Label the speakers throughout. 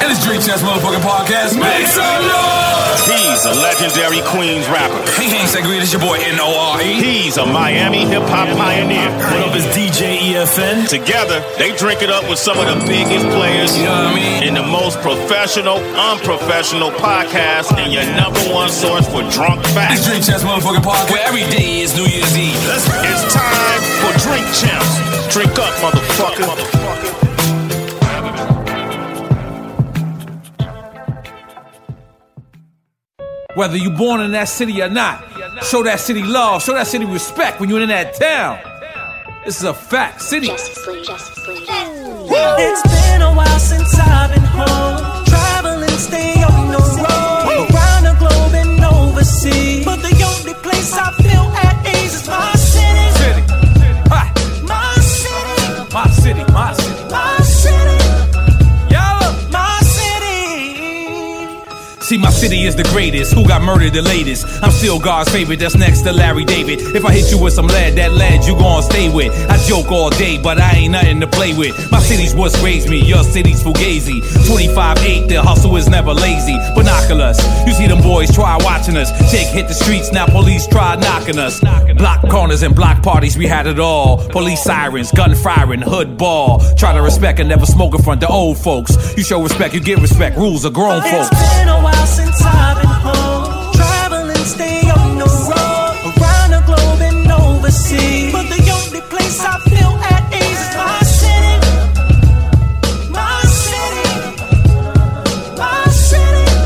Speaker 1: And it's Drink Chess Motherfucking Podcast. Make some noise!
Speaker 2: He's a legendary Queens rapper.
Speaker 1: Hey, Hank Sangria, this your boy N-O-R-E.
Speaker 2: He's a Miami hip hop pioneer.
Speaker 1: What up, it's DJ EFN.
Speaker 2: Together, they drink it up with some of the biggest players
Speaker 1: You know what I mean?
Speaker 2: in the most professional, unprofessional podcast, and your number one source for drunk
Speaker 1: It's
Speaker 2: facts.
Speaker 1: Drink Chess Motherfucking Podcast, where every day is New Year's Eve. Let's go!
Speaker 2: It's time for Drink Champs. Drink up, motherfucker.
Speaker 3: Whether you born in that city or not, show that city love, show that city respect when you're in that town. This is a fact. City.
Speaker 4: Justice League. Justice League.
Speaker 5: It's been a while since I've been home. Traveling, stay on the road. Around the globe and overseas. But the only place I feel at ease is my city.
Speaker 3: City. Ha.
Speaker 5: My city.
Speaker 3: My city. My city.
Speaker 5: My city.
Speaker 3: Y'all.
Speaker 5: My city.
Speaker 3: See, my city is the greatest. Who got murdered the latest? I'm still God's favorite. That's next to Larry David. If I hit you with some lead, that lead you gon' stay with. I joke all day, but I ain't nothing to play with. My city's what's raised me. Your city's fugazi. 25-8, the hustle is never lazy. Binoculars. You see them boys try watching us. Jake hit the streets, now police try knocking us. Block corners and block parties, we had it all. Police sirens, gun firing, hood ball. Try to respect and never smoke in front of old folks. You show respect, you get respect. Rules are grown
Speaker 5: It's
Speaker 3: Oh, folks.
Speaker 5: been a while since I've been home. Traveling, stay on the road. Around the globe and overseas. But the only place I feel at ease is my city. My city. My city.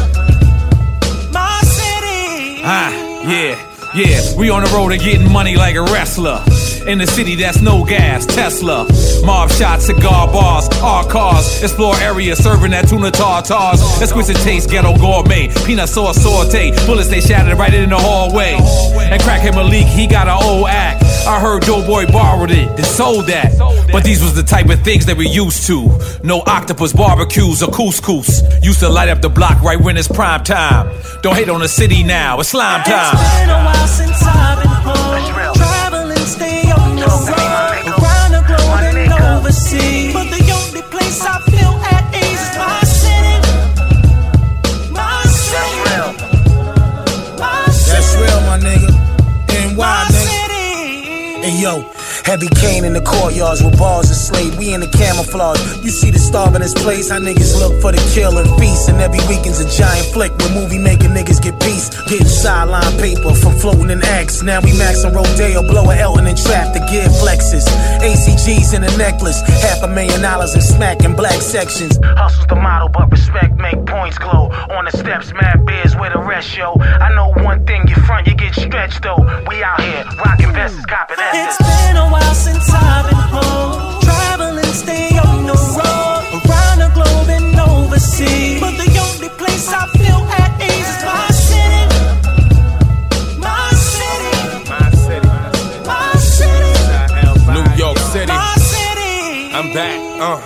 Speaker 5: My city.
Speaker 3: Ah, yeah, yeah. We on the road to getting money like a wrestler. In the city that's no gas, Tesla. Mob shots, cigar bars, our cars. Explore areas serving that tuna tartars. Exquisite taste, ghetto gourmet. Peanut sauce saute. Bullets they shattered right in the hallway. And crackhead Malik, he got an old act. I heard Doughboy borrowed it, then sold that. But these was the type of things that we used to. No octopus barbecues or couscous. Used to light up the block right when it's prime time. Don't hate on the city now, it's slime time.
Speaker 5: It's been a while since I've been home. Traveling, stay on the road. Around the globe and overseas. But the only place I feel at ease is my city. My city. My
Speaker 6: That's
Speaker 5: city.
Speaker 6: real, my nigga. NY,
Speaker 5: My
Speaker 6: nigga.
Speaker 5: city.
Speaker 6: And yo, heavy cane in the courtyards with bars and slate. We in the camouflage. You see the starving this place. How niggas look for the kill and feast. And every weekend's a giant flick where movie making niggas get peace. Getting sideline paper from floating in X. Now we maxing Rodeo, blowing Elton and trap to gear flexes. ACGs in a necklace. Half a million dollars in smack and black sections. Hustle's the model, but respect make points glow. On the steps, mad beers where the rest, yo. I know one thing, you front, you get stretched though. We out here, rocking vests, copping
Speaker 5: It's been a while since I've been home. Traveling, stay on the road. Around the globe and overseas. But the only place I feel at ease is my city. My city. My city.
Speaker 7: New York City.
Speaker 5: My city.
Speaker 7: I'm back. Uh.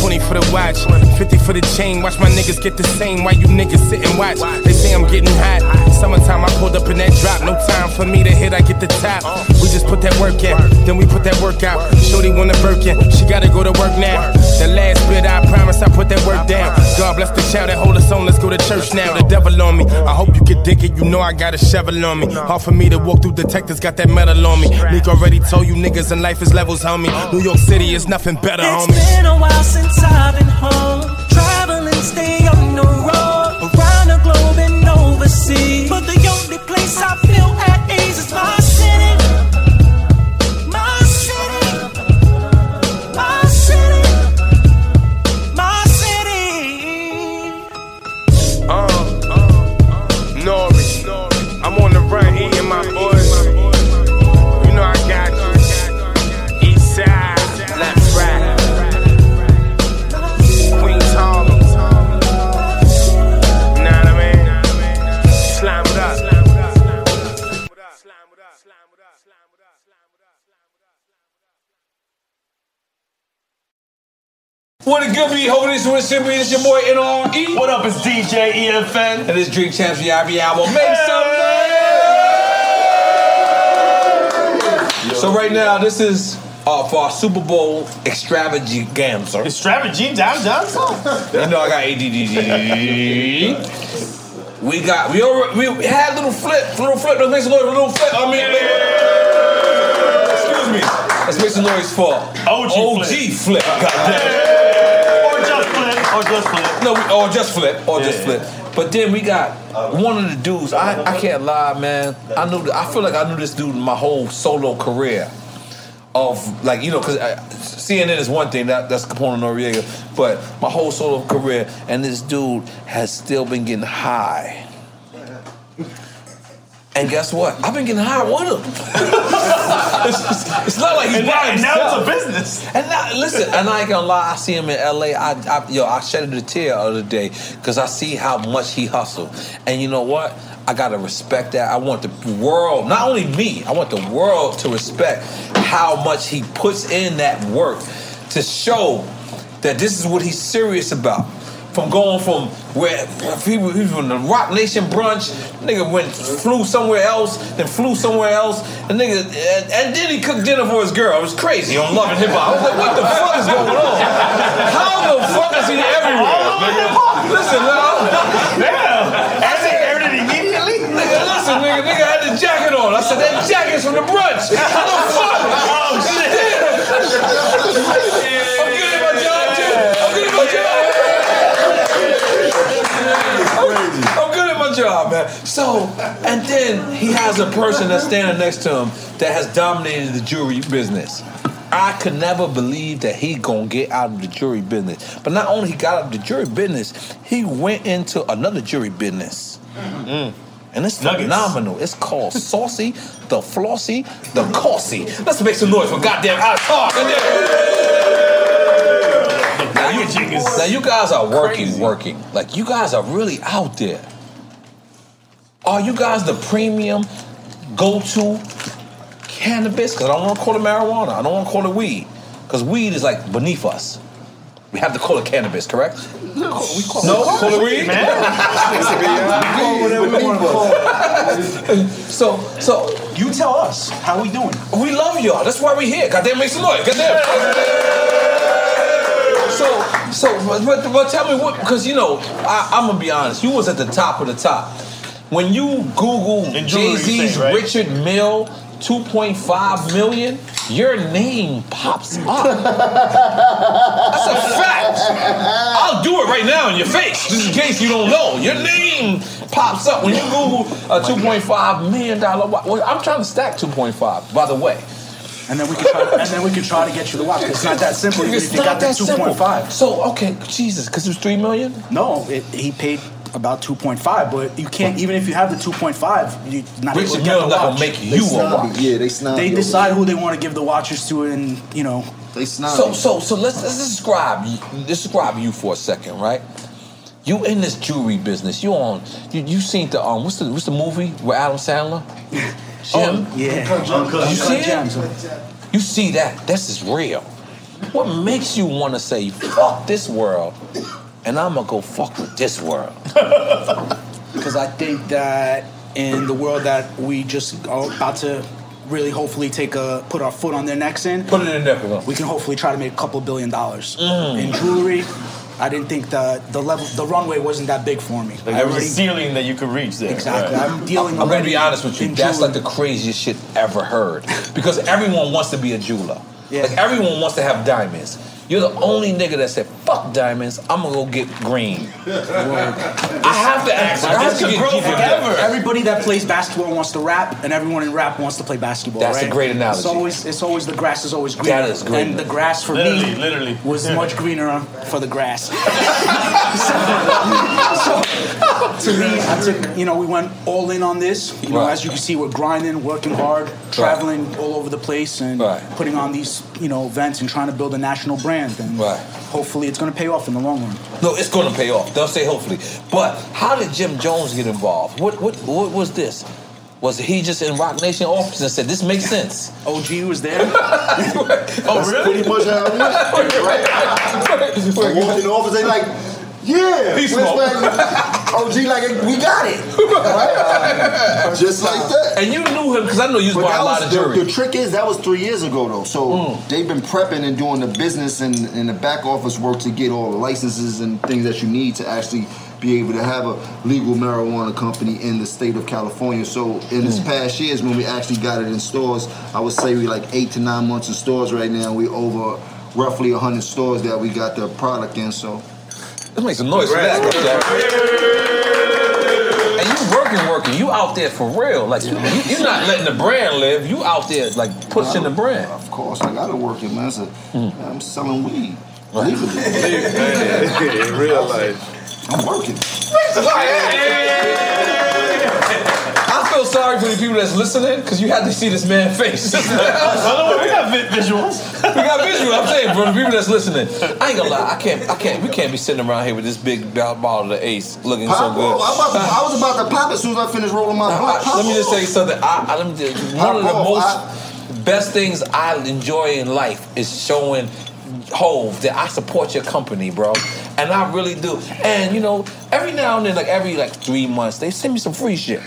Speaker 7: 20 for the watch, 50 for the chain. Watch my niggas get the same. Why you niggas sit and watch? They say I'm getting hot. Summertime, I pulled up in that drop. No time for me to hit, I get the top. We just put that work in, then we put that work out. Shorty wanna Birkin, she gotta go to work now. The last bit, I promise, I put that work down. God bless the child that hold us on. Let's go to church now. The devil on me. I hope you can dig it. You know I got a shovel on me. Hard for me to walk through detectives, got that metal on me. Meek already told you niggas, and life is levels, homie. New York City is nothing better,
Speaker 5: It's
Speaker 7: homie.
Speaker 5: been a while since I've been home. Traveling, stay on the road. Around the globe and overseas. But the only place I feel at ease is my city.
Speaker 7: Uh,
Speaker 8: Slime with us. Slime with us. Slime with us. Slime with us. Slime with us.
Speaker 3: What a good be, homies. What's up, It's your boy NRE.
Speaker 5: What up, it's E DJ EFN.
Speaker 3: And this Drink Champs VIP album. Make some noise! So right now, this is uh, for our Super Bowl extravaganza.
Speaker 5: It's Trapper G Down Johnson.
Speaker 3: You know I got ADD. We got we already, we had little flip, little flip. Let's make some noise, for little flip. I mean, excuse me. Let's make some noise for
Speaker 5: OG
Speaker 3: OG flip. Goddamn.
Speaker 5: or just flip. Or just flip.
Speaker 3: No, we, or just flip, or just
Speaker 5: Yeah.
Speaker 3: flip.
Speaker 5: Uh-huh.
Speaker 3: But then we got one of the dudes. I, I can't lie, man. I knew. I feel like I knew this dude my whole solo career. Of like you know, uh, because CNN is one thing that that's Capone Noriega, but my whole solo career, and this dude has still been getting high. And guess what? I've been getting high with him. it's, it's- it's not like he's
Speaker 5: And
Speaker 3: by
Speaker 5: now, and now
Speaker 3: himself.
Speaker 5: it's a business.
Speaker 3: And I, listen, and I ain't gonna lie, I see him in LA. I, I yo, I shed a tear the other day because I see how much he hustled. And you know what? I gotta respect that. I want the world, not only me, I want the world to respect how much he puts in that work to show that this is what he's serious about. From going from where he was, he was in the Rock Nation brunch, nigga went flew somewhere else, then flew somewhere else, and nigga, and, and then he cooked dinner for his girl. It was crazy on Love and Hip Hop. I was like, what the fuck is going on? How the fuck is he everywhere? nigga? Listen, now.
Speaker 5: Damn. I said aired it immediately.
Speaker 3: Nigga, listen, nigga, nigga had the jacket on. I said that jacket's from the brunch. How the fuck? Oh shit! I'm getting my job too. I'm getting my job. I'm good at my job, man. So, and then he has a person that's standing next to him that has dominated the jewelry business. I could never believe that he gonna get out of the jewelry business. But not only he got out of the jewelry business, he went into another jewelry business. Mm. And it's
Speaker 5: Nuggets.
Speaker 3: phenomenal. It's called Saucy, the Flossy, the Cossy. Let's make some noise for goddamn Oh, out of talk. Now you,
Speaker 5: Chick is
Speaker 3: now you guys are working, working. Like you guys are really out there. Are you guys the premium go-to cannabis? Because I don't want to call it marijuana. I don't want to call it weed. Because weed is like beneath us. We have to call it cannabis, correct? No, we call, no, call it weed.
Speaker 5: man.
Speaker 3: So, so
Speaker 5: You tell us how we doing.
Speaker 3: We love y'all. That's why we here. Goddamn, make some noise. Goddamn. So, so, but, but, but tell me what? Because you know, I, I'm gonna be honest. You was at the top of the top. When you Google
Speaker 5: In jewelry,
Speaker 3: Jay
Speaker 5: you
Speaker 3: Z's
Speaker 5: say, right?
Speaker 3: Richard Mill 2.5 million, your name pops up. That's a fact. I'll do it right now in your face, just in case you don't know. Your name pops up when you Google uh,
Speaker 9: Oh
Speaker 3: a 2.5 million dollar watch. Well, I'm trying to stack 2.5. By the way.
Speaker 9: And then we can try. and then we can try to get you the watch. It's not that simple. Even
Speaker 3: It's
Speaker 9: if you got
Speaker 3: not
Speaker 9: that
Speaker 3: that
Speaker 9: two
Speaker 3: simple.
Speaker 9: point five.
Speaker 3: So okay, Jesus, because it was three million.
Speaker 9: No, it, he paid about two point five, but you can't. Even if you have the two point five, you not able to
Speaker 3: Richard
Speaker 9: get
Speaker 3: Mill
Speaker 9: the
Speaker 3: not
Speaker 9: watch.
Speaker 3: gonna make you a watch.
Speaker 10: Yeah, they snob.
Speaker 9: They
Speaker 10: you.
Speaker 9: decide who they want to give the watches to, and you know,
Speaker 10: They snob.
Speaker 3: So
Speaker 10: you.
Speaker 3: so so let's, let's describe you- describe you for a second, right? You in this jewelry business. You on you, you seen the um what's the what's the movie with Adam Sandler? Jim,
Speaker 9: Oh, yeah,
Speaker 3: you
Speaker 9: Uncut
Speaker 3: see it?
Speaker 9: Gems.
Speaker 3: You see that? This is real. What makes you want to say fuck this world, and I'm gonna go fuck with this world?
Speaker 9: because I think that in the world that we just are about to really hopefully take a put our foot on their necks in,
Speaker 3: Put it in there for
Speaker 9: we can hopefully try to make a couple billion dollars
Speaker 3: Mm.
Speaker 9: in jewelry. I didn't think that the level, the runway wasn't that big for me. I
Speaker 5: There was a
Speaker 9: already
Speaker 5: ceiling that you could reach there.
Speaker 9: exactly.
Speaker 5: Right.
Speaker 9: I'm dealing.
Speaker 3: I'm gonna
Speaker 9: already
Speaker 3: be honest with you.
Speaker 9: in
Speaker 3: That's like
Speaker 9: jewelry.
Speaker 3: the craziest shit ever heard. Because everyone wants to be a jeweler.
Speaker 9: Yeah.
Speaker 3: Like everyone wants to have diamonds. You're the only nigga that said, "Fuck diamonds. I'm gonna go get green." I have to ask. I have
Speaker 5: This
Speaker 3: to
Speaker 5: could
Speaker 3: get
Speaker 5: grow
Speaker 3: deep in
Speaker 5: forever.
Speaker 3: that.
Speaker 9: Everybody that plays basketball wants to rap, and everyone in rap wants to play basketball.
Speaker 3: That's a
Speaker 9: right?
Speaker 3: great analogy.
Speaker 9: It's always, it's always the grass is always greener.
Speaker 3: That is great.
Speaker 9: And the grass for
Speaker 5: Literally,
Speaker 9: me
Speaker 5: literally.
Speaker 9: was much greener for the grass. so, so, to me, I took, you know, we went all in on this. You know,
Speaker 3: Right.
Speaker 9: as you can see, we're grinding, working hard, traveling all over the place, and
Speaker 3: Right.
Speaker 9: putting on these, you know, events and trying to build a national brand. And
Speaker 3: Right.
Speaker 9: hopefully, it's going to pay off in the long run.
Speaker 3: No, it's gonna pay off. Don't say hopefully. But how did Jim Jones get involved? What what what was this? was he just in Rock Nation office and said, "This makes sense"?
Speaker 9: OG was there.
Speaker 3: oh,
Speaker 11: That's pretty much how it is. I walked in the office, they like, yeah.
Speaker 3: Peace
Speaker 11: where's
Speaker 3: smoke.
Speaker 11: Wagner?" OG like, we got it. Right? Just like that.
Speaker 3: And you knew him because I know you was
Speaker 11: But
Speaker 3: buying
Speaker 11: that
Speaker 3: a lot of
Speaker 11: was- the-
Speaker 3: jewelry.
Speaker 11: The, trick is that was three years ago though, so
Speaker 3: Mm.
Speaker 11: they've been prepping and doing the business and, and the back office work to get all the licenses and things that you need to actually be able to have a legal marijuana company in the state of California. So in this
Speaker 3: Mm.
Speaker 11: past years when we actually got it in stores, I would say we like eight to nine months in stores right now. We over roughly hundred stores that we got the product in. So
Speaker 3: Let's make some noise for that. Jack. And you working, working. You out there for real. Like you, you, are not letting the brand live. You out there like pushing the brand.
Speaker 11: Of course, I gotta work it, man. It's a-
Speaker 3: Mm.
Speaker 11: I'm selling weed.
Speaker 3: Legally.
Speaker 11: In real life. I'm working.
Speaker 3: I feel sorry for the people that's listening because you had to see this man's face. we got visuals. we got visuals. I'm saying for the people that's listening, I ain't gonna lie. I can't. I can't. We can't be sitting around here with this big bottle of Ace looking so
Speaker 11: Pop
Speaker 3: good.
Speaker 11: off. I, was about to, I was about to pop as soon as I finished rolling my blunt. Pop
Speaker 3: Let me just
Speaker 11: off.
Speaker 3: tell you something. I, I, let me tell you, one of the
Speaker 11: Pop
Speaker 3: most
Speaker 11: off.
Speaker 3: best things I enjoy in life is showing Hove that I support your company, bro. And I really do. And you know, every now and then, like every like three months, they send me some free shit.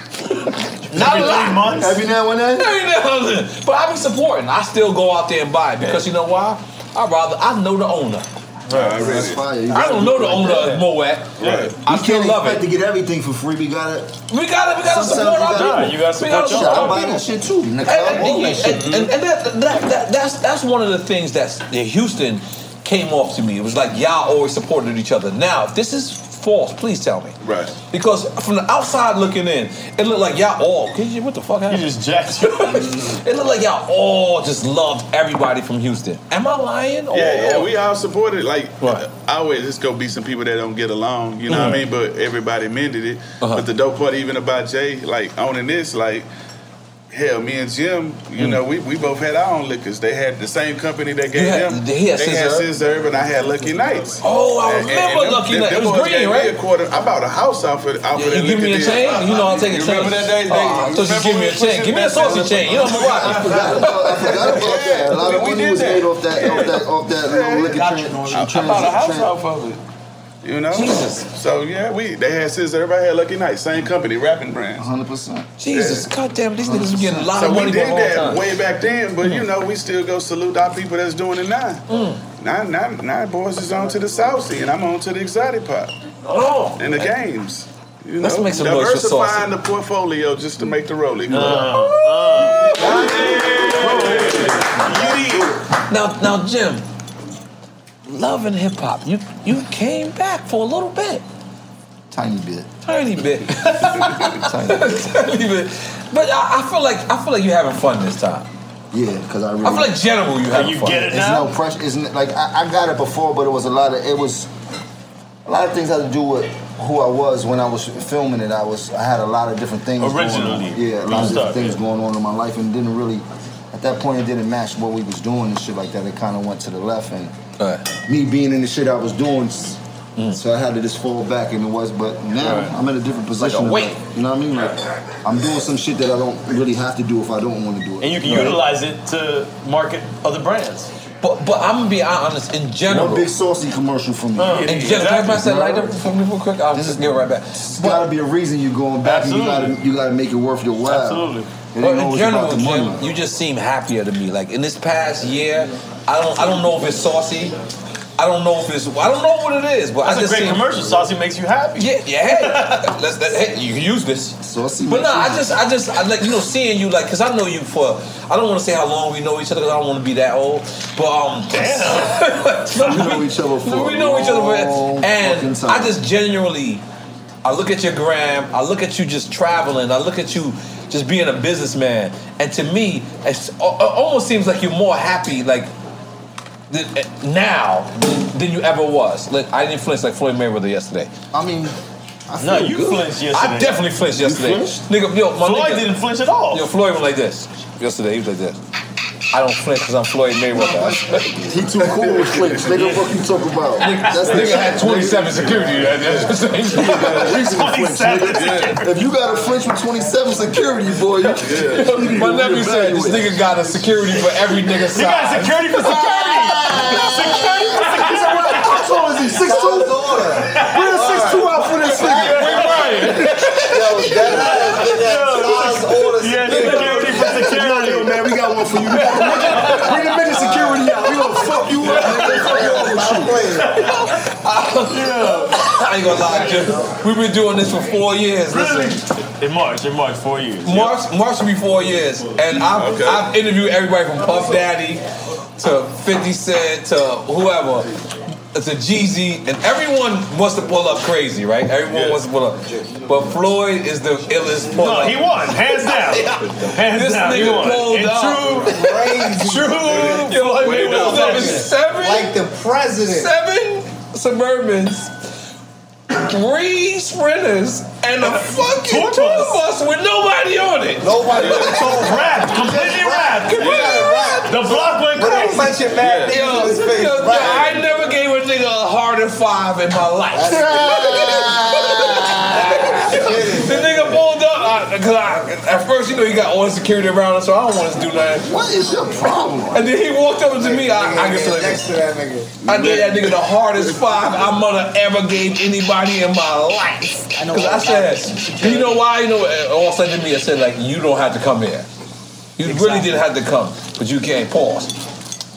Speaker 3: Not
Speaker 11: Every
Speaker 3: a lot.
Speaker 11: three months? Every now and then?
Speaker 3: Every now and then. But I be supporting. I still go out there and buy it because you know why? I rather I know the owner.
Speaker 11: That's fire. You
Speaker 3: I don't know the
Speaker 11: gotta
Speaker 3: owner
Speaker 11: do
Speaker 3: of
Speaker 11: it
Speaker 3: Moet.
Speaker 11: like that. Right.
Speaker 3: I
Speaker 11: You
Speaker 3: still
Speaker 11: can't
Speaker 3: love
Speaker 11: expect
Speaker 3: it.
Speaker 11: to get everything for free. We gotta.
Speaker 3: We gotta, we gotta
Speaker 11: Sometimes
Speaker 3: support
Speaker 11: you
Speaker 3: our
Speaker 11: gotta-
Speaker 3: people.
Speaker 11: You gotta
Speaker 3: we gotta
Speaker 11: support your-
Speaker 3: support
Speaker 11: I
Speaker 3: our
Speaker 11: buy
Speaker 3: people.
Speaker 11: that shit too.
Speaker 3: And,
Speaker 11: Nigga, I
Speaker 3: and,
Speaker 11: want that shit.
Speaker 3: and- and- and that, that, that, that's that's one of the things that's that Houston came off to me. It was like y'all always supported each other. Now, if this is false, please tell me. Right. Because from the outside looking in, it looked like y'all all. could you- What the fuck happened? You just jacked. it looked like y'all all just loved everybody from Houston. Am I lying? Or,
Speaker 12: Yeah, yeah,
Speaker 3: or-
Speaker 12: we all support it. Like, I always just go be some people that don't get along, you know what I
Speaker 3: Mm-hmm.
Speaker 12: mean? But everybody mended it.
Speaker 3: Uh-huh.
Speaker 12: But the dope part, even about Jay, like owning this, like, hell, me and Jim, you
Speaker 3: Mm.
Speaker 12: know, we, we both had our own liquors. They had the same company that gave
Speaker 3: had-
Speaker 12: them.
Speaker 3: he had
Speaker 12: they had
Speaker 3: Scissor.
Speaker 12: Scissor, and I had Lucky Nights.
Speaker 3: Oh, I
Speaker 12: And- and-
Speaker 3: remember
Speaker 12: and
Speaker 3: Lucky Night. It was
Speaker 12: boys
Speaker 3: green,
Speaker 12: gave me
Speaker 3: right?
Speaker 12: a quarter. I bought a house off of, off of
Speaker 3: You
Speaker 12: that
Speaker 3: give me a
Speaker 12: liquor
Speaker 3: chain?
Speaker 12: deal.
Speaker 3: You know I'll take a
Speaker 12: You
Speaker 3: chain.
Speaker 12: Remember that day?
Speaker 3: Oh, I thought you give
Speaker 12: Remember
Speaker 3: me a
Speaker 12: when we
Speaker 3: chain.
Speaker 12: was
Speaker 3: Give me a
Speaker 12: in that-
Speaker 3: sausage chain. You know I'm a rock.
Speaker 11: I forgot about, I forgot about that. A lot of money was made off that, off that, off that little liquor trans-
Speaker 12: I, I
Speaker 11: trans-
Speaker 12: bought a house
Speaker 11: trans-
Speaker 12: off of it. You know? So yeah, we they had sisters, everybody had Lucky Night, same company, rapping brands.
Speaker 11: Hundred percent.
Speaker 3: Jesus, goddamn, these niggas was getting a lot
Speaker 12: so
Speaker 3: of money
Speaker 12: we did
Speaker 3: for a long
Speaker 12: that
Speaker 3: time. Mm-hmm.
Speaker 12: way back then, but you know, we still go salute our people that's doing it now.
Speaker 3: Mm.
Speaker 12: Now, now, now boys is on to the South Sea and I'm on to the exotic pop.
Speaker 3: Oh.
Speaker 12: And the games. You
Speaker 3: Let's
Speaker 12: know,
Speaker 3: make some noise for
Speaker 12: diversifying the portfolio just to make the rolling.
Speaker 13: Uh,
Speaker 3: Now, now, Jim, love and hip hop. You you came back for a little bit,
Speaker 11: Tiny bit.
Speaker 3: tiny bit, tiny bit. But I, I feel like I feel like you're having fun this time.
Speaker 11: Yeah, because I really.
Speaker 3: I feel like general you having fun.
Speaker 11: it's no pressure. It's n- like I, I got it before, but it was a lot of it was a lot of things had to do with who I was when I was filming it. I was I had a lot of different things.
Speaker 13: Originally,
Speaker 11: going on. yeah, a
Speaker 13: you
Speaker 11: lot
Speaker 13: start,
Speaker 11: of different things
Speaker 13: yeah.
Speaker 11: going on in my life, and didn't really at that point it didn't match what we was doing and shit like that. It kind of went to the left, and me being in the shit I was doing. s-
Speaker 3: Mm.
Speaker 11: So I had to just fall back and it was, but now
Speaker 3: Right.
Speaker 11: I'm in a different
Speaker 3: Like a
Speaker 11: position.
Speaker 3: weight.
Speaker 11: You know what I mean? Like I'm doing some shit that I don't really have to do if I don't want to do it.
Speaker 13: And you can
Speaker 11: Right.
Speaker 13: utilize it to market other brands.
Speaker 3: But but I'm gonna be honest in general.
Speaker 11: One big saucy commercial for me.
Speaker 3: Uh, in general, can I pass that light up for me real quick? Oh, I'll just get right back.
Speaker 11: There's gotta be a reason you're going back and you gotta you gotta make it worth your while. Absolutely. It
Speaker 3: But
Speaker 11: ain't
Speaker 3: in
Speaker 11: always
Speaker 3: general,
Speaker 11: about the money.
Speaker 3: Jim, you just seem happier to me. Like in this past year, I don't I don't know if it's saucy. I don't know if it's I don't know what it is, but
Speaker 13: That's
Speaker 3: I
Speaker 13: a
Speaker 3: just
Speaker 13: great
Speaker 3: seem-
Speaker 13: commercial. Saucy makes you happy.
Speaker 3: Yeah, yeah. Hey, let's, that, hey, you can use this.
Speaker 11: Saucy.
Speaker 3: But no, I just, I just, I like you know, seeing you like, cause I know you for, I don't want to say how long we know each other, cause I don't want to be that old. But um, damn,
Speaker 11: we know each other for
Speaker 3: we know each other
Speaker 11: long
Speaker 3: for,
Speaker 11: fucking
Speaker 3: and
Speaker 11: time.
Speaker 3: I just genuinely, I look at your gram, I look at you just traveling, I look at you just being a businessman, and to me, it's, it almost seems like you're more happy, like th- now than you ever was. Like I didn't flinch like Floyd Mayweather yesterday.
Speaker 11: I mean,
Speaker 3: I
Speaker 13: No,
Speaker 3: feel
Speaker 13: you
Speaker 3: good.
Speaker 13: flinched yesterday.
Speaker 3: I definitely flinched
Speaker 13: You
Speaker 3: yesterday.
Speaker 13: flinched?
Speaker 3: Nigga, yo, my
Speaker 13: Floyd
Speaker 3: nigga-
Speaker 13: didn't flinch at all.
Speaker 3: Yo, Floyd went like this yesterday. He was like this. I don't flinch because I'm Floyd Mayweather.
Speaker 11: He too cool with flinch. Nigga, fuck you talk about?
Speaker 3: That's nigga had 27 security. that- That's what I'm
Speaker 11: You got a
Speaker 3: saying.
Speaker 11: reason to flinch, nigga. If you got a flinch with 27 security, boy, you, you need
Speaker 3: My
Speaker 11: to
Speaker 3: nephew said this nigga got a security for every nigga size.
Speaker 11: He got security for security.
Speaker 3: security for security.
Speaker 11: How tall is he? 6'2"? Where the 6'2" out for this nigga? Yo, that is size order. Yeah, security for security. Yo, man, we got one for you. We got the midget- Bring the midget security out. We gonna fuck you up. nigga. We fuck you up with you.
Speaker 3: I ain't gonna lie, Jim. We've been doing this for four years. Listen.
Speaker 13: In March, in March, four years.
Speaker 3: March, March will be four years, and I've, I've interviewed everybody from Puff Daddy to 50 Cent to whoever to Jeezy, and everyone wants to pull up crazy, right? Everyone wants to pull up, but Floyd is the illest pull
Speaker 13: No,
Speaker 3: up.
Speaker 13: he won, hands down. Hands
Speaker 3: this
Speaker 13: down, he
Speaker 3: nigga
Speaker 13: won.
Speaker 3: pulled
Speaker 13: In
Speaker 3: up.
Speaker 13: true- true
Speaker 3: Floyd
Speaker 13: Floyd
Speaker 3: Mayweather
Speaker 13: Mayweather.
Speaker 3: was seven, like the president, seven Suburbans. Three sprinters and a fucking tour bus with nobody on it.
Speaker 13: Nobody. Wrapped, completely wrapped. Yeah. The block went
Speaker 3: Put on
Speaker 13: crazy.
Speaker 3: such a bad
Speaker 13: Yeah.
Speaker 3: deal in his face. Yo, I never gave a nigga a harder five in my life. the nigga pulled up because I, at first, you know, he got all the security around him, so I don't want to do nothing.
Speaker 11: What is your problem?
Speaker 3: And then he walked over to me. I, I just like,
Speaker 11: Next to that nigga.
Speaker 3: I gave that nigga the hardest five I mother ever gave anybody in my life. Because I said, you know why? You know, what? all said to me, I said, like, you don't have to come here. You really didn't have to come, but you can't pause.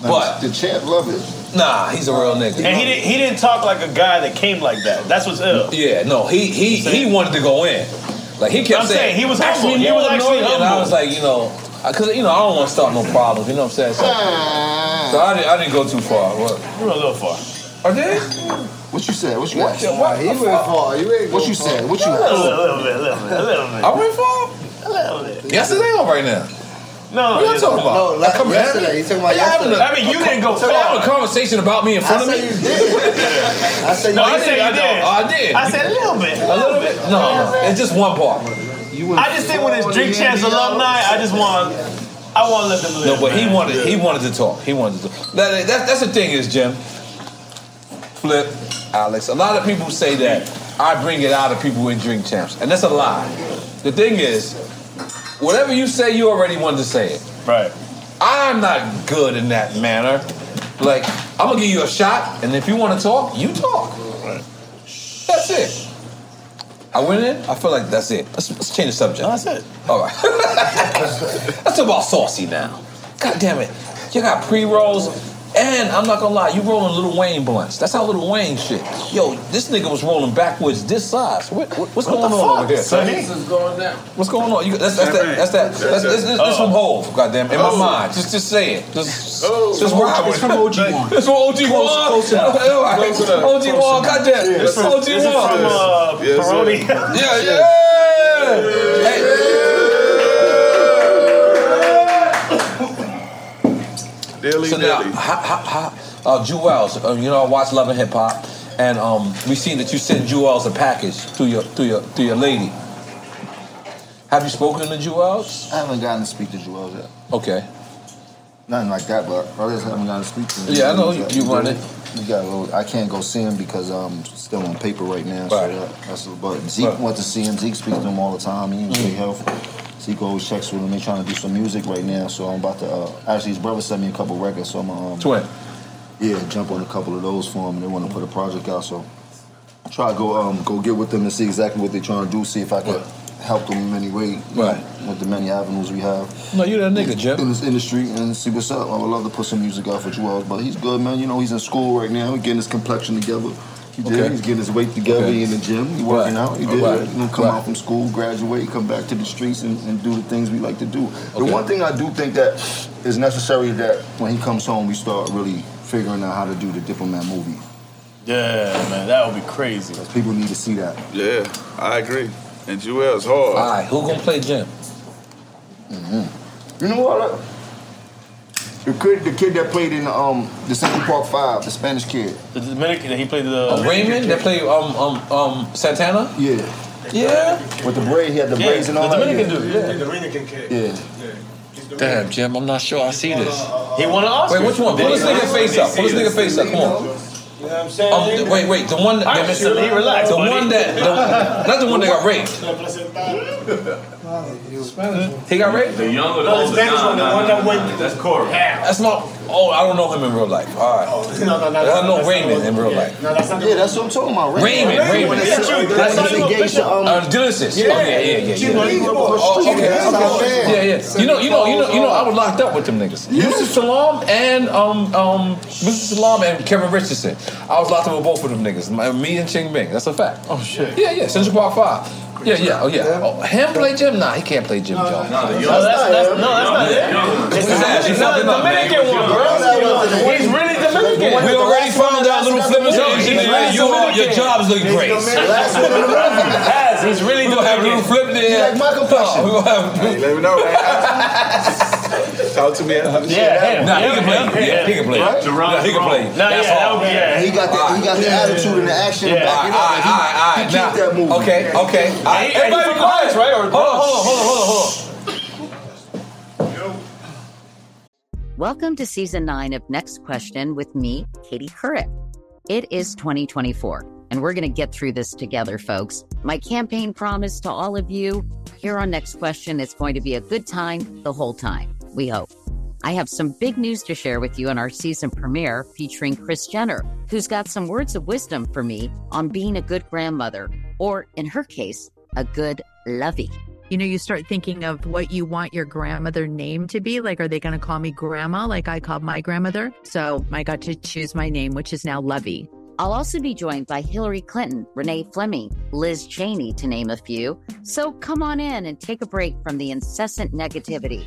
Speaker 3: But
Speaker 11: the champ love it.
Speaker 3: Nah, he's a real nigga.
Speaker 13: And he didn't, he didn't talk like a guy that came like that. That's what's ill.
Speaker 3: Yeah, no, he he he wanted to go in. Like he kept
Speaker 13: I'm saying, he was
Speaker 3: "Ask me
Speaker 13: humble. He was
Speaker 3: more,
Speaker 13: actually
Speaker 3: annoying." And I
Speaker 13: humble.
Speaker 3: was like, you know, because you know I don't want to start no problems. You know what I'm saying? So,
Speaker 5: Ah.
Speaker 3: so I, didn't, I didn't go too far. What?
Speaker 13: You were a little far.
Speaker 3: I did.
Speaker 11: What you said? What you
Speaker 3: What
Speaker 11: asked?
Speaker 3: the- what Nah, he the went fuck? far. You ain't
Speaker 11: What
Speaker 3: go
Speaker 11: you
Speaker 3: far.
Speaker 11: said? What you
Speaker 3: A
Speaker 11: asked?
Speaker 3: little, little
Speaker 13: bit, little bit, little bit.
Speaker 3: I went far. Yesterday or right now?
Speaker 13: No,
Speaker 3: what are you talking
Speaker 13: no,
Speaker 3: about?
Speaker 13: no, like
Speaker 3: Come
Speaker 13: yesterday.
Speaker 3: back?
Speaker 13: He's talking about
Speaker 3: Y'all having
Speaker 13: yesterday. I mean, you
Speaker 3: a
Speaker 13: didn't go
Speaker 3: so y'all
Speaker 13: far.
Speaker 3: having a conversation about me in front of me. I said
Speaker 13: No,
Speaker 3: you
Speaker 13: I
Speaker 3: did.
Speaker 13: said you
Speaker 3: I know. Oh,
Speaker 13: did.
Speaker 3: I did.
Speaker 13: I said a little bit,
Speaker 3: A little bit. No, it's just one part.
Speaker 13: I just think when it's Drink Champs alumni, I just want, I want to let them
Speaker 3: No,
Speaker 13: live.
Speaker 3: but he
Speaker 13: man.
Speaker 3: wanted he wanted to talk. He wanted to talk. That, that, that's the thing is, Jim. Flip, Alex. A lot of people say that I bring it out of people in drink champs, and that's a lie. The thing is, whatever you say, you already wanted to say it.
Speaker 13: Right.
Speaker 3: I'm not good in that manner. Like I'm gonna give you a shot, and if you want to talk, you talk. Right. That's it. I went in. I feel like that's it. Let's, let's change the subject. that's it. All right. let's talk about saucy now. God damn it! You got pre rolls, and I'm not gonna lie, you rolling Little Wayne blunts. That's how Little Wayne shit. Yo, this nigga was rolling backwards this size. What, what- what's
Speaker 13: What
Speaker 3: going
Speaker 13: the
Speaker 3: on
Speaker 13: fuck,
Speaker 3: over here?
Speaker 13: son?
Speaker 3: is going down. What's going on? You, that's, that's that. That's that. That's, that's, that's, that's from Hove. Goddamn, in my
Speaker 13: Oh.
Speaker 3: mind, just just say it. Just,
Speaker 13: Oh.
Speaker 3: just
Speaker 13: It's
Speaker 3: ride
Speaker 13: from-
Speaker 3: with
Speaker 13: it's from
Speaker 3: it.
Speaker 13: OG One.
Speaker 3: It's from OG
Speaker 13: Close-
Speaker 3: One.
Speaker 13: close enough.
Speaker 3: Okay, all right.
Speaker 13: Close enough.
Speaker 3: OG
Speaker 13: Close enough.
Speaker 3: One. Goddamn,
Speaker 13: Yeah,
Speaker 3: it's
Speaker 13: it's
Speaker 3: from
Speaker 13: from-
Speaker 3: OG
Speaker 13: it's
Speaker 3: One.
Speaker 13: from, uh, Yes, sir. Peroni.
Speaker 3: Yeah, yeah.
Speaker 12: Dilly
Speaker 3: so now, how, how, how, uh, Jewels, uh, you know, I watch Love and Hip Hop, and um, we seen that you sent Jewels a package to your to your to your lady. Have you spoken to Jewels?
Speaker 11: I haven't gotten to speak to Joel yet.
Speaker 3: Okay.
Speaker 11: Nothing like that, but I just haven't gotten to speak to him.
Speaker 3: Yeah, I know you- you run it.
Speaker 11: We got a little, I can't go see him because I'm still on paper right now. So that, that's a, but Zeke went to see him. Zeke speaks to him all the time. He in
Speaker 3: Mm-hmm.
Speaker 11: good health. Zeke always checks with him. They trying to do some music right now, so I'm about to. Uh, actually, his brother sent me a couple records, so I'm um,
Speaker 3: twin.
Speaker 11: Yeah, jump on a couple of those for him. They want to put a project out, so try to go um, go get with them and see exactly what they're trying to do. See if I could help them in any way. Right. With the many avenues we have.
Speaker 3: No, you that nigga, Jeff.
Speaker 11: In this industry and see what's up. I would love to put some music out for Jewels, but he's good, man. You know, he's in school right now. He's getting his complexion together. He did.
Speaker 3: Okay.
Speaker 11: He's getting his weight together.
Speaker 3: Okay.
Speaker 11: He in the gym. He working
Speaker 3: Right.
Speaker 11: out. He did.
Speaker 3: Right.
Speaker 11: He gonna come
Speaker 3: Right.
Speaker 11: out from school, graduate, come back to the streets, and, and do the things we like to do. The
Speaker 3: Okay.
Speaker 11: one thing I do think that is necessary that when he comes home, we start really figuring out how to do the diplomat movie.
Speaker 12: Yeah, man, that would be crazy.
Speaker 11: People need to see that.
Speaker 12: Yeah, I agree. And Jewel's hard.
Speaker 3: All right, who gonna play Jim?
Speaker 11: Mm. You know what? The kid, the kid that played in um the Central Park Five, the Spanish kid.
Speaker 13: The Dominican that he played the
Speaker 3: Oh, Raymond that played um um um Santana.
Speaker 11: Yeah.
Speaker 3: Yeah.
Speaker 11: With the braid, he had the braids and all that. yeah.
Speaker 13: Dominican kid.
Speaker 11: Yeah.
Speaker 3: Damn, Jim, I'm not sure I see this.
Speaker 13: He won an Oscar.
Speaker 3: Wait, which one? Pull this
Speaker 13: Did he?
Speaker 3: nigga face up. Pull this nigga face up. Come on.
Speaker 13: You know what I'm saying?
Speaker 3: Um, th- wait, wait. The one.
Speaker 13: All right,
Speaker 3: the,
Speaker 13: Mr. Lee, relax,
Speaker 3: the
Speaker 13: buddy.
Speaker 3: one that. The, not the one that got raped. He got raped. The
Speaker 2: young or the No, the older? Spanish Nah, one, the nah, one that nah, went- nah,
Speaker 3: That's Corey. That's not. Oh, I don't know him in real life. All right.
Speaker 11: No, no, no,
Speaker 3: I
Speaker 11: no,
Speaker 3: know
Speaker 11: that's
Speaker 3: Raymond in real life.
Speaker 11: No, that's not yeah, that's what I'm talking about.
Speaker 3: Raymond, Raymond.
Speaker 11: That's
Speaker 3: That's
Speaker 11: when he engaged to, um,
Speaker 3: Uh, Genesis. Yeah, yeah, yeah, yeah.
Speaker 11: She
Speaker 3: yeah.
Speaker 11: was leaving
Speaker 3: Oh,
Speaker 11: on the
Speaker 3: okay,
Speaker 11: street.
Speaker 3: okay.
Speaker 11: That's not fair.
Speaker 3: Yeah, yeah. You know, you know, you know, you know. I was locked up with them niggas. Yusuf Salam and um um Mr. Salam and Kevin Richardson. I was locked up with both of them niggas. My, me and Ching Bing. That's a fact. Oh shit. Yeah, yeah. Central Park Five. Yeah, yeah, oh yeah. Oh, him play Jim? Nah, he can't play Jim Jones.
Speaker 13: No, that's, that's, no, that's not it. It's the Dominican- no, Dominican one, bro. He's really Dominican.
Speaker 3: We already found out little flippers
Speaker 13: Yo,
Speaker 3: Asian,
Speaker 13: he's
Speaker 3: man.
Speaker 13: really
Speaker 3: You are, your
Speaker 13: Dominican.
Speaker 3: job's looking
Speaker 13: He's
Speaker 3: great.
Speaker 13: Dominican. Last one in the Yes, he's really
Speaker 3: We're gonna have little flip there. Like my complexion. let me know.
Speaker 12: Talk to me after the
Speaker 3: Yeah,
Speaker 12: show.
Speaker 3: him. Nah, he can play. Yeah, he can play.
Speaker 12: Right?
Speaker 3: Nah, he can play.
Speaker 12: Nah,
Speaker 3: That's
Speaker 12: yeah,
Speaker 3: all.
Speaker 12: that would be- yeah.
Speaker 11: He got the, he got the attitude and the action to back it up.
Speaker 3: Alright, alright, alright.
Speaker 11: He, he keep that movement.
Speaker 3: Okay, okay. All right. Everybody be quiet, right? Hold on, hold on, hold on, hold on, hold on.
Speaker 14: Welcome to season nine of Next Question with me, Katie Couric. It is 2024, and we're going to get through this together, folks. My campaign promise to all of you here on Next Question it's going to be a good time the whole time, we hope. I have some big news to share with you in our season premiere featuring Chris Jenner, who's got some words of wisdom for me on being a good grandmother, or in her case, a good lovey.
Speaker 15: You know, you start thinking of what you want your grandmother name to be. Like, are they going to call me grandma like I called my grandmother? So I got to choose my name, which is now Lovey.
Speaker 14: I'll also be joined by Hillary Clinton, Renee Fleming, Liz Cheney, to name a few. So come on in and take a break from the incessant negativity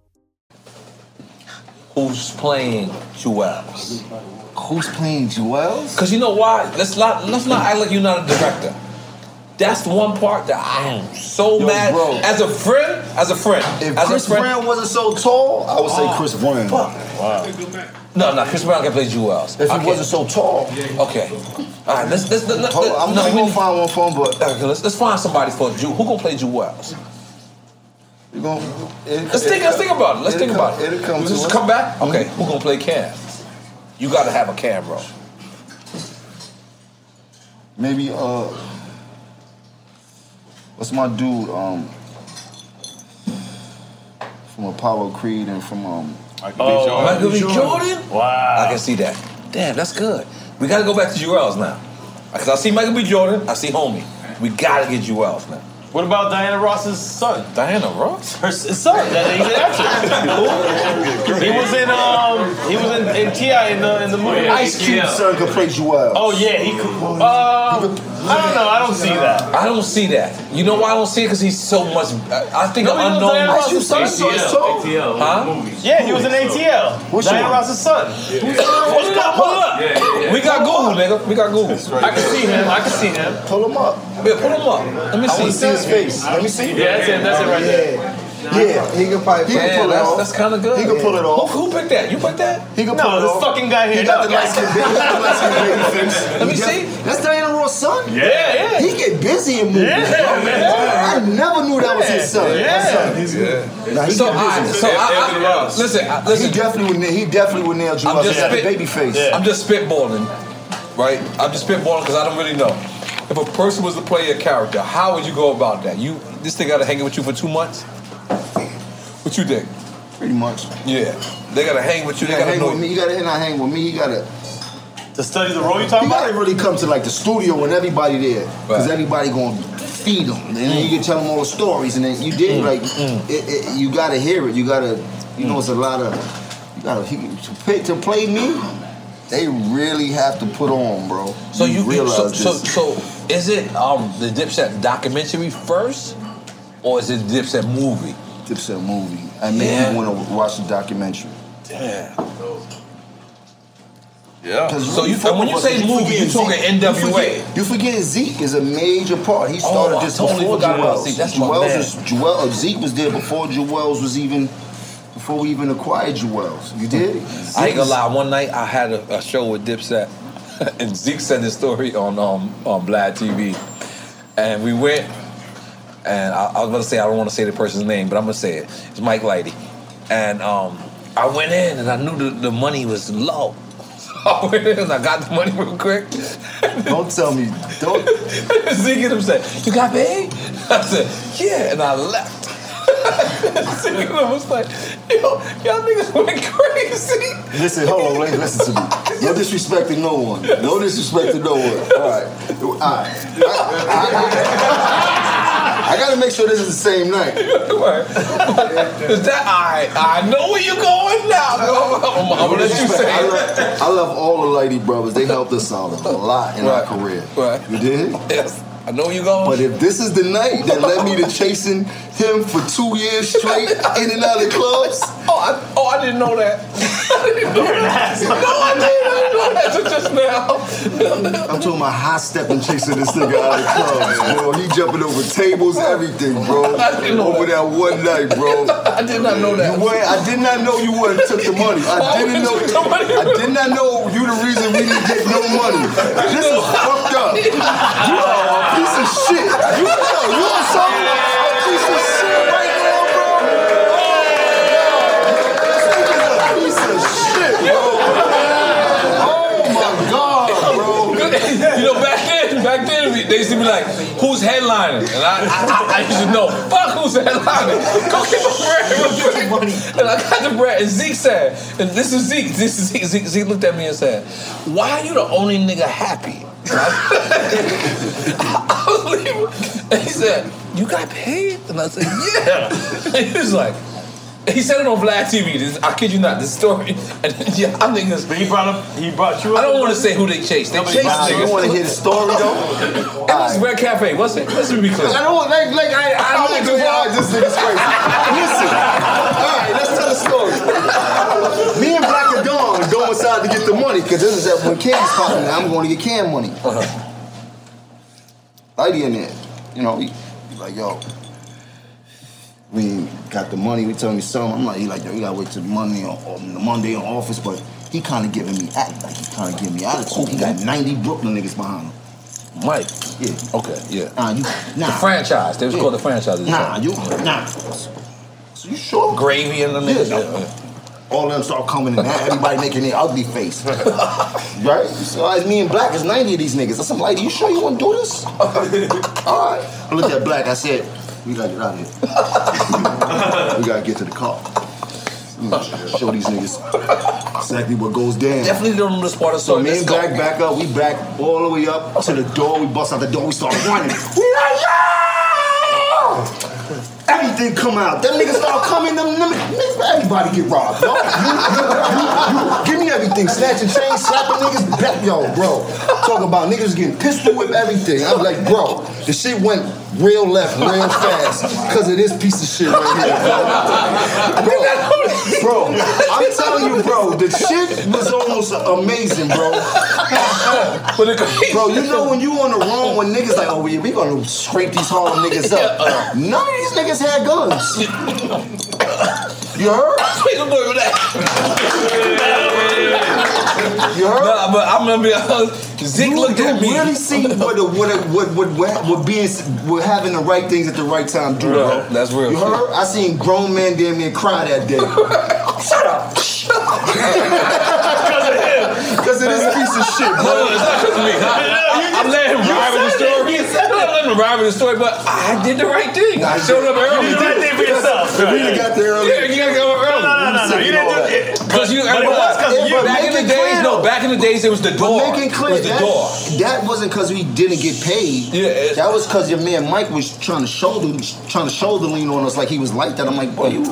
Speaker 3: Who's playing Jewels? Who's playing Jewels? Because you know why? Let's not let's not act like you're not a director. That's the one part that I am so mad.
Speaker 11: bro.
Speaker 3: As a friend, as a friend,
Speaker 11: If
Speaker 3: as
Speaker 11: Chris
Speaker 3: a friend,
Speaker 11: Brown wasn't so tall, I would say
Speaker 3: Oh,
Speaker 11: Chris Brown.
Speaker 3: No, no, Chris Brown can play Jewels.
Speaker 11: If he wasn't so tall.
Speaker 3: Okay. All right, let's let's let's.
Speaker 11: Hold on, I'm not gonna find one for him, but
Speaker 3: okay, let's, let's find somebody for Jew. Who gonna play Jewels?
Speaker 11: You gonna?
Speaker 3: let's think. Let's think about it. Let's
Speaker 11: it'll
Speaker 3: think
Speaker 11: come-
Speaker 3: about it.
Speaker 11: it'll come to
Speaker 3: Just
Speaker 11: us. Mm-hmm.
Speaker 3: come back. Okay, who gonna play Cam? You gotta have a Cam, bro.
Speaker 11: Maybe uh, what's my dude um from Apollo Creed and from um
Speaker 3: Oh, Michael B. Jordan?
Speaker 11: Wow,
Speaker 3: I can see that. Damn, that's good. We gotta go back to Jewels now. Because I see Michael B. Jordan, I see Homie. We gotta get Jewels now.
Speaker 13: What about Diana Ross's son?
Speaker 3: Diana Ross?
Speaker 13: Her s- son. That he's an actor. he was in um he was in, in Ti in the in the movie.
Speaker 11: Ice Cube son could play Joel.
Speaker 13: Oh yeah, he could. Um, I don't know. I don't see that.
Speaker 3: I don't see that. You know why I don't see it? Because he's so much. I I think
Speaker 13: No, he
Speaker 3: an
Speaker 13: was
Speaker 3: unknown.
Speaker 13: Diana Ross's son, so it's ATL, so- ATL,
Speaker 3: Huh?
Speaker 13: Yeah, he was in ATL. Diana Ross's son. What's up? Pull up.
Speaker 3: We got Google, nigga. We got Google.
Speaker 13: I can see him. I can see him.
Speaker 11: Pull him up.
Speaker 3: Yeah, pull him up. Let me
Speaker 13: I
Speaker 3: see.
Speaker 13: wanna see his face. Let me see. Yeah, that's it, that's it right there.
Speaker 11: Yeah, he can probably
Speaker 13: He can pull it
Speaker 3: that's,
Speaker 13: off.
Speaker 3: That's kind of good.
Speaker 13: He can pull it off.
Speaker 3: Who, who picked that? You picked that?
Speaker 11: He can
Speaker 13: No, pull it this off. fucking guy here. He got the No, guys. light-skinned baby- he got the light-skinned baby face.
Speaker 3: Let me see.
Speaker 11: That's Diana Ross' son.
Speaker 13: Yeah, yeah.
Speaker 11: He get busy in movies.
Speaker 13: Yeah, man.
Speaker 11: I never knew that was his son.
Speaker 13: Yeah.
Speaker 11: That's son. He's good. Nah, he
Speaker 3: So
Speaker 11: get
Speaker 3: I-
Speaker 11: busy.
Speaker 3: so I- I- Yeah. listen, I- listen.
Speaker 11: He definitely would. na- He definitely would nail Joel. He got a
Speaker 3: spit-
Speaker 11: baby face.
Speaker 3: I'm just spitballing, right? I'm just spitballing because I don't really know. If a person was to play a character, how would you go about that? You this thing got to hang with you for two months. What you think?
Speaker 11: Pretty much.
Speaker 3: Yeah, they got to hang with you. They
Speaker 11: gotta
Speaker 3: got to
Speaker 11: hang
Speaker 3: know
Speaker 11: with me. You gotta not hang with me. You gotta.
Speaker 13: To study the role you talking
Speaker 11: you about. You gotta really come to like the studio and everybody there, because everybody gonna feed them, and then you can tell them all the stories, and then you did like it, it, you gotta hear it. You gotta, you know, it's a lot of you gotta he, to, play, to play me. They really have to put on, bro.
Speaker 3: So you, so,
Speaker 11: realize
Speaker 3: so
Speaker 11: this.
Speaker 3: so is it um the Dipset documentary first, or is it Dipset movie?
Speaker 11: Dipset movie. I made
Speaker 3: Yeah.
Speaker 11: me want to watch the documentary. Yeah.
Speaker 3: So you- when you say movie, you talking NWA.
Speaker 11: You forget, you forgetting Zeke is a major part. He
Speaker 3: Oh,
Speaker 11: started
Speaker 3: I
Speaker 11: this
Speaker 3: totally
Speaker 11: before
Speaker 3: forgot about
Speaker 11: Jewels.
Speaker 3: Zeke. That's my
Speaker 11: Jewels
Speaker 3: man.
Speaker 11: was, Jewel, uh, Zeke was there before Jewels was even before we even acquired Jewels. You did?
Speaker 3: I ain't gonna lie. One night I had a, a show with Dipset, and Zeke said this story on um, on Blad TV, and we went. And I, I was gonna say I don't want to say the person's name, but I'm gonna say it. It's Mike Lighty, and um, I went in and I knew the, the money was low. I went in and I got the money real quick.
Speaker 11: Don't tell me. Don't.
Speaker 3: Zeke and him said, "You got paid?" I said, "Yeah," and I left. Zeke and him was like, "Yo, y'all niggas went crazy."
Speaker 11: Listen, hold on, wait, listen to me. No disrespect to no one. No disrespect to no one. All right. All right. I, I- I- I gotta make sure this is the same night.
Speaker 3: Is that I? I know where you're going now. I'm, I'm gonna let you say
Speaker 11: I
Speaker 3: it.
Speaker 11: love, I love all the Lady Brothers. They helped us out a lot in our career. Right. You did?
Speaker 3: Yes. I know you going.
Speaker 11: But if this is the night that led me to chasing him for two years straight in and out of clubs.
Speaker 3: Oh, I, oh, I didn't know that. I didn't know that. No, I didn't. I didn't know that until just now.
Speaker 11: I'm talking about high stepping chasing this nigga out of clubs, bro. He jumping over tables, everything, bro. over that. one night, bro.
Speaker 3: I did not know
Speaker 11: You
Speaker 3: that.
Speaker 11: went, I did not know you went and took the money. I didn't know. I did not know you the reason we didn't get no money. This is fucked up. You are a piece of shit. You are, you are something like a piece of shit right now, bro. This nigga's a piece of shit, bro. Oh my god, bro.
Speaker 3: you know, back then, back then, we- they used to be like, "Who's headlining?" And I, I, I, I used to know, "Fuck, who's headlining? Go get my bread." real quick." And I got the bread, and Zeke said, "And this is Zeke. This is Zeke." Zeke, Zeke looked at me and said, "Why are you the only nigga happy?" I was leaving, and he said, "You got paid?" And I said, "Yeah." And he was like. He said it on Vlad TV. This, I kid you not. This story, and yeah, I niggas. But he brought up. He brought you. I don't want to say who they chased. They chased
Speaker 11: Nah,
Speaker 3: niggas.
Speaker 11: you wanna hear the story, though?
Speaker 3: It was Red Cafe, wasn't it? Let's be clear.
Speaker 11: I don't like like I I like to watch this nigga's crazy. Listen, all right, let's tell the story. Me and Black and Dawn go inside to get the money because this is that when Cam's popping. I'm going to get Cam money. Uh-huh. Lady in there, you know, he, he like yo. We got the money. We telling me something. I'm like, he like, yo, you gotta wait till Monday on, on the Monday in office, but he kind of giving me act like he kind of giving me attitude. He got 90 Brooklyn niggas behind him.
Speaker 3: Mike.
Speaker 11: Yeah.
Speaker 3: Okay. Yeah.
Speaker 11: Nah, you. Nah.
Speaker 3: The franchise. They was called the franchise.
Speaker 11: Nah, you. Nah. So you sure?
Speaker 3: Gravy in the
Speaker 11: niggas. All of them start coming in. Now everybody making their ugly face. right? So it's me and Black is 90 of these niggas. I said, like, you sure you want to do this? All right. I looked at Black. I said, we got to get out of here. we got to get to the car. We gotta Show these niggas exactly what goes down.
Speaker 3: Definitely don't know this part of
Speaker 11: So
Speaker 3: story.
Speaker 11: me
Speaker 3: Let's
Speaker 11: and
Speaker 3: go.
Speaker 11: Black back up. We back all the way up to the door. We bust out the door. We start running. We like, yo! Everything come out. Them niggas start coming. Them, them niggas, everybody get robbed. Yo. You- you- you- give me everything. Snatching chains, slapping niggas. Back, yo, bro. Talking about niggas getting pistol whip everything. I'm like, bro, the shit went real left, real fast because of this piece of shit right here, bro. Bro, bro, I'm telling you, bro, the shit was almost amazing, bro. bro, you know when you on the wrong when niggas like, oh, we, we gonna scrape these Harlem niggas
Speaker 3: uh,
Speaker 11: up. None of these niggas had guns. You heard? You heard?
Speaker 3: Nah, but I remember Zeke looked
Speaker 11: you
Speaker 3: at me.
Speaker 11: really see what a, what a, what what what what being what having the right things at the right time do, bro.
Speaker 3: Right, that's real
Speaker 11: You
Speaker 3: shit.
Speaker 11: heard? I seen grown men damn near cry that day. Shut up. Because of him. Because of this piece of shit, bro.
Speaker 3: No, no, it's not because of me. I, I, am letting him
Speaker 11: You
Speaker 3: ride with the
Speaker 11: said
Speaker 3: story. I'm letting him ride with the story, but I did the right thing. I showed up early.
Speaker 11: You did the right thing for yourself. If we'd have got there early-
Speaker 3: Yeah, you gotta go early.
Speaker 11: No, no, no, no, you didn't do it.
Speaker 3: Because you,
Speaker 11: But it was 'cause of you.
Speaker 3: back in the
Speaker 11: Make it clear,
Speaker 3: days, no, back in the days, it was the door.
Speaker 11: But making clear
Speaker 3: it was the
Speaker 11: that,
Speaker 3: door.
Speaker 11: that wasn't because we didn't get paid. Yeah, that was because your man Mike was trying to shoulder trying to shoulder lean on us like he was like that. I'm like, boy, you.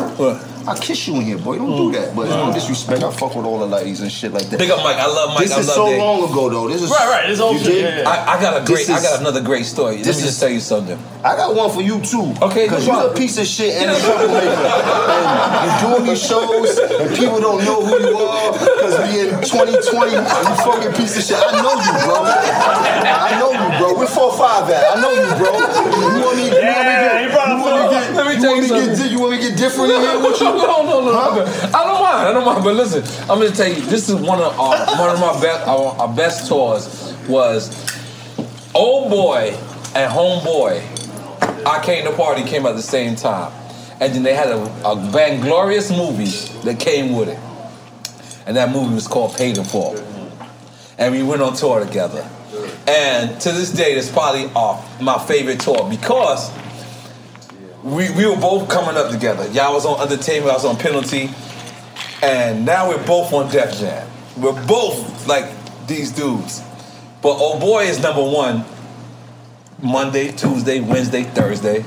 Speaker 11: I kiss you in here, boy. Don't do that. But it's no disrespect. I fuck with all the ladies and shit like that.
Speaker 3: Mm. Big up Mike. I love Mike.
Speaker 11: This
Speaker 3: I
Speaker 11: is
Speaker 3: love
Speaker 11: so
Speaker 3: Dave.
Speaker 11: long ago though. This is
Speaker 3: Right, right. It's old
Speaker 11: You
Speaker 3: shit.
Speaker 11: dig?
Speaker 3: Yeah, yeah. I- I got a great-
Speaker 11: This
Speaker 3: I got another great story. Let
Speaker 11: this
Speaker 3: me
Speaker 11: is-
Speaker 3: just tell you something.
Speaker 11: I got one for you too. Okay, because
Speaker 3: no
Speaker 11: you're a
Speaker 3: problem.
Speaker 11: piece of shit and a troublemaker. and you're doing these shows and people don't know who you are because we in 2020. You fucking piece of shit. I know you, bro. I know you, bro. We're four five at. I know you, bro. You want me? You
Speaker 3: Yeah, he brought
Speaker 11: want
Speaker 3: a
Speaker 11: me to
Speaker 3: four-
Speaker 11: get? You
Speaker 3: Let
Speaker 11: want
Speaker 3: me
Speaker 11: me to get? You want me to
Speaker 3: tell you
Speaker 11: get?
Speaker 3: something.
Speaker 11: di- You want me to get different in here with you?
Speaker 3: No, no, no, no. I don't mind. I don't mind. But listen, I'm gonna tell you. This is one of our, one of my best our, our best tours was old boy and homeboy. I came to party came at the same time, and then they had a, a bang glorious movie that came with it, and that movie was called Paid in Full, and we went on tour together. And to this day, it's probably our, my favorite tour because we, we were both coming up together. Y'all was on Entertainment, I was on Penalty, and now we're both on Def Jam. We're both like these dudes. But old boy is number one Monday, Tuesday, Wednesday, Thursday.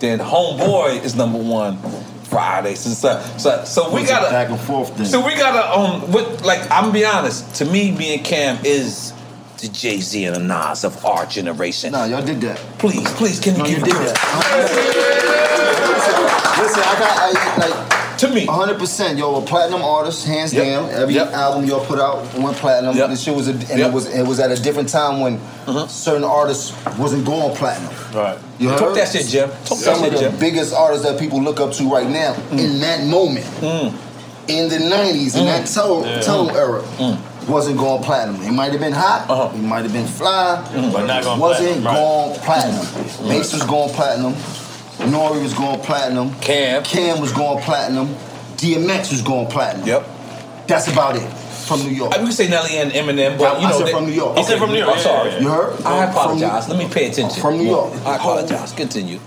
Speaker 3: Then homeboy is number one Fridays and stuff. So, so we
Speaker 11: It's a
Speaker 3: got
Speaker 11: back and forth thing.
Speaker 3: so we gotta um what like I'm gonna be honest, to me me and Cam is the Jay Z and the Nas of our generation. Nah,
Speaker 11: y'all did that.
Speaker 3: Please, please, can you give it?
Speaker 11: Listen, I got I, like
Speaker 3: to me,
Speaker 11: 100. percent Yo, a platinum artist, hands down. Every album y'all put out went platinum. This shit was, a, and
Speaker 3: Yep.
Speaker 11: it was it was at a different time when certain artists wasn't going platinum.
Speaker 3: Right.
Speaker 11: You heard?
Speaker 3: Talk that shit, Jim. Talk
Speaker 11: Some of
Speaker 3: that shit,
Speaker 11: the
Speaker 3: Jim.
Speaker 11: biggest artists that people look up to right now in that moment, in the 90s, in
Speaker 3: Mm.
Speaker 11: that tone
Speaker 3: Yeah.
Speaker 11: tone
Speaker 3: Mm.
Speaker 11: era, wasn't going platinum. It might have been hot, it might have been fly,
Speaker 3: Uh-huh. Mm-hmm. But not going
Speaker 11: wasn't
Speaker 3: platinum, right. Mm-hmm.
Speaker 11: going platinum. Mace was going platinum, Nori was going platinum,
Speaker 3: Cam,
Speaker 11: Cam was going platinum, DMX was going platinum.
Speaker 3: Yep,
Speaker 11: that's about it from New York.
Speaker 3: I we can say Nelly and Eminem, but you
Speaker 11: I
Speaker 3: know
Speaker 11: said
Speaker 3: they-
Speaker 11: from New York.
Speaker 3: Okay, I'm sorry.
Speaker 11: You heard?
Speaker 3: I
Speaker 11: From-
Speaker 3: apologize. Let me pay attention.
Speaker 11: From New York.
Speaker 3: I apologize. Continue.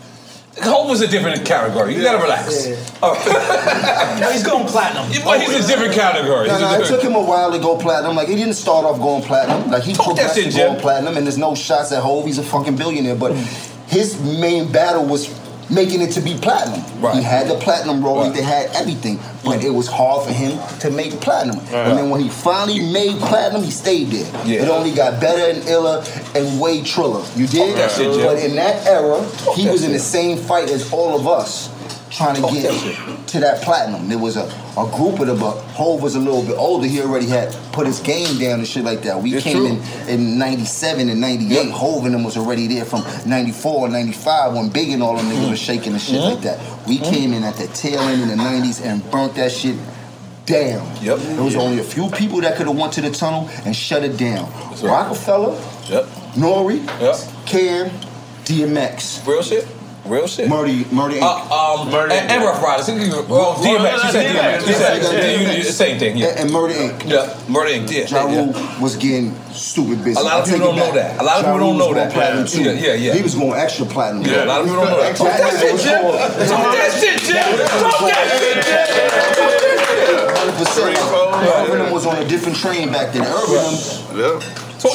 Speaker 3: Hope is a different category. You gotta relax. All right. he's going platinum. But he's a different category.
Speaker 11: No,
Speaker 3: He's a
Speaker 11: no, it
Speaker 3: different-
Speaker 11: took him a while to go platinum. Like he didn't start off going platinum. Like he progressed
Speaker 3: that shit,
Speaker 11: to going
Speaker 3: Jim.
Speaker 11: platinum, and there's no shots at Hove. He's a fucking billionaire. But his main battle was making it to be platinum. He had the platinum role. They had everything, but it was hard for him to make platinum. And then when he finally made platinum, he stayed there.
Speaker 3: Yeah.
Speaker 11: It only got better and iller and way triller. You did.
Speaker 3: that shit, Jim.
Speaker 11: but in that era, he
Speaker 3: that
Speaker 11: was in the
Speaker 3: shit.
Speaker 11: same fight as all of us trying to get to that platinum. There was a, a group of them, but Hove was a little bit older. He already had put his game down and shit like that. We
Speaker 3: It's
Speaker 11: came
Speaker 3: true.
Speaker 11: in in 97 and 98. Hove and them was already there from 94 and 95 when Big and all them
Speaker 3: Mm-hmm.
Speaker 11: niggas was shaking and shit like that. We came in at the tail end in the 90s and burnt that shit down. Yep. There was only a few people that could have went to the tunnel and shut it down. Rockefeller,
Speaker 3: yep.
Speaker 11: Nori, Cam, DMX.
Speaker 3: Real shit. Real shit.
Speaker 11: Murdy, Murdy.
Speaker 3: Uh, um, and, and Rough Riders. Well, DMX. You said DMX. You said you- you- the same thing. Yeah.
Speaker 11: And, and Murder Inc.
Speaker 3: Yeah. Murder Inc. Yeah.
Speaker 11: Ja
Speaker 3: yeah.
Speaker 11: Rule was getting stupid busy.
Speaker 3: A lot of
Speaker 11: I take
Speaker 3: people
Speaker 11: it
Speaker 3: don't know
Speaker 11: back.
Speaker 3: that. A lot of
Speaker 11: Ja
Speaker 3: people
Speaker 11: Rule
Speaker 3: don't
Speaker 11: was
Speaker 3: know
Speaker 11: going
Speaker 3: that.
Speaker 11: Platinum too.
Speaker 3: Yeah, yeah, yeah.
Speaker 11: He was going extra platinum.
Speaker 3: Yeah, a lot of people don't know that. Talk that shit, Jim. Talk that shit, Jim. Talk that shit,
Speaker 11: Jim. 100%. Urban was on a different train back then. Urban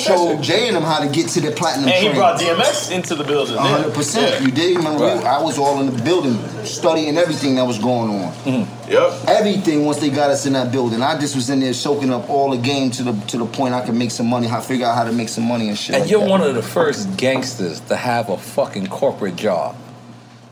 Speaker 11: showed Jay and them how to get to the platinum
Speaker 2: And
Speaker 11: train.
Speaker 2: he brought DMX into the building.
Speaker 11: A hundred percent. You did remember? we- I was all in the building, studying everything that was going on.
Speaker 3: Mm-hmm.
Speaker 12: Yep.
Speaker 11: Everything once they got us in that building, I just was in there soaking up all the game to the to the point I could make some money. I figure out how to make some money and shit.
Speaker 3: And
Speaker 11: like
Speaker 3: you're
Speaker 11: that.
Speaker 3: one of the first gangsters to have a fucking corporate job.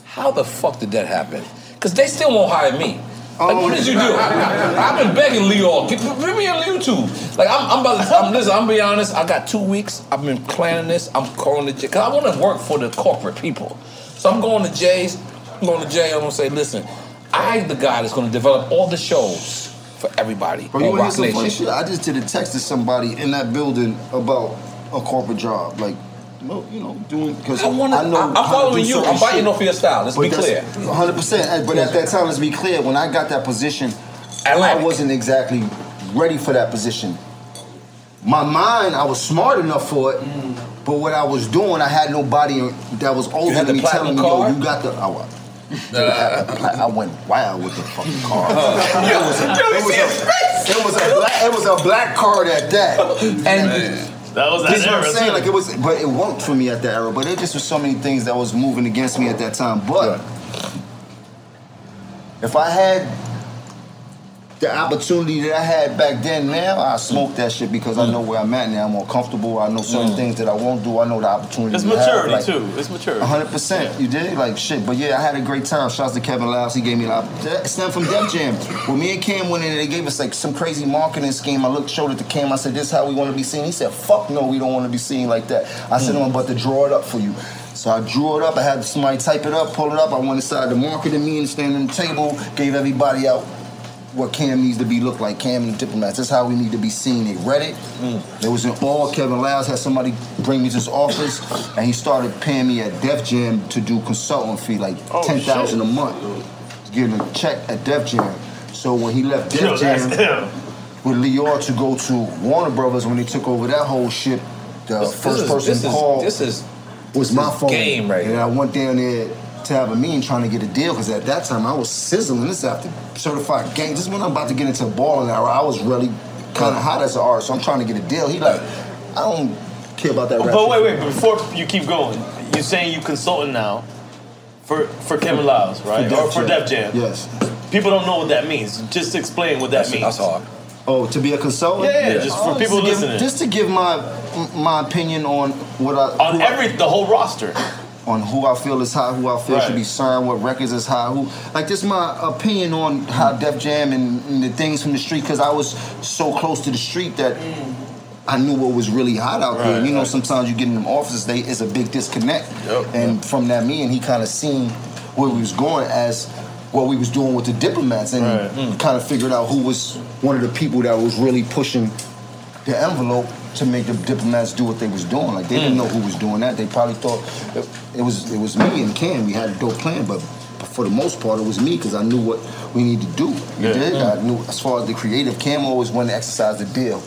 Speaker 3: How the fuck did that happen? Because they still won't hire me. Like,
Speaker 11: Oh,
Speaker 3: what did you do? I've been begging Leo. Get, put me on YouTube. Like, I'm, I'm about to, I'm, listen, I'm gonna be honest. I got two weeks. I've been planning this. I'm calling the J, because I want to work for the corporate people. So I'm going to Jay's, I'm going to Jay, I'm gonna say, listen, I, the guy that's gonna develop all the shows for everybody.
Speaker 11: Bro, you
Speaker 3: on
Speaker 11: want
Speaker 3: Rock
Speaker 11: to hear some funny
Speaker 3: Nation.
Speaker 11: shit? I just did a text to somebody in that building about a corporate job, like. No, you know, doing because I,
Speaker 3: wanna-
Speaker 11: know
Speaker 3: I- I'm
Speaker 11: how to
Speaker 3: following
Speaker 11: do
Speaker 3: you.
Speaker 11: certain
Speaker 3: I'm biting
Speaker 11: shit.
Speaker 3: off of your style. Let's
Speaker 11: But
Speaker 3: be
Speaker 11: that's-
Speaker 3: clear.
Speaker 11: 100%. Hey, But at that time, let's be clear. When I got that position, I wasn't exactly ready for that position. My mind, I was smart enough for it, but what I was doing, I had nobody that was older
Speaker 3: had
Speaker 11: than
Speaker 3: the
Speaker 11: me telling
Speaker 3: platinum
Speaker 11: me, "Yo,
Speaker 3: card?
Speaker 11: you got the." I, wa- I went wild with the fucking card. it was a, it was a- it was a black, it was a black card at that. And
Speaker 2: that was that
Speaker 11: this is what I'm
Speaker 2: era,
Speaker 11: saying.
Speaker 2: too.
Speaker 11: Like it was, but it worked for me at that era. But it just was so many things that was moving against me at that time. But if I had the opportunity that I had back then, now I smoke that shit because
Speaker 2: Mm.
Speaker 11: I know where I'm at now. I'm more comfortable. I know certain things that I won't do. I know the opportunity.
Speaker 2: It's
Speaker 11: I have,
Speaker 2: maturity
Speaker 11: like,
Speaker 2: too. It's maturity.
Speaker 11: 100%. You did? Like, shit. But yeah, I had a great time. Shouts to Kevin Lyles. He gave me an opportunity. Stem from Def Jam. When me and Cam went in, they gave us like some crazy marketing scheme. I looked, showed it to Cam. I said, this is how we want to be seen. He said, fuck no, we don't want to be seen like that. I said, I'm about to draw it up for you. So I drew it up. I had somebody type it up, pull it up. I went inside the marketing meeting, standing on the table, gave everybody out what Cam needs to be looked like. Cam and the diplomats. That's how we need to be seen. They read it.
Speaker 12: Mm.
Speaker 11: They was in awe. Kevin Lyles had somebody bring me to his office, and he started paying me at Def Jam to do consulting fee, like
Speaker 12: Oh,
Speaker 11: ten thousand a
Speaker 12: shit.
Speaker 11: month, getting a check at Def Jam. So when he left
Speaker 12: Yo,
Speaker 11: Def
Speaker 12: that's
Speaker 11: Jam
Speaker 12: him.
Speaker 11: with Lior to go to Warner Brothers when they took over that whole ship, the
Speaker 3: This- this
Speaker 11: first
Speaker 3: is-
Speaker 11: person
Speaker 3: this is-
Speaker 11: called
Speaker 3: this is
Speaker 11: was my phone
Speaker 3: game right
Speaker 11: and
Speaker 3: here.
Speaker 11: I went down there to have a meeting trying to get a deal because at that time I was sizzling. This after certified gang. This is when I'm about to get into balling hour. I was really kind of hot as an artist, so I'm trying to get a deal. He like, I don't care about that. rap
Speaker 2: But
Speaker 11: shit."
Speaker 2: wait, wait. but Before you keep going, you're saying you consulting now for for Kevin Lyles, right?
Speaker 11: Def
Speaker 2: or for
Speaker 11: Jam.
Speaker 2: Def Jam.
Speaker 11: Yes.
Speaker 2: People don't know what that means. Just explain what that means. That's
Speaker 3: hard.
Speaker 11: Oh, to be a consultant. Oh,
Speaker 2: Yeah, yeah, just for people
Speaker 11: to give-
Speaker 2: listening.
Speaker 11: just to give my my opinion on what I
Speaker 2: on every the whole roster.
Speaker 11: on who I feel is hot, who I feel
Speaker 2: Right.
Speaker 11: should be signed, what records is hot, who like this is my opinion on how Def Jam and, and the things from the street because I was so close to the street that I knew what was really hot out there.
Speaker 12: Right,
Speaker 11: And you know,
Speaker 12: right.
Speaker 11: sometimes you get in them offices, they it's a big disconnect. and from that, me and he kind of seen where we was going as what we was doing with the diplomats and kind of figured out who was one of the people that was really pushing the envelope to make the diplomats do what they was doing. Like they didn't
Speaker 12: Mm.
Speaker 11: know who was doing that. They probably thought it, it was it was me and Cam. We had a dope plan, but for the most part, it was me because I knew what we need to do. You
Speaker 12: Yeah.
Speaker 11: did.
Speaker 12: Mm.
Speaker 11: I knew as far as the creative. Cam always wanted to exercise the deal.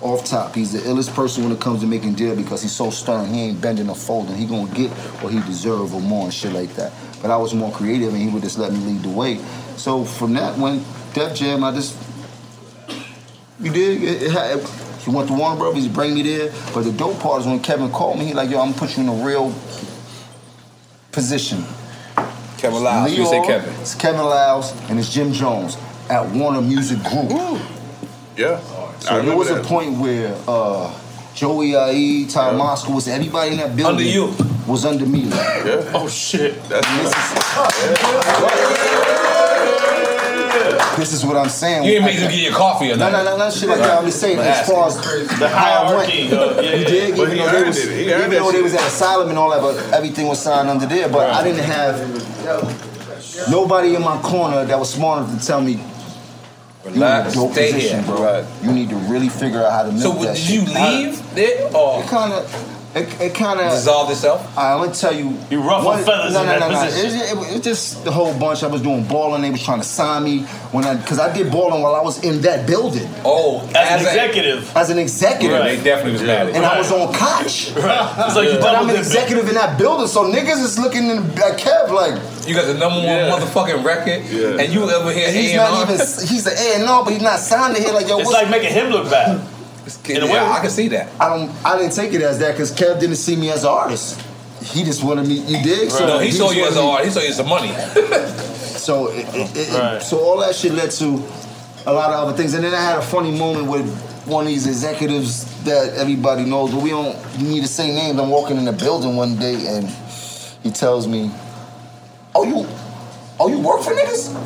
Speaker 11: Off top, he's the illest person when it comes to making deal because he's so stern. He ain't bending or folding. He gonna get what he deserve or more and shit like that. But I was more creative, and he would just let me lead the way. So from that one, Def Jam, I just you did. It, it had, he went to Warner Brothers. He bring me there. But the dope part is when Kevin called me, he like, yo, I'm gonna put you in a real position.
Speaker 3: Kevin Lyles. We
Speaker 11: Leo,
Speaker 3: say Kevin.
Speaker 11: It's Kevin Lyles and it's Jim Jones at Warner Music Group.
Speaker 12: Yeah. I
Speaker 11: So there
Speaker 12: remember
Speaker 11: was
Speaker 12: that.
Speaker 11: a point where uh, Joey IE, Ty Moskowitz, everybody in that building
Speaker 12: Under you.
Speaker 11: was under me.
Speaker 12: Yeah.
Speaker 2: Oh shit.
Speaker 12: That's
Speaker 11: This is what I'm saying.
Speaker 3: You ain't make them get your coffee or
Speaker 11: No, no,
Speaker 3: nothing.
Speaker 11: no, no, shit like that. I'm just saying,
Speaker 3: Right.
Speaker 11: as far as
Speaker 3: The
Speaker 11: how I went.
Speaker 3: hierarchy of- yeah,
Speaker 11: You dig?
Speaker 3: but
Speaker 11: Even
Speaker 3: he
Speaker 11: though they
Speaker 3: earned
Speaker 11: was,
Speaker 3: it. He
Speaker 11: even
Speaker 3: earned
Speaker 11: though
Speaker 3: that
Speaker 11: they
Speaker 3: shit.
Speaker 11: was at asylum and all that, but everything was signed under there. But I didn't have nobody in my corner that was smart enough to tell me. You in a
Speaker 3: Relax,
Speaker 11: dope
Speaker 3: stay
Speaker 11: position,
Speaker 3: here."
Speaker 11: bro. You need to really figure out how to milk
Speaker 3: So
Speaker 11: that
Speaker 3: did
Speaker 11: shit.
Speaker 3: you leave there or
Speaker 11: it kind of it, it kind of
Speaker 3: dissolved itself?
Speaker 11: I'm gonna tell you. You
Speaker 3: ruffled feathers
Speaker 11: No,
Speaker 3: in
Speaker 11: no,
Speaker 3: that
Speaker 11: no, no. It's
Speaker 3: position.
Speaker 11: just, it, it's just the whole bunch. I was doing balling. They was trying to sign me when I because I did balling while I was in that building.
Speaker 3: Oh,
Speaker 11: As
Speaker 3: as,
Speaker 11: an
Speaker 3: a-
Speaker 11: executive. As an executive.
Speaker 3: Yeah, they definitely was mad at
Speaker 11: And
Speaker 3: you.
Speaker 11: I was on Koch.
Speaker 3: Right. It's like
Speaker 11: but
Speaker 3: you
Speaker 11: I'm
Speaker 3: double
Speaker 11: an
Speaker 3: dipping.
Speaker 11: executive in that building, so niggas is looking in at Kev like
Speaker 3: You got the number one motherfucking record, and you ever hear
Speaker 11: he's
Speaker 3: A&R?
Speaker 11: not even he's an A and R, but he's not signed to here like yo.
Speaker 3: It's
Speaker 11: what's-
Speaker 3: like making him look bad.
Speaker 11: In a
Speaker 3: yeah,
Speaker 11: way-
Speaker 3: I can see that.
Speaker 11: I don't. I didn't take it as that because Kev didn't see me as an artist. He just wanted me. You dig? So
Speaker 3: no, he, saw
Speaker 11: just
Speaker 3: you
Speaker 11: wanted
Speaker 3: as an
Speaker 11: me-
Speaker 3: artist. He saw you as a money.
Speaker 11: So it, it, it- so all that shit led to a lot of other things. And then I had a funny moment with one of these executives that everybody knows, but we don't need to say names. I'm walking in the building one day and he tells me, "Oh you, oh you work for niggas?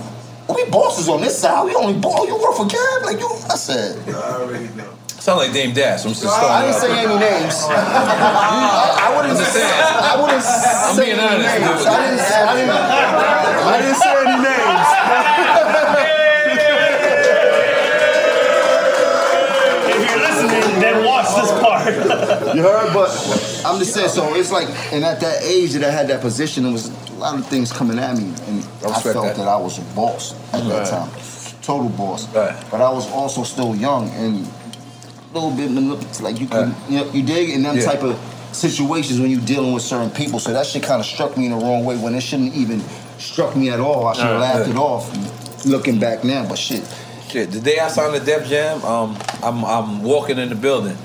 Speaker 11: We bosses on this side. We only boss. Oh, you work for Gab? Like you?" I said.
Speaker 3: Sound like Dame Dash. I'm just
Speaker 11: I- I didn't say any names. I, I wouldn't say. I wouldn't
Speaker 3: I'm
Speaker 11: say
Speaker 3: being
Speaker 11: any
Speaker 3: honest,
Speaker 11: names.
Speaker 3: dude.
Speaker 11: I didn't. I didn't. I didn't say any names.
Speaker 2: If you're listening, then watch this part.
Speaker 11: You heard, but I'm just saying. So it's like, and at that age that I had that position, there was a lot of things coming at me, and I,
Speaker 3: respect
Speaker 11: felt that.
Speaker 3: that.
Speaker 11: I was a boss at that
Speaker 3: Right.
Speaker 11: time, total boss. But I was also still young and a little bit manip- like you could, you, know, you dig in them
Speaker 3: Yeah.
Speaker 11: type of situations when you're dealing with certain people. So that shit kind of struck me in the wrong way when it shouldn't even struck me at all. Oh, I should have
Speaker 3: Right.
Speaker 11: laughed
Speaker 3: Yeah.
Speaker 11: it off, looking back now. But shit,
Speaker 3: Shit, the day I signed the Def Jam, um, I'm I'm walking in the building,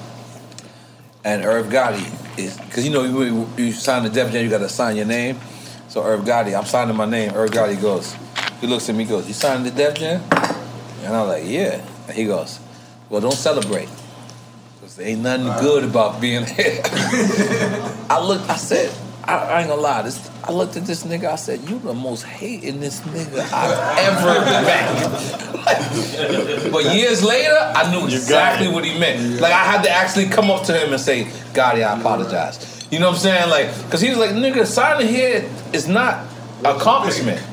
Speaker 3: and Irv Gotti is because you know you, you sign the Def Jam, you got to sign your name. So Irv Gotti, I'm signing my name. Irv Gotti goes, he looks at me, goes, "You signed the Def Jam?" And And I'm like, yeah. And he goes, well, don't celebrate. 'Cause there ain't nothing good about being here. I looked, I said, I, I ain't gonna lie, this, I looked at this nigga, I said, you the most hating this nigga I've ever met. but years later, I knew exactly what he meant. Like, I had to actually come up to him and say, Gotti, I apologize. You know what I'm saying? Like, because he was like, nigga, signing here is not accomplishment.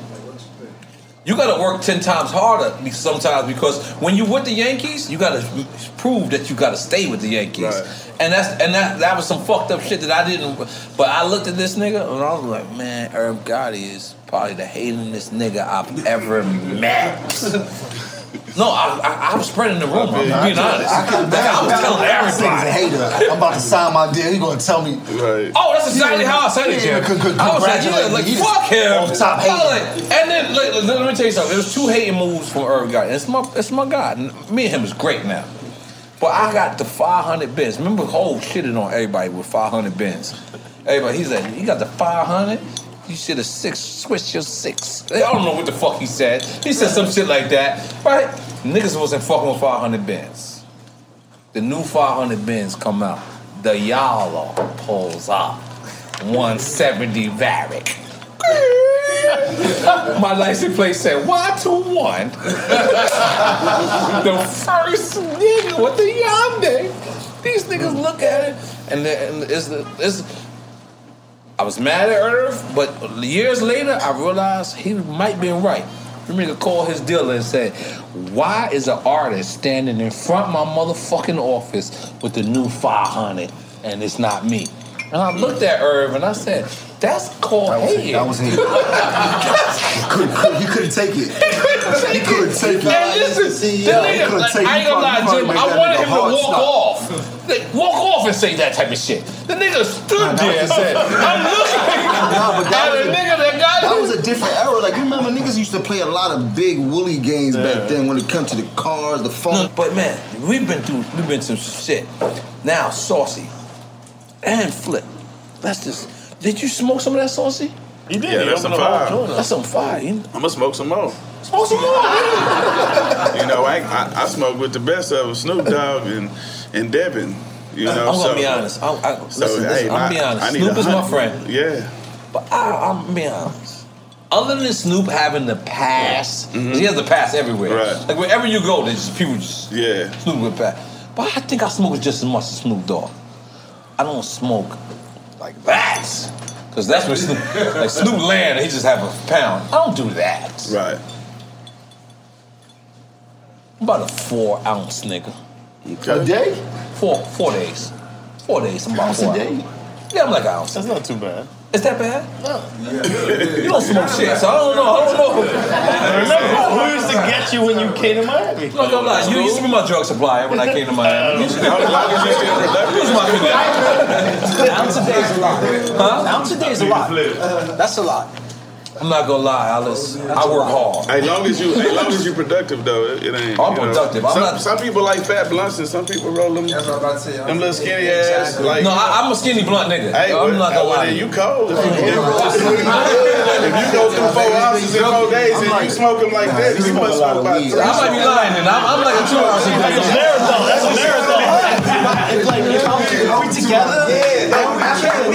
Speaker 3: You got to work ten times harder be- sometimes because when you with the Yankees, you got to prove that you got to stay with the Yankees, and that's and that that was some fucked up shit that I didn't. But I looked at this nigga and I was like, man, Herb Gotti is probably the hatingest nigga I've ever met. No, I, I, I was spreading the rumor. I'm being honest.
Speaker 11: I, can
Speaker 3: Like, I was telling everybody.
Speaker 11: hater. I'm about to sign my deal. He gonna tell me.
Speaker 3: Oh, that's exactly how I said it,
Speaker 11: Yeah,
Speaker 3: Jim.
Speaker 11: con- con-
Speaker 3: I was like, yeah,
Speaker 11: congratulate
Speaker 3: like
Speaker 11: me. He just
Speaker 3: fuck him.
Speaker 11: off top
Speaker 3: I was
Speaker 11: hating.
Speaker 3: like- and then like, let, let me tell you something. There's two hating moves from Irv Guy. It's my it's my guy. And Me and him is great now. But I got the 500 bins. Remember, whole shitting on everybody with 500 bins. Everybody, he's like, you got the 500. You should have six. Switch your six. I don't know what the fuck he said. He said some shit like that, right? Niggas wasn't fucking with 500 bins. The new 500 bins come out. The Yala pulls up. 170 Varick. My license plate said Y two one. the first nigga with the Hyundai. These niggas look at it, and, the, and it's, the- it's. I was mad at Irv, but years later I realized he might been right. This nigga called his dealer and said, "Why is an artist standing in front of my motherfucking office with the new 500 and it's not me?" And I looked at Irv and I said, "That's called
Speaker 11: That was
Speaker 3: hating."
Speaker 11: hate. That was hate. he, couldn't, could- he couldn't take it. He couldn't take it.
Speaker 3: Man, listen,
Speaker 11: He
Speaker 3: this
Speaker 11: couldn't
Speaker 3: nigga, like,
Speaker 11: take it.
Speaker 3: I ain't gonna
Speaker 11: He
Speaker 3: lie,
Speaker 11: probably
Speaker 3: Jim.
Speaker 11: made
Speaker 3: I
Speaker 11: that
Speaker 3: wanted
Speaker 11: nigga
Speaker 3: him to
Speaker 11: hard
Speaker 3: walk
Speaker 11: stop.
Speaker 3: off. Like, walk off and say that type of shit. The nigga stood there and said, I'm looking.
Speaker 11: Nah, but that,
Speaker 3: And
Speaker 11: was
Speaker 3: the
Speaker 11: a,
Speaker 3: nigga that got
Speaker 11: that
Speaker 3: it-
Speaker 11: was a different era. Like you remember, niggas used to play a lot of big woolly games back then when it comes to the cars, the phone.
Speaker 3: No, but man, we've been through, we've been through some shit. Now, saucy and flip. That's just. Did you smoke some of that saucy?
Speaker 12: You did. Yeah, You that's some opened a whole fire. joint up.
Speaker 3: That's some fire. You
Speaker 12: I'm gonna smoke some more.
Speaker 3: Smoke some more.
Speaker 12: You know, I, I I smoke with the best of them, Snoop Dogg and and Devin. You know,
Speaker 3: I'm gonna
Speaker 12: so-
Speaker 3: be honest. I, I, listen,
Speaker 12: so,
Speaker 3: listen,
Speaker 12: hey,
Speaker 3: I'm gonna be
Speaker 12: I-
Speaker 3: honest.
Speaker 12: I need
Speaker 3: Snoop
Speaker 12: a
Speaker 3: is my
Speaker 12: hundred.
Speaker 3: friend.
Speaker 12: Yeah.
Speaker 3: But I, I'm gonna be honest. Other than Snoop having the pass, 'cause he has the pass everywhere.
Speaker 12: Mm-hmm. Right.
Speaker 3: Like wherever you go, there's just people just
Speaker 12: yeah.
Speaker 3: Snoop with pass. But I think I smoke just as much as Snoop Dogg. I don't smoke like that, cause that's what Snoop like Snoop land. He just have a pound. I don't do that.
Speaker 12: Right.
Speaker 3: I'm about a four ounce nigga.
Speaker 11: A day?
Speaker 3: Four four days. Four days. I'm about
Speaker 11: Ounce a
Speaker 3: four.
Speaker 11: day?
Speaker 3: Yeah, I'm like an ounce.
Speaker 2: That's not too bad.
Speaker 3: Is that bad? You don't smoke shit, so I don't know. I don't know.
Speaker 2: Remember, who used to get you when you came to Miami?
Speaker 3: No, no, no. You used to be my drug supplier when I came to Miami. You was my connect.
Speaker 9: Ounce a day is a lot.
Speaker 3: Huh?
Speaker 9: Ounce a day is a lot. That's a lot.
Speaker 3: I'm not gonna lie. I listen. I work hard.
Speaker 12: As long as you, as long as you productive though, it, it ain't.
Speaker 3: I'm
Speaker 12: you know.
Speaker 3: productive. I'm
Speaker 12: some,
Speaker 3: not-
Speaker 12: some people like fat blunts, and some people roll them. That's what I'm about to say. Them little skinny ass. Like,
Speaker 3: no, I, I'm a skinny blunt nigga.
Speaker 12: Hey,
Speaker 3: I'm not gonna lie.
Speaker 12: You cold. If you, if you go through four ounces in four days and you smoke them like that, you must smoke about three.
Speaker 3: I might be lying, and I'm, I'm like a two ounce. marathon. That's a
Speaker 13: It's like, if I'm- are we together? Yeah, I can't be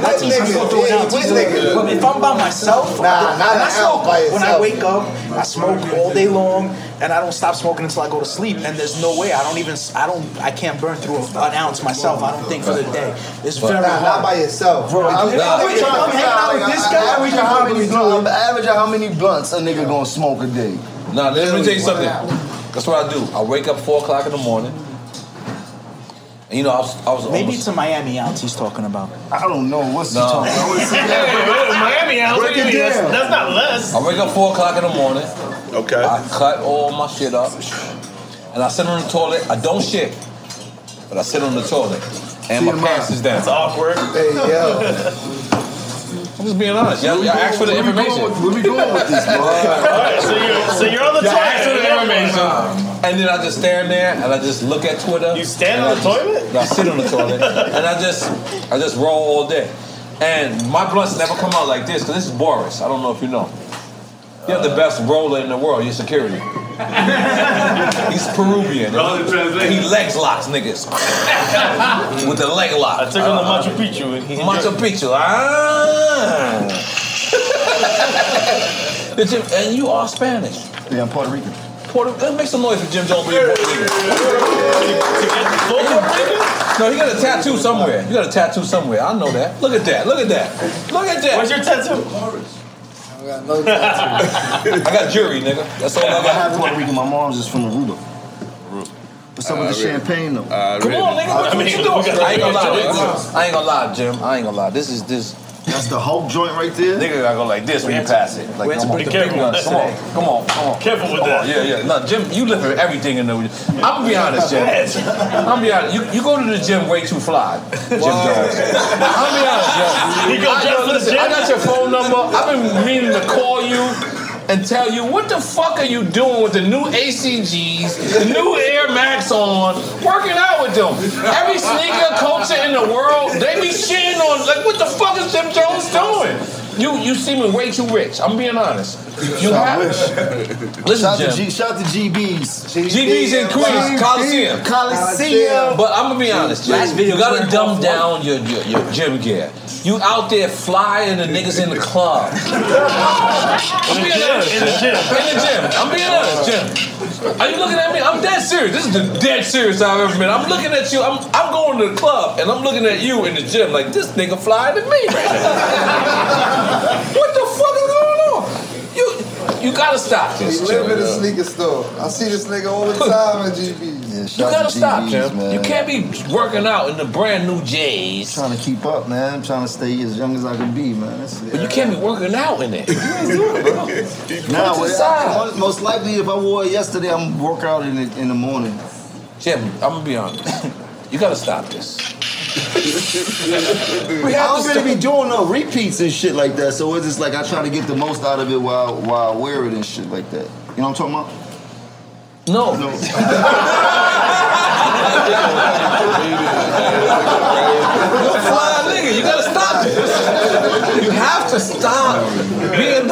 Speaker 13: That's what I'm still doing now.
Speaker 9: But if I'm by myself,
Speaker 13: Nah, not
Speaker 9: and I
Speaker 13: an
Speaker 9: smoke
Speaker 13: ounce by
Speaker 9: when I
Speaker 13: yourself.
Speaker 9: wake up, I smoke all day long, and I don't stop smoking until I go to sleep. And there's no way I don't even I don't I can't burn through an ounce myself. I don't think for the day. It's
Speaker 3: But
Speaker 9: very
Speaker 3: not-
Speaker 9: hard.
Speaker 3: not by
Speaker 9: yourself,
Speaker 11: Bro,
Speaker 9: I'm, I'm
Speaker 11: I'm,
Speaker 9: with you. I'm hanging out with this guy. We
Speaker 11: Average
Speaker 9: can
Speaker 11: how
Speaker 9: probably
Speaker 11: many blunts? Average how many blunts a nigga gonna smoke a day?
Speaker 3: Nah, let me tell you something. That's what I do. I wake up four o'clock in the morning. And you know, I was, I was
Speaker 9: Maybe
Speaker 3: almost-
Speaker 9: it's a Miami ounce he's talking about.
Speaker 11: I don't know what's
Speaker 3: No.
Speaker 11: he talking about.
Speaker 2: Miami ounce, what do you mean? That's, that's not less.
Speaker 3: I wake up four o'clock in the morning.
Speaker 12: Okay.
Speaker 3: I cut all my shit up, and I sit on the toilet. I don't shit, but I sit on the toilet, and my pants is down. That's
Speaker 2: awkward.
Speaker 11: Hey yo.
Speaker 3: I'm just being honest. Y'all, y'all asked for the information.
Speaker 11: Where we going with this, bro?
Speaker 3: Alright,
Speaker 2: so you're- so you're on the
Speaker 3: Y'all
Speaker 2: toilet.
Speaker 3: asked for the
Speaker 2: Never
Speaker 3: information.
Speaker 2: mind.
Speaker 3: And then I just stand there and I just look at Twitter. You
Speaker 2: stand on the toilet?
Speaker 3: I sit on the toilet and I just I just roll all day. And my blunts never come
Speaker 2: Uh.
Speaker 3: out like this because this is Boris. I don't know if you know. You have the best roller in the world. Your security. He's Peruvian. He legs locks niggas with the leg lock. I took him to Machu Picchu. And Machu Picchu. Ah. The Jim- and you are Spanish.
Speaker 11: Yeah, I'm Puerto Rican.
Speaker 3: Puerto, let's make some noise for Jim Jones being Puerto Rican. No, he got a tattoo somewhere. You got a tattoo somewhere. I know that. Look at that. Look at that. Look at that. What's your tattoo? I got jury, nigga. That's all I got.
Speaker 11: I have Puerto Rican. My mom's is from Aruba. What's
Speaker 3: Ah,
Speaker 11: up with
Speaker 3: Uh,
Speaker 11: the champagne though?
Speaker 3: Come on, nigga. What, what you doing? Uh, I ain't gonna lie. Jim. I ain't gonna lie, Jim. I ain't gonna lie. This is this.
Speaker 11: That's the Hulk joint right there.
Speaker 3: Nigga gotta go like this when you pass it. Like,
Speaker 11: we had to
Speaker 3: come on,
Speaker 11: put the
Speaker 3: Big
Speaker 11: big
Speaker 3: guns.
Speaker 11: ones
Speaker 3: Come on, come on, come on. Careful with that. yeah, yeah. No, Jim, you live with everything in the. I'm gonna be honest, Jim. I'm gonna be honest. You, you go to the gym way too fly, Jim Jones. I'm gonna be honest, Jim.
Speaker 13: He go
Speaker 3: I,
Speaker 13: just to the
Speaker 3: listen,
Speaker 13: gym?
Speaker 3: I got your phone number. I've been meaning to call you. And tell you what the fuck are you doing with the new ACGs, the new Air Max on, working out with them? Every sneaker culture in the world, they be shitting on like what the fuck is Jim Jones doing? You you seeming way too rich. I'm being honest. You have,
Speaker 11: shout,
Speaker 3: Listen,
Speaker 11: to G,
Speaker 3: Jim.
Speaker 11: shout to GBs.
Speaker 3: GB's in Queens, Coliseum.
Speaker 11: Coliseum.
Speaker 3: But I'm gonna be honest, Jim.
Speaker 11: Last
Speaker 3: you gotta dumb down your, your your gym gear. You out there flying the niggas in the club. I'm being honest.
Speaker 13: In the gym.
Speaker 3: In the gym. I'm being honest, Jim. Are you looking at me? I'm dead serious. This is the dead serious I've ever been. I'm looking at you. I'm I'm going to the club and I'm looking at you in the gym like this nigga flying at me right now. what the fuck is going on? You you gotta stop
Speaker 16: We
Speaker 3: this.
Speaker 16: live
Speaker 3: Jim.
Speaker 16: in a sneaker store. I see this nigga all the time at GB's.
Speaker 3: You gotta stop, Jim.
Speaker 11: man.
Speaker 3: You can't be working out in the brand new J's.
Speaker 11: Trying to keep up, man. I'm trying to stay as young as I can be, man. That's it.
Speaker 3: But you can't be working out in it.
Speaker 11: Nah,
Speaker 3: Put it
Speaker 11: well,
Speaker 3: aside.
Speaker 11: most- most likely if I wore it yesterday, I'm work out in the, in the morning.
Speaker 3: Jim, I'm gonna be honest. You gotta stop this.
Speaker 11: I don't really be doing no repeats and shit like that, so it's just like I try to get the most out of it while while I wear it and shit like that. You know what I'm talking about?
Speaker 3: No. You're a fly nigga. You gotta stop this. You have to stop being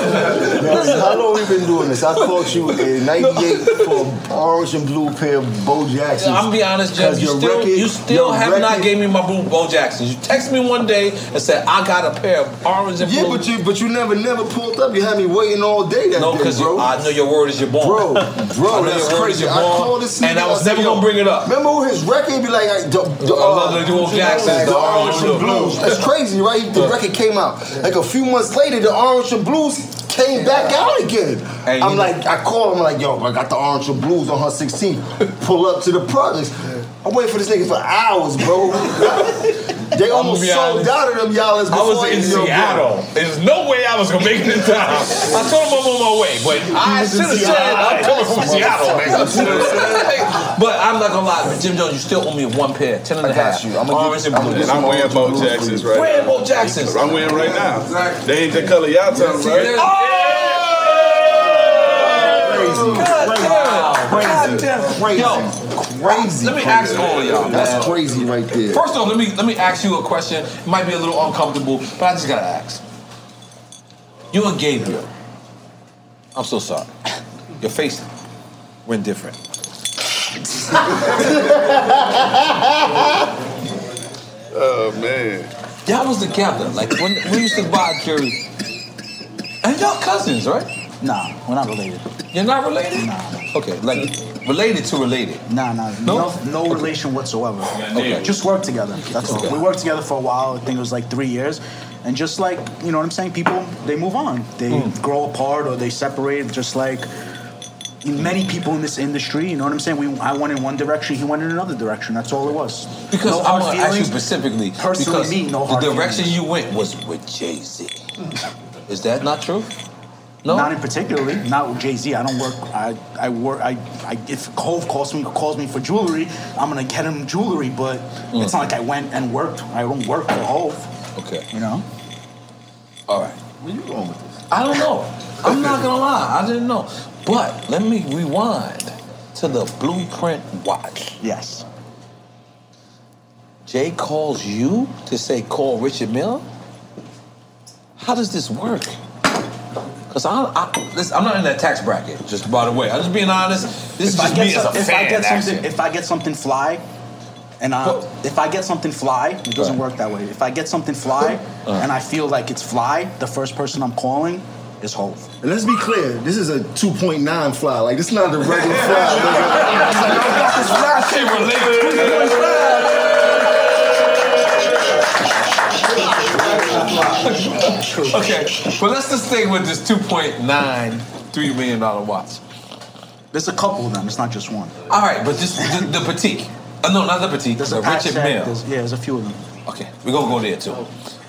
Speaker 11: Yo, how long we been doing this? I caught you in '98 for orange and blue pair of Bo Jacksons.
Speaker 3: I'm be honest, Jeff.
Speaker 11: 'Cause
Speaker 3: You
Speaker 11: your
Speaker 3: still,
Speaker 11: record-
Speaker 3: you still
Speaker 11: your
Speaker 3: have not
Speaker 11: record-
Speaker 3: gave me my blue Bo Jackson. You text me one day and said I got a pair of orange and
Speaker 11: Yeah,
Speaker 3: blue.
Speaker 11: but you but you never never pulled up. You had me waiting all day that
Speaker 3: No,
Speaker 11: day,
Speaker 3: because
Speaker 11: bro.
Speaker 3: I know your word is your bond.
Speaker 11: Bro,
Speaker 3: I
Speaker 11: Bro,
Speaker 3: know
Speaker 11: that's
Speaker 3: your word is
Speaker 11: crazy.
Speaker 3: your
Speaker 11: I called
Speaker 3: bond.
Speaker 11: this
Speaker 3: And I was never gonna bring it up.
Speaker 11: Remember who his record be like, like the, the, uh,
Speaker 3: love the dual Jacksons, the orange and
Speaker 11: blues. That's crazy, right? The record came out like a few months later. The orange and blues came back out again.
Speaker 3: And
Speaker 11: I'm
Speaker 3: you-
Speaker 11: like, I called him like, yo, I got the orange and blues on her 16th. Pull up to the projects. I waited for this nigga for hours, bro. they
Speaker 3: I'ma
Speaker 11: almost
Speaker 3: be
Speaker 11: sold
Speaker 3: honest.
Speaker 11: out of them y'all.
Speaker 3: I was in Seattle. There's no way I was gonna make it in time. I told him I'm on my way, but
Speaker 13: You
Speaker 3: I
Speaker 13: was in
Speaker 3: should have said
Speaker 13: Seattle.
Speaker 3: I'm coming from Seattle, nigga.
Speaker 13: Seattle.
Speaker 3: but I'm not gonna lie, Jim Jones, you still owe me one pair, ten and a
Speaker 11: I got
Speaker 3: half.
Speaker 11: you. I'ma
Speaker 3: orange
Speaker 11: give-
Speaker 3: and
Speaker 11: I'ma
Speaker 3: blue.
Speaker 11: give
Speaker 12: And I'm wearing Bo Jacksons right
Speaker 3: Wearing
Speaker 12: now.
Speaker 3: Bo Jacksons.
Speaker 12: I'm wearing right now. They ain't the color y'all talking about.
Speaker 3: God damn. Yo,
Speaker 11: crazy.
Speaker 3: Let me ask all of y'all.
Speaker 11: That's
Speaker 3: man.
Speaker 11: crazy right there.
Speaker 3: First off, let me let me ask you a question. It might be a little uncomfortable, but I just gotta ask. You and Gabriel. I'm so sorry. Your face went different.
Speaker 12: Oh man.
Speaker 3: Y'all was together. Like when we used to buy Jerry. And y'all cousins, right?
Speaker 9: Nah, we're not related.
Speaker 3: You're not related? Okay, like related to related.
Speaker 9: Nah, nah, no, no, relation whatsoever.
Speaker 3: Okay.
Speaker 9: Just work together. That's all. We worked together for a while. I think it was like three years. And just like you know what I'm saying, people they move on. They
Speaker 3: Hmm.
Speaker 9: grow apart or they separate. Just like many people in this industry, you know what I'm saying. We I went in one direction, he went in another direction. That's all it was.
Speaker 3: Because
Speaker 9: No
Speaker 3: I'm
Speaker 9: hard
Speaker 3: gonna ask you
Speaker 9: feelings.
Speaker 3: specifically.
Speaker 9: Personally,
Speaker 3: because
Speaker 9: me, no hard
Speaker 3: the direction
Speaker 9: feelings.
Speaker 3: you went was with Jay Z. Is that not true? No?
Speaker 9: Not in particularly. Not with Jay Z. I don't work. I I work. I, I if Cove calls me calls me for jewelry, I'm gonna get him jewelry. But
Speaker 3: Mm.
Speaker 9: it's not like I went and worked. I don't work for Cove.
Speaker 3: Okay.
Speaker 9: You know.
Speaker 3: All right.
Speaker 11: Where you going with this?
Speaker 3: I don't know. I'm not gonna lie. I didn't know. But let me rewind to the blueprint watch.
Speaker 9: Yes.
Speaker 3: Jay calls you to say call Richard Miller? How does this work? Cause I, I listen, I'm not in that tax bracket. Just by the way, I'm just being honest. This is
Speaker 9: If I
Speaker 3: just
Speaker 9: get
Speaker 3: me as
Speaker 9: some-
Speaker 3: a
Speaker 9: if
Speaker 3: fan.
Speaker 9: I get
Speaker 3: actually.
Speaker 9: something, if I get something fly, and I, if I get something fly, it doesn't work that way. If I get something fly,
Speaker 3: Uh-huh.
Speaker 9: and I feel like it's fly, the first person I'm calling is Hove.
Speaker 11: And let's be clear, this is a 2.9 fly. Like, this is not a regular fly. nigga. It's like, I got this fly shit for
Speaker 3: okay, but let's just stay with this 2.9 three million dollar watch.
Speaker 9: There's a couple of them. It's not just one.
Speaker 3: All right, but just the, the petite. Uh, no, not the petite. The Richard
Speaker 9: Patek,
Speaker 3: Mille.
Speaker 9: there's- Yeah, there's a few of them.
Speaker 3: Okay, we're gonna go there too.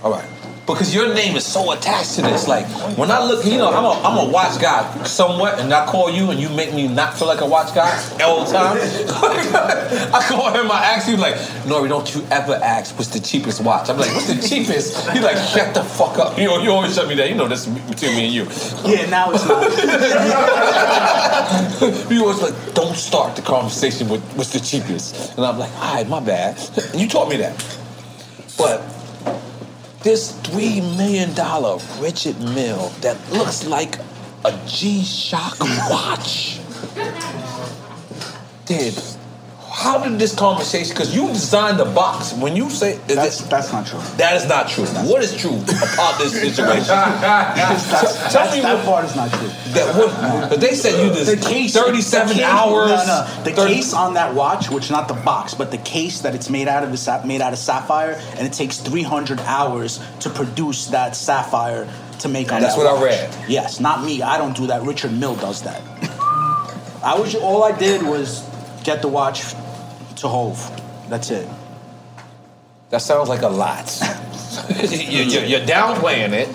Speaker 3: All right. Because your name is so attached to this. Like, when I look, you know, I'm a, I'm a watch guy somewhat, and I call you and you make me not feel like a watch guy all the time. I call him, I ask you, like, Nori, don't you ever ask what's the cheapest watch? I'm like, what's the cheapest? He's like, shut the fuck up. You, know, you always shut me down. You know, that's between me and you.
Speaker 9: Yeah, now it's
Speaker 3: not. you always like, don't start the conversation with what's the cheapest. And I'm like, all right, my bad. And you taught me that. But this three million dollar Richard Mill that looks like a G-Shock watch. Did how did this conversation? Because you designed the box. When you say that's
Speaker 9: that's not true.
Speaker 3: That is not true. what is true about this situation?
Speaker 9: That's- that's-
Speaker 3: Tell me
Speaker 9: that
Speaker 3: what-
Speaker 9: part is not true.
Speaker 3: that what- But they said you
Speaker 9: The
Speaker 3: this
Speaker 9: case-
Speaker 3: thirty-seven
Speaker 9: the case-
Speaker 3: hours.
Speaker 9: No, no. The
Speaker 3: 30
Speaker 9: case on that watch, which not the box, but the case that it's made out of is sap- made out of sapphire, and it takes 300 hours to produce that sapphire to make on
Speaker 3: That's
Speaker 9: that
Speaker 3: what I
Speaker 9: watch.
Speaker 3: read.
Speaker 9: Yes, not me. I don't do that. Richard Mill does that. I was all I did was get the watch to Hove. That's it.
Speaker 3: That sounds like a lot. you, you, you're downplaying it.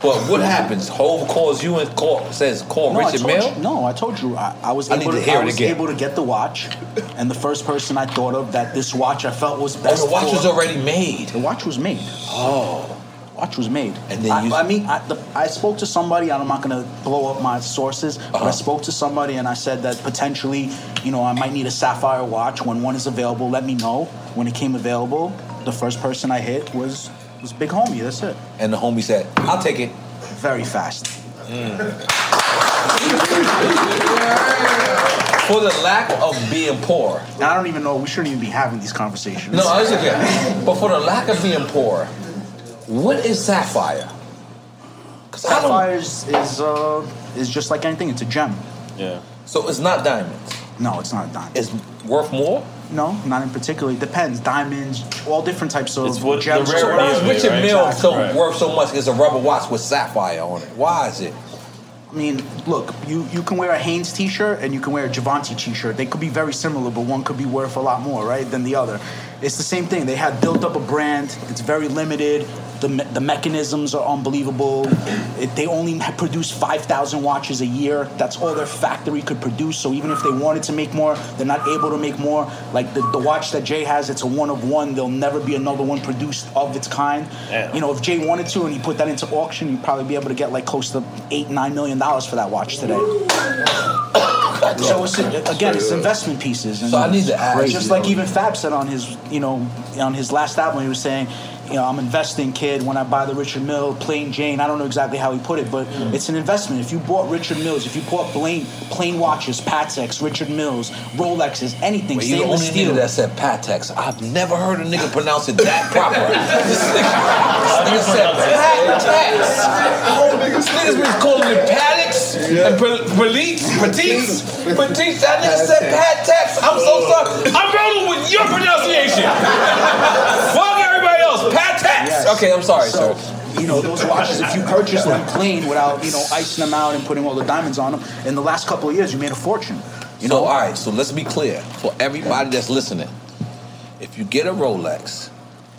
Speaker 3: But what happens? Hove calls you and call, says call
Speaker 9: No, I
Speaker 3: Richard
Speaker 9: told
Speaker 3: Mill.
Speaker 9: you- no, I told you. I, I was
Speaker 3: I
Speaker 9: able
Speaker 3: need
Speaker 9: to,
Speaker 3: to hear
Speaker 9: I
Speaker 3: it
Speaker 9: was
Speaker 3: again.
Speaker 9: able to get the watch, and the first person I thought of that this watch I felt was best.
Speaker 3: the watch
Speaker 9: for-
Speaker 3: was already made.
Speaker 9: The watch was made. Oh, watch was made. And
Speaker 3: then
Speaker 9: I,
Speaker 3: you-
Speaker 9: I mean, I, the, I spoke to somebody. I'm not going to blow up my sources, but
Speaker 3: Uh-huh.
Speaker 9: I spoke to somebody and I said that potentially, you know, I might need a sapphire watch when one is available. Let me know when it came available. The first person I hit was was Big Homie. That's it.
Speaker 3: And the homie said, "I'll take it." Mm.
Speaker 9: Very fast.
Speaker 3: For the lack of being poor.
Speaker 9: Now, I don't even know. We shouldn't even be having these conversations.
Speaker 3: No, I was okay. But for the lack of being poor, what is sapphire?
Speaker 9: Sapphire is is, uh, is just like anything. It's a gem.
Speaker 3: Yeah. So it's not diamonds.
Speaker 9: No, it's not a diamond.
Speaker 3: It's worth more.
Speaker 9: No, not in particular. It depends. Diamonds, all different types of
Speaker 3: It's what
Speaker 9: gems.
Speaker 3: so why is Richard Mill
Speaker 9: Exactly.
Speaker 3: so worth so much? Is a rubber watch with sapphire on it. Why is it?
Speaker 9: I mean, look, you, you can wear a Hanes t-shirt and you can wear a Javante t-shirt. They could be very similar, but one could be worth a lot more, right, than the other. It's the same thing. They have built up a brand. It's very limited. The, me- the mechanisms are unbelievable. It, they only ha- produce 5,000 watches a year. That's all their factory could produce. So even if they wanted to make more, they're not able to make more. Like the, the watch that Jay has, it's a one of one. There'll never be another one produced of its kind.
Speaker 2: Yeah.
Speaker 9: You know, if Jay wanted to and he put that into auction, he'd probably be able to get like close to eight, nine million dollars for that watch today. so it's, again, it's investment pieces. And
Speaker 3: So I need to ask
Speaker 9: It's Just
Speaker 3: you.
Speaker 9: like even Fab said on his, you know, on his last album, he was saying, you know, I'm investing, kid. When I buy the Richard Mill, Plain Jane, I don't know exactly how he put it, but it's an investment. If you bought Richard Mills, if you bought plain plain watches, Pateks, Richard Mills, Rolexes, anything,
Speaker 3: Well, you the only
Speaker 9: stainless steel.
Speaker 3: nigga that said Patex. I've never heard a nigga pronounce it that proper. this nigga, this nigga said Patex. This nigga's been calling it Patex and Pelites, Petites, Petites. That nigga said Patex. I'm so sorry. I'm rolling with your pronunciation. Fuck everybody else. Patex. Okay, I'm sorry,
Speaker 9: So,
Speaker 3: sir.
Speaker 9: You know, those watches, if you purchase them plain without, you know, icing them out and putting all the diamonds on them, in the last couple of years, you made a fortune.
Speaker 3: You know, all right. So let's be clear for everybody that's listening. If you get a Rolex,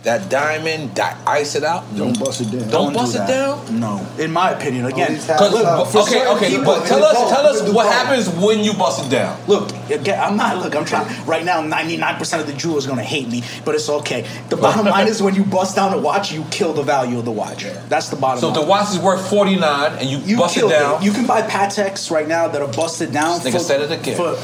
Speaker 3: that diamond, di- ice it out. Don't bust it down. Don't, bust
Speaker 9: do
Speaker 3: it
Speaker 9: that.
Speaker 3: down.
Speaker 9: No. In my opinion,
Speaker 3: Oh,
Speaker 9: again.
Speaker 3: Cause, but- okay, okay, but tell us, tell us what happens when you bust it down.
Speaker 9: Look, again, I'm not. Look, I'm trying. Right now, 99% of the jewelers gonna hate me, but it's okay. The bottom line is when you bust down a watch, you kill the value of the watch. That's the bottom.
Speaker 3: So if
Speaker 9: line.
Speaker 3: the watch is worth forty nine, and you, bust it
Speaker 9: killed
Speaker 3: down.
Speaker 9: You can buy Pateks right now that are busted down.
Speaker 3: This nigga said it again.
Speaker 9: for-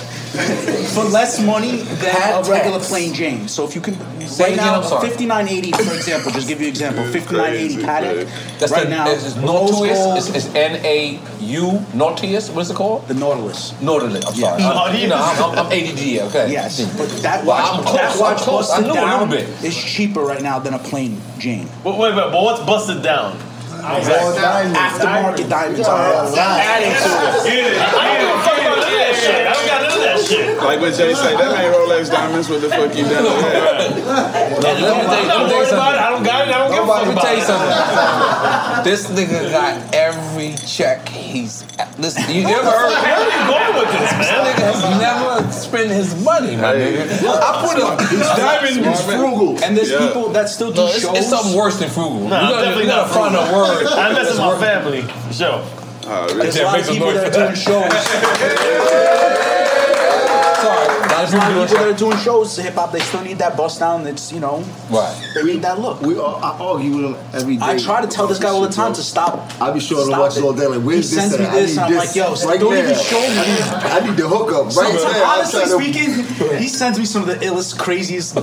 Speaker 9: for less money than
Speaker 11: Had
Speaker 9: a regular
Speaker 11: tax.
Speaker 9: plain Jane. So if you can
Speaker 11: Say
Speaker 9: right
Speaker 11: again,
Speaker 9: now,
Speaker 11: I'm sorry.
Speaker 9: fifty nine eighty for example, just give you an example, fifty nine eighty paddock.
Speaker 3: That's
Speaker 9: right
Speaker 3: the,
Speaker 9: now,
Speaker 3: It's, it's Nautilus. It's, it's N A U Nautilus. What is it called?
Speaker 9: The Nautilus.
Speaker 3: Nautilus. I'm sorry.
Speaker 9: Yeah.
Speaker 3: I'm, you know, I'm, I'm, I'm ADD. Okay.
Speaker 9: Yes, but that
Speaker 3: Well,
Speaker 9: watch,
Speaker 3: I'm close,
Speaker 9: that
Speaker 3: I'm
Speaker 9: watch
Speaker 3: close. I
Speaker 9: busted
Speaker 3: knew a
Speaker 9: down
Speaker 3: little
Speaker 9: is cheaper right now than a plain Jane.
Speaker 2: But wait, but, but what's busted down?
Speaker 9: Exactly. Aftermarket diamonds are
Speaker 2: Adding to it. I don't give a fuck about none of that shit. I don't got none of that shit.
Speaker 12: Like what Jay say, that ain't Rolex diamonds. What the fuck you done? with that?
Speaker 3: Let me tell you-
Speaker 12: I'm
Speaker 3: let
Speaker 12: not
Speaker 3: me tell you
Speaker 12: worried about
Speaker 3: something.
Speaker 12: it. I Oh, don't got it. I don't give a fuck
Speaker 3: Let me
Speaker 12: about
Speaker 3: tell you
Speaker 12: it.
Speaker 3: something. This nigga got every check he's. Listen, you never heard.
Speaker 2: Where are you going with this, man?
Speaker 3: This nigga has never spent his money, my nigga. I put up.
Speaker 9: It's diamond, it's frugal. And there's
Speaker 3: Yeah.
Speaker 9: people that still do
Speaker 3: No, it's-
Speaker 9: shows.
Speaker 3: it's something worse than frugal.
Speaker 2: Nah, I'm definitely not
Speaker 3: find a word.
Speaker 2: I'm messing my family. Sure.
Speaker 3: Uh,
Speaker 9: There's a lot of people that are doing shows. There's a lot of people that are doing shows hip hop. They still need that bust down. It's you know,
Speaker 3: Right.
Speaker 9: they need that look. We
Speaker 11: are, I argue with him every day.
Speaker 9: I try to tell this guy all the time to stop.
Speaker 11: I be showing
Speaker 9: Stop
Speaker 11: him watches
Speaker 9: it.
Speaker 11: all day. Like, where's
Speaker 9: He
Speaker 11: this?
Speaker 9: sends
Speaker 11: at?
Speaker 9: me
Speaker 11: I
Speaker 9: this,
Speaker 11: need
Speaker 9: and I'm like, yo,
Speaker 11: right
Speaker 9: don't
Speaker 11: now.
Speaker 9: even show me.
Speaker 11: I need, I need the hookup right
Speaker 9: Sometimes-
Speaker 11: there. I'm
Speaker 9: honestly
Speaker 11: trying to-
Speaker 9: speaking, he sends me some of the illest, craziest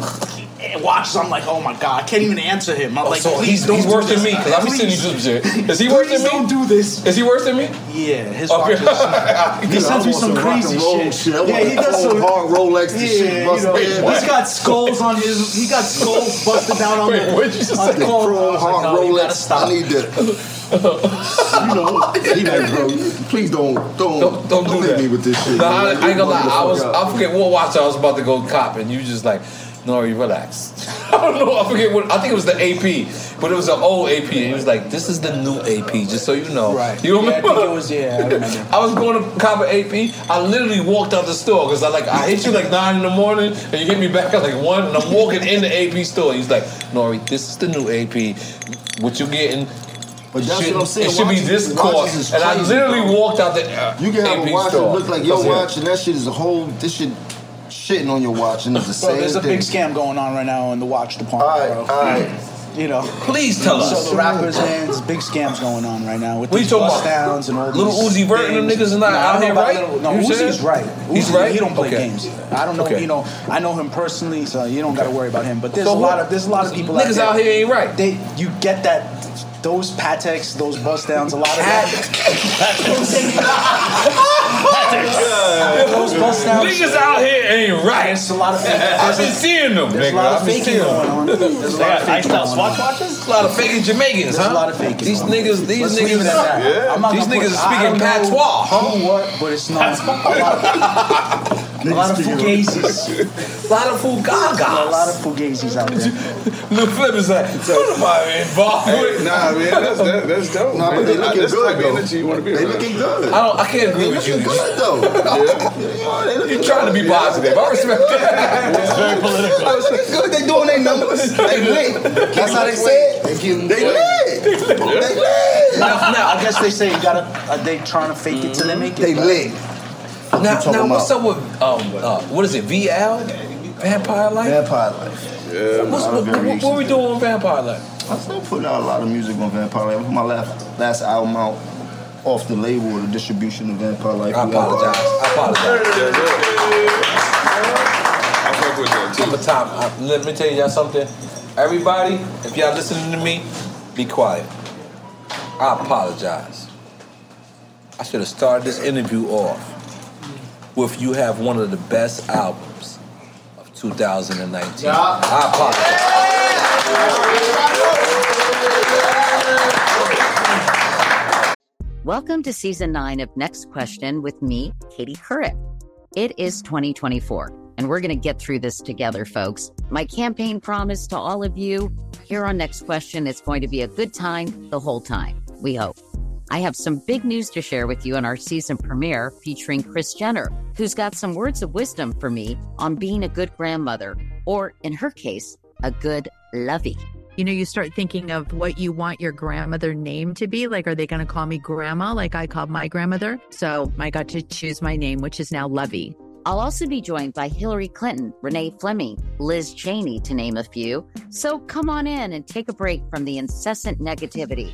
Speaker 9: watches. I'm like, oh my god, I can't even answer him. I'm
Speaker 3: Oh,
Speaker 9: like,
Speaker 3: so
Speaker 9: please
Speaker 3: he's,
Speaker 9: don't
Speaker 3: he's
Speaker 9: do
Speaker 3: worse than
Speaker 9: this.
Speaker 3: me because I'm sending you
Speaker 9: Please.
Speaker 3: some shit. Is he worse than me? Don't
Speaker 9: do this.
Speaker 3: Is he worse than me?
Speaker 9: Yeah, his
Speaker 3: Okay.
Speaker 9: watches. he sends me some crazy shit. Yeah, he does some
Speaker 11: Rolex
Speaker 9: yeah, you know, he's got skulls on his. He got skulls busted down on
Speaker 11: Wait,
Speaker 9: the.
Speaker 11: what'd you just
Speaker 9: on
Speaker 11: say?
Speaker 9: the call. I
Speaker 11: Chrome
Speaker 9: was like,
Speaker 11: hard
Speaker 9: no, you gotta
Speaker 11: Rolex.
Speaker 9: stop.
Speaker 11: I need that. you know, he like, bro, please don't, don't,
Speaker 3: Don't, don't do
Speaker 11: hit
Speaker 3: that.
Speaker 11: me with this shit.
Speaker 3: Nah,
Speaker 11: man.
Speaker 3: I, I ain't gonna lie. I was.
Speaker 11: Motherfucker.
Speaker 3: I forget what watch I was about to go cop, and you just like, Nori, relax. I don't know. I forget what. I think it was the AP, but it was an old AP. And he was like, this is the new AP, just so you know. Right. You remember?
Speaker 9: Yeah, I think it was. Yeah, I remember.
Speaker 3: I was going to cop an AP. I literally walked out the store because I like I hit you like nine in the morning, and you hit me back at like one, and I'm walking in the AP store. He's like, Nori, this is the new AP. What you getting?
Speaker 11: But that's
Speaker 3: shouldn't-
Speaker 11: what I'm saying.
Speaker 3: It should be
Speaker 11: Watches-
Speaker 3: this
Speaker 11: watches
Speaker 3: cost.
Speaker 11: is
Speaker 3: And I
Speaker 11: crazy,
Speaker 3: literally
Speaker 11: bro.
Speaker 3: walked out the uh,
Speaker 11: You can have
Speaker 3: AP
Speaker 11: a watch
Speaker 3: store.
Speaker 11: that look like your
Speaker 3: That's it.
Speaker 11: watch, and that shit is a whole. This shit shitting on your watch, and it's the
Speaker 9: Bro,
Speaker 11: same
Speaker 9: there's a
Speaker 11: thing.
Speaker 9: big scam going on right now in the watch department. All right,
Speaker 11: all right.
Speaker 9: You know,
Speaker 3: please tell us.
Speaker 9: So the rappers and there's big scams going on right now with
Speaker 3: What
Speaker 9: these
Speaker 3: you talking
Speaker 9: bust
Speaker 3: about?
Speaker 9: downs and all
Speaker 3: Little
Speaker 9: these
Speaker 3: Uzi Vert and them
Speaker 9: things.
Speaker 3: niggas is not
Speaker 9: No, I
Speaker 3: out
Speaker 9: don't
Speaker 3: here,
Speaker 9: know about
Speaker 3: right?
Speaker 9: Little- no,
Speaker 3: You
Speaker 9: Uzi's
Speaker 3: said?
Speaker 9: right.
Speaker 3: He's
Speaker 9: Uzi,
Speaker 3: right?
Speaker 9: He don't play
Speaker 3: Okay.
Speaker 9: games. I don't know.
Speaker 3: Okay.
Speaker 9: You know, I know him personally, so you don't got to worry about him. But there's
Speaker 3: So
Speaker 9: a
Speaker 3: who-
Speaker 9: lot of there's a lot of people
Speaker 3: Niggas out here ain't right.
Speaker 9: They you get that. Those Pateks, those bust downs, a lot of that. Those bust downs.
Speaker 3: Niggas out here ain't right.
Speaker 9: There's a lot of fake.
Speaker 3: I've been seeing them.
Speaker 9: There's a
Speaker 3: nigga.
Speaker 9: lot of
Speaker 3: I've been
Speaker 9: faking
Speaker 3: seeing them.
Speaker 9: going on. There's a lot of faking going on.
Speaker 3: watches? A lot of faking Jamaicans,
Speaker 9: There's
Speaker 3: huh?
Speaker 9: a lot of faking.
Speaker 3: These niggas, these
Speaker 9: Let's leave
Speaker 3: niggas,
Speaker 9: it at that. I'm not
Speaker 3: these
Speaker 9: gonna
Speaker 3: niggas
Speaker 9: put-
Speaker 3: is
Speaker 9: I don't
Speaker 3: speaking
Speaker 9: know
Speaker 3: patois, huh?
Speaker 9: Who what? But it's not. a lot of, a lot of fugazis.
Speaker 3: a lot of fugagas.
Speaker 9: A lot of fugazis out there.
Speaker 3: Lil Flip is like, what am I involved with?
Speaker 12: Nah, man, that's that, that's dope.
Speaker 3: Nah, but they
Speaker 12: man.
Speaker 3: looking
Speaker 12: That's the
Speaker 3: good,
Speaker 12: type of
Speaker 3: though.
Speaker 12: energy you want to be
Speaker 3: They
Speaker 12: around.
Speaker 3: looking I don't. I can't agree with you.
Speaker 11: Good though.
Speaker 3: You're trying to be positive. I respect that.
Speaker 11: It's very
Speaker 3: political.
Speaker 11: They looking good. They doing their numbers. They lit. That's how they say it. They lit. They lit.
Speaker 9: Now, now, I guess they say you gotta. Are they trying to fake it till they make it?
Speaker 11: They lit.
Speaker 3: Now,
Speaker 11: talking
Speaker 3: now what's
Speaker 11: about?
Speaker 3: up with um, uh, what is it? VL, Vampire Life.
Speaker 11: Vampire Life.
Speaker 12: Yeah,
Speaker 3: What's,
Speaker 11: a lot
Speaker 3: what,
Speaker 11: of
Speaker 3: what, what we doing on Vampire Life?
Speaker 11: I'm still putting out a lot of music on Vampire Life. My last last album out off the label, the distribution of Vampire Life.
Speaker 3: I apologize. I apologize.
Speaker 12: I fuck with that too.
Speaker 3: Number time. I, let me tell y'all something. Everybody, if y'all listening to me, be quiet. I apologize. I should have started this interview off with you have one of the best albums of 2019. I apologize.
Speaker 14: Welcome to season nine of Next Question with me, Katie Couric. It is 2024, and we're going to get through this together, folks. My campaign promise to all of you here on Next Question it's going to be a good time the whole time, we hope. I have some big news to share with you in our season premiere featuring Chris Jenner, who's got some words of wisdom for me on being a good grandmother, or in her case, a good lovey.
Speaker 15: You know, you start thinking of what you want your grandmother name to be. Like, are they going to call me grandma like I called my grandmother? So I got to choose my name, which is now Lovey.
Speaker 14: I'll also be joined by Hillary Clinton, Renee Fleming, Liz Cheney, to name a few. So come on in and take a break from the incessant negativity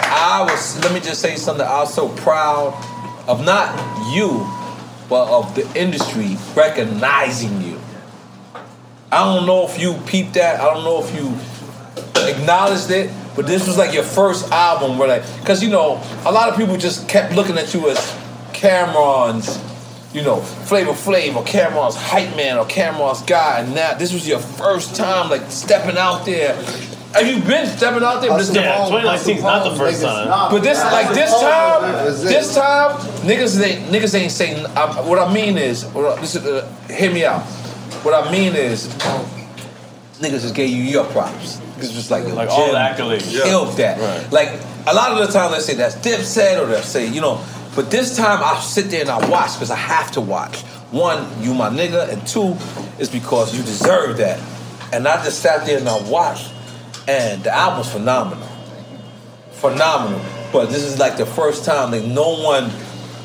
Speaker 3: I was. Let me just say something. I was so proud of not you, but of the industry recognizing you. I don't know if you peeped that. I don't know if you acknowledged it, but this was like your first album where like, cause you know, a lot of people just kept looking at you as Cameron's, you know, Flavor Flav or Cameron's hype man or Cameron's guy, and now this was your first time like stepping out there. Have you been stepping out there? But this-
Speaker 2: Yeah, 2019 is not the first time.
Speaker 3: but this, like this time, this time, niggas ain't niggas ain't saying. I, what I mean is, what I- listen, uh, hear me out. What I mean is, niggas just gave you your props. It's just like, yo,
Speaker 2: Like all
Speaker 3: Jim
Speaker 2: the accolades. Yeah.
Speaker 3: killed that.
Speaker 2: Right.
Speaker 3: Like a lot of the time, they say that's Dipset or they say you know. But this time, I sit there and I watch because I have to watch. One, you my nigga, and two, is because you deserve that. And I just sat there and I watched, and the album's phenomenal phenomenal. But this is like the first time like no one,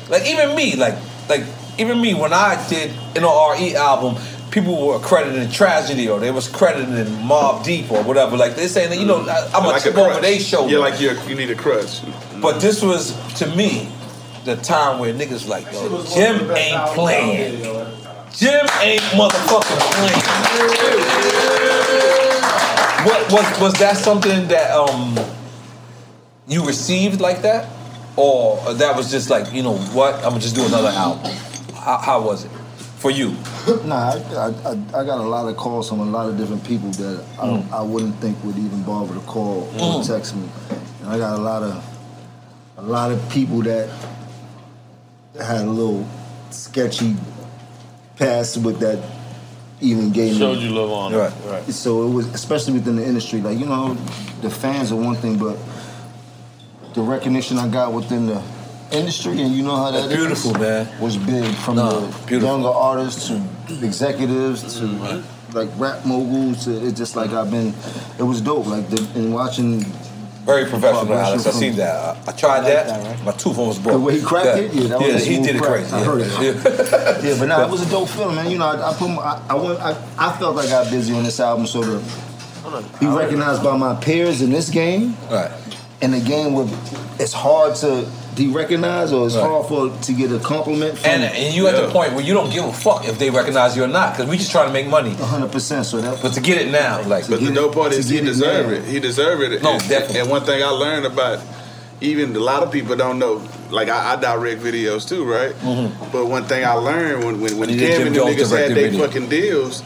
Speaker 3: like even me, like like even me when I did an RE album, people were crediting Tragedy or they was crediting Mob Deep or whatever. Like they saying that you know I, I'm
Speaker 12: Like
Speaker 3: a
Speaker 12: a
Speaker 3: chip over
Speaker 12: crutch.
Speaker 3: they shoulder.
Speaker 12: Yeah, like you're, you need a crutch.
Speaker 3: But this was to me the time where niggas like yo, Jim ain't playing. Jim ain't motherfucking playing. What was was that something that um you received like that, or that was just like you know what I'm gonna just do another album? How, how was it for you?
Speaker 11: nah, I, I, I got a lot of calls from a lot of different people that I,
Speaker 3: Mm.
Speaker 11: I wouldn't think would even bother to call or
Speaker 3: Mm.
Speaker 11: text me. And I got a lot of a lot of people that had a little sketchy past with that even gave me-
Speaker 2: Showed you love on it.
Speaker 11: Right.
Speaker 2: Right.
Speaker 11: So it was especially within the industry, like you know, the fans are one thing, but the recognition I got within the industry, and you know how that
Speaker 3: That's
Speaker 11: is,
Speaker 3: beautiful, man.
Speaker 11: was big from
Speaker 3: No,
Speaker 11: the younger artists to executives to
Speaker 3: Mm-hmm.
Speaker 11: like rap moguls. To, it's just like I've been. It was dope, like the, and watching.
Speaker 3: Very professional,
Speaker 11: Vibration
Speaker 3: Alex. I
Speaker 11: from-
Speaker 3: seen that. I, I tried that. My tooth almost broke.
Speaker 11: The way he cracked
Speaker 3: yeah.
Speaker 11: it, yeah, that was
Speaker 3: yeah,
Speaker 11: a
Speaker 3: he
Speaker 11: smooth
Speaker 3: did it
Speaker 11: crack.
Speaker 3: crazy.
Speaker 11: I
Speaker 3: yeah.
Speaker 11: heard it.
Speaker 3: Yeah.
Speaker 11: yeah, but nah, it was a dope feeling, man. You know, I, I put my, I, I went, I, I felt like I got busy on this album, so to be recognized by my peers in this game,
Speaker 3: right.
Speaker 11: in a game where it's hard to de recognize or it's hard for to get a compliment. From,
Speaker 3: And, and you at the point where you don't give a fuck if they recognize you or not, because we just trying to make money.
Speaker 11: 100. percent So that.
Speaker 3: But to get it now, like.
Speaker 12: But the dope part is he deserved
Speaker 3: now.
Speaker 12: it. He deserved it.
Speaker 3: No,
Speaker 12: and,
Speaker 3: definitely.
Speaker 12: And one thing I learned about even a lot of people don't know. Like I, I direct videos too, right?
Speaker 3: Mm-hmm.
Speaker 12: But one thing I learned when when, when
Speaker 3: You did
Speaker 12: Cam and
Speaker 3: Jim
Speaker 12: the
Speaker 3: Jones
Speaker 12: niggas
Speaker 3: direct
Speaker 12: had
Speaker 3: the
Speaker 12: their
Speaker 3: video.
Speaker 12: fucking deals,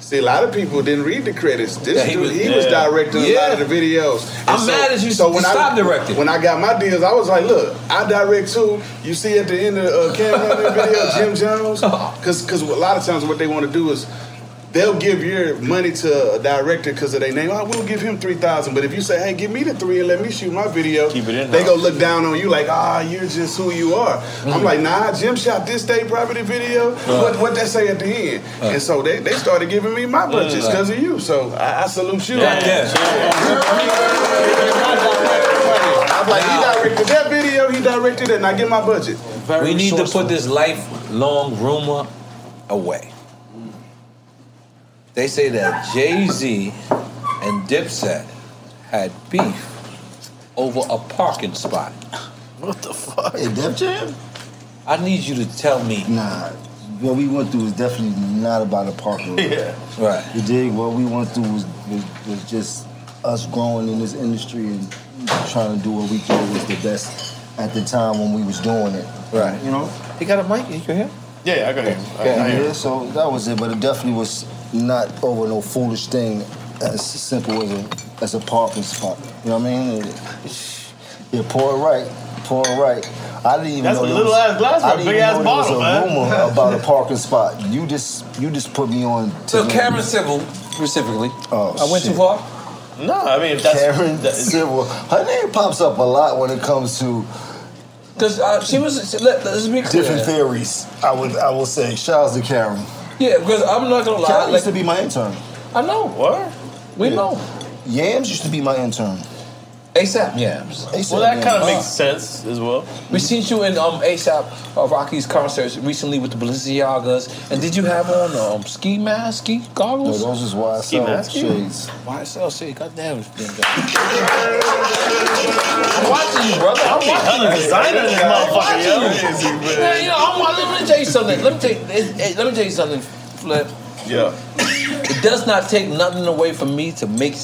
Speaker 12: see a lot of people didn't read the credits. This
Speaker 3: Yeah, he
Speaker 12: dude, he
Speaker 3: was-
Speaker 12: was,
Speaker 3: yeah.
Speaker 12: directing a lot of the videos.
Speaker 3: I'm mad at you, you stopped directing.
Speaker 12: When I got my deals, I was like, look, I direct too. You see at the end of uh, Cam Hunter video, Jim Jones,
Speaker 3: Oh.
Speaker 12: because because a lot of times what they want to do is they'll give your money to a director because of their name. I will give him three thousand, but if you say, "Hey, give me the three and let me shoot my video," keep it in. They go look down on you like, "Ah, you're just who you are."
Speaker 3: Mm-hmm.
Speaker 12: I'm like, "Nah, Jim shot this day property video. What what they say at the end?" and so they, they started giving me my budgets
Speaker 3: Right.
Speaker 12: because of you. So I, I salute you.
Speaker 3: Yeah, yeah.
Speaker 12: I'm like, he directed that video. He directed it, and I get my budget.
Speaker 3: we need to put this lifelong rumor away. They say that Jay Z and Dipset had beef over a parking spot.
Speaker 11: What the fuck? Hey, Def Jam?
Speaker 3: I need you to tell me.
Speaker 11: Nah, what we went through was definitely not about a parking lot.
Speaker 3: Yeah. Right.
Speaker 11: You dig? What we went through was, was, was just us growing in this industry and trying to do what we thought was the best at the time when we was doing it. Right. You know?
Speaker 3: He got a mic. You can hear?
Speaker 2: Yeah, I got him.
Speaker 11: Yeah, yeah, so that was it, but it definitely was not over no foolish thing as simple as a as a parking spot. You know what I mean? It- Yeah, pour it right, pour it right. I didn't even
Speaker 2: That's
Speaker 11: know
Speaker 2: a
Speaker 11: there
Speaker 2: little
Speaker 11: was-
Speaker 2: ass
Speaker 11: I
Speaker 2: glass for a
Speaker 11: didn't
Speaker 2: big
Speaker 11: even
Speaker 2: ass
Speaker 11: know there was a
Speaker 2: bottle, man.
Speaker 11: rumor about a parking spot. You just you just put me on.
Speaker 3: So Cameron Civil, specifically.
Speaker 11: Oh,
Speaker 3: I went
Speaker 11: shit.
Speaker 3: too far.
Speaker 2: No, I mean if
Speaker 3: that's-
Speaker 11: Karen Civil. Her name pops up a lot when it comes to
Speaker 3: Because uh, she was. Let, let's be clear.
Speaker 11: different theories. I would I will say, shout out to Karen.
Speaker 3: Yeah, because I'm not gonna lie.
Speaker 11: Cal
Speaker 3: like-
Speaker 11: used to be my intern.
Speaker 3: I know. What? We know.
Speaker 11: Yams used to be my intern.
Speaker 3: ASAP Yams.
Speaker 11: Well, that kinda makes
Speaker 3: sense as well. Oh. We seen you in um, ASAP uh, Rocky's concerts recently with the Balenciagas, and did you have on um, ski mask, ski goggles?
Speaker 11: No, those is YSL
Speaker 3: Ski mask?
Speaker 11: shades.
Speaker 3: YSL shades. Goddamn, it's been I'm watching you, brother. I'm watching
Speaker 13: Hella
Speaker 3: you.
Speaker 13: designer this
Speaker 3: I'm
Speaker 13: motherfucker,
Speaker 3: watching
Speaker 13: yo.
Speaker 3: you. Man, you know, I'm, I'm- let me tell you something. Let me tell you, it- it- let me tell you something, Flip.
Speaker 12: Yeah.
Speaker 3: It does not take nothing away from me to make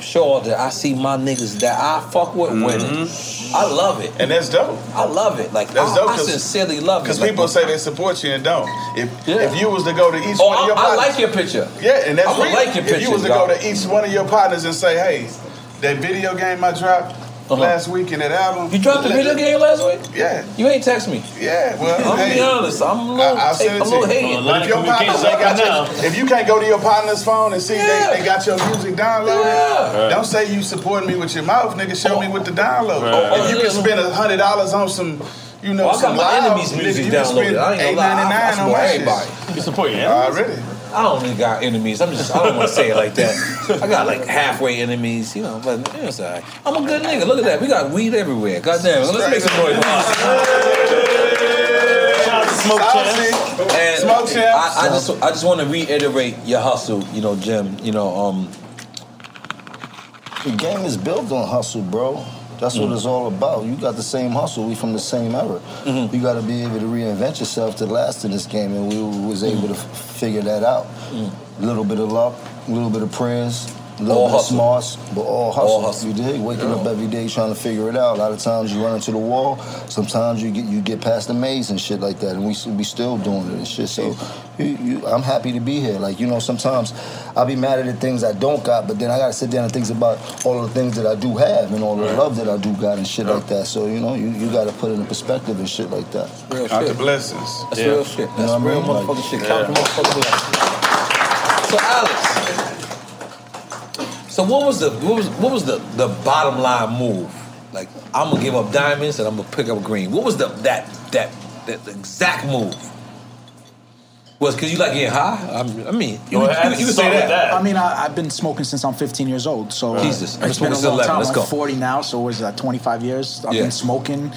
Speaker 3: sure that I see my niggas that I fuck with winning. I love it,
Speaker 12: Mm-hmm. and that's dope.
Speaker 3: I love it. Like
Speaker 12: That's
Speaker 3: I,
Speaker 12: dope
Speaker 3: I sincerely love it.
Speaker 12: Because
Speaker 3: Like,
Speaker 12: people say they support you and don't. If if you was to go to each
Speaker 3: Oh,
Speaker 12: one of your
Speaker 3: I- I
Speaker 12: partners,
Speaker 3: like your picture.
Speaker 12: Yeah, and that's
Speaker 3: I'ma
Speaker 12: real.
Speaker 3: like your
Speaker 12: If you was to
Speaker 3: picture,
Speaker 12: go
Speaker 3: dog.
Speaker 12: to each one of your partners and say, "Hey, that video game I dropped last week in that album."
Speaker 3: Uh-huh. You dropped a video game last week?
Speaker 12: Yeah.
Speaker 3: You ain't text me.
Speaker 12: Yeah, well,
Speaker 3: I'm gonna
Speaker 12: hey,
Speaker 3: be honest. I'm a
Speaker 12: I-
Speaker 3: little,
Speaker 12: I'll send
Speaker 3: I'm
Speaker 12: it
Speaker 3: a
Speaker 12: to
Speaker 3: little
Speaker 12: you.
Speaker 3: hating.
Speaker 12: But if your partners ain't got your- if you can't go to your partner's phone and see they, they got your music downloaded,
Speaker 3: Right.
Speaker 12: don't say you supporting me with your mouth, nigga. Show me with the download.
Speaker 3: Right.
Speaker 12: If you can spend a hundred dollars on some, you know,
Speaker 3: Oh, I got
Speaker 12: some
Speaker 3: my
Speaker 12: loud
Speaker 3: enemies'
Speaker 12: nigga,
Speaker 3: music
Speaker 12: you can spend
Speaker 3: downloaded. I ain't gonna lie. I- I
Speaker 12: $8.99 on
Speaker 3: support
Speaker 12: my shit.
Speaker 3: everybody. You support your enemies?
Speaker 12: Already.
Speaker 3: I don't really got enemies. I'm just I don't want to say it like that. I got like halfway enemies, you know. But you know, it's all right. I'm a good nigga. Look at that. We got weed everywhere. Goddamn. Let's make some noise.
Speaker 12: Smoke champ.
Speaker 3: And
Speaker 12: Smoke champ.
Speaker 3: I, I just I just want to reiterate your hustle. You know, Jim. You know, um,
Speaker 11: The game is built on hustle, bro. That's what
Speaker 3: Mhm.
Speaker 11: it's all about. You got the same hustle. We from the same era.
Speaker 3: Mm-hmm.
Speaker 11: You got to be able to reinvent yourself to last in this game, and we was able to f- figure that out. A little bit of luck, a little bit of prayers, a little
Speaker 3: All
Speaker 11: bit
Speaker 3: hustle.
Speaker 11: of smarts, but all hustle.
Speaker 3: All hustle.
Speaker 11: You dig? Waking up
Speaker 3: Yeah.
Speaker 11: every day trying to figure it out. A lot of times you run into the wall. Sometimes you get you get past the maze and shit like that, and we s- we still doing it and shit. So you, you, I'm happy to be here. Like you know, sometimes I'll be mad at the things I don't got, but then I gotta sit down and think about all the things that I do have and all the love that I do got and shit like that. So you know, you, you gotta put it in perspective and shit like that.
Speaker 3: real
Speaker 12: Out the
Speaker 3: shit.
Speaker 12: blessings.
Speaker 3: That's real shit. That's
Speaker 11: what I
Speaker 3: real
Speaker 11: mean? Like-
Speaker 3: motherfucking shit. Count the motherfucking blessings. So Alex, so what was the what was what was the the bottom line move? Like I'm gonna give up diamonds and I'm gonna pick up green. What was the that that that exact move? Was because you like getting high? I'm, I mean, you, you, you, can say that.
Speaker 9: I mean, I, I've been smoking since I'm 15 years old. So
Speaker 3: Jesus, I
Speaker 9: it's been
Speaker 3: smoked
Speaker 9: a
Speaker 3: since
Speaker 9: long
Speaker 3: 11,
Speaker 9: time.
Speaker 3: let's
Speaker 9: I'm
Speaker 3: go.
Speaker 9: 40 now, so what is that 25 years? I've
Speaker 3: Yeah.
Speaker 9: been smoking.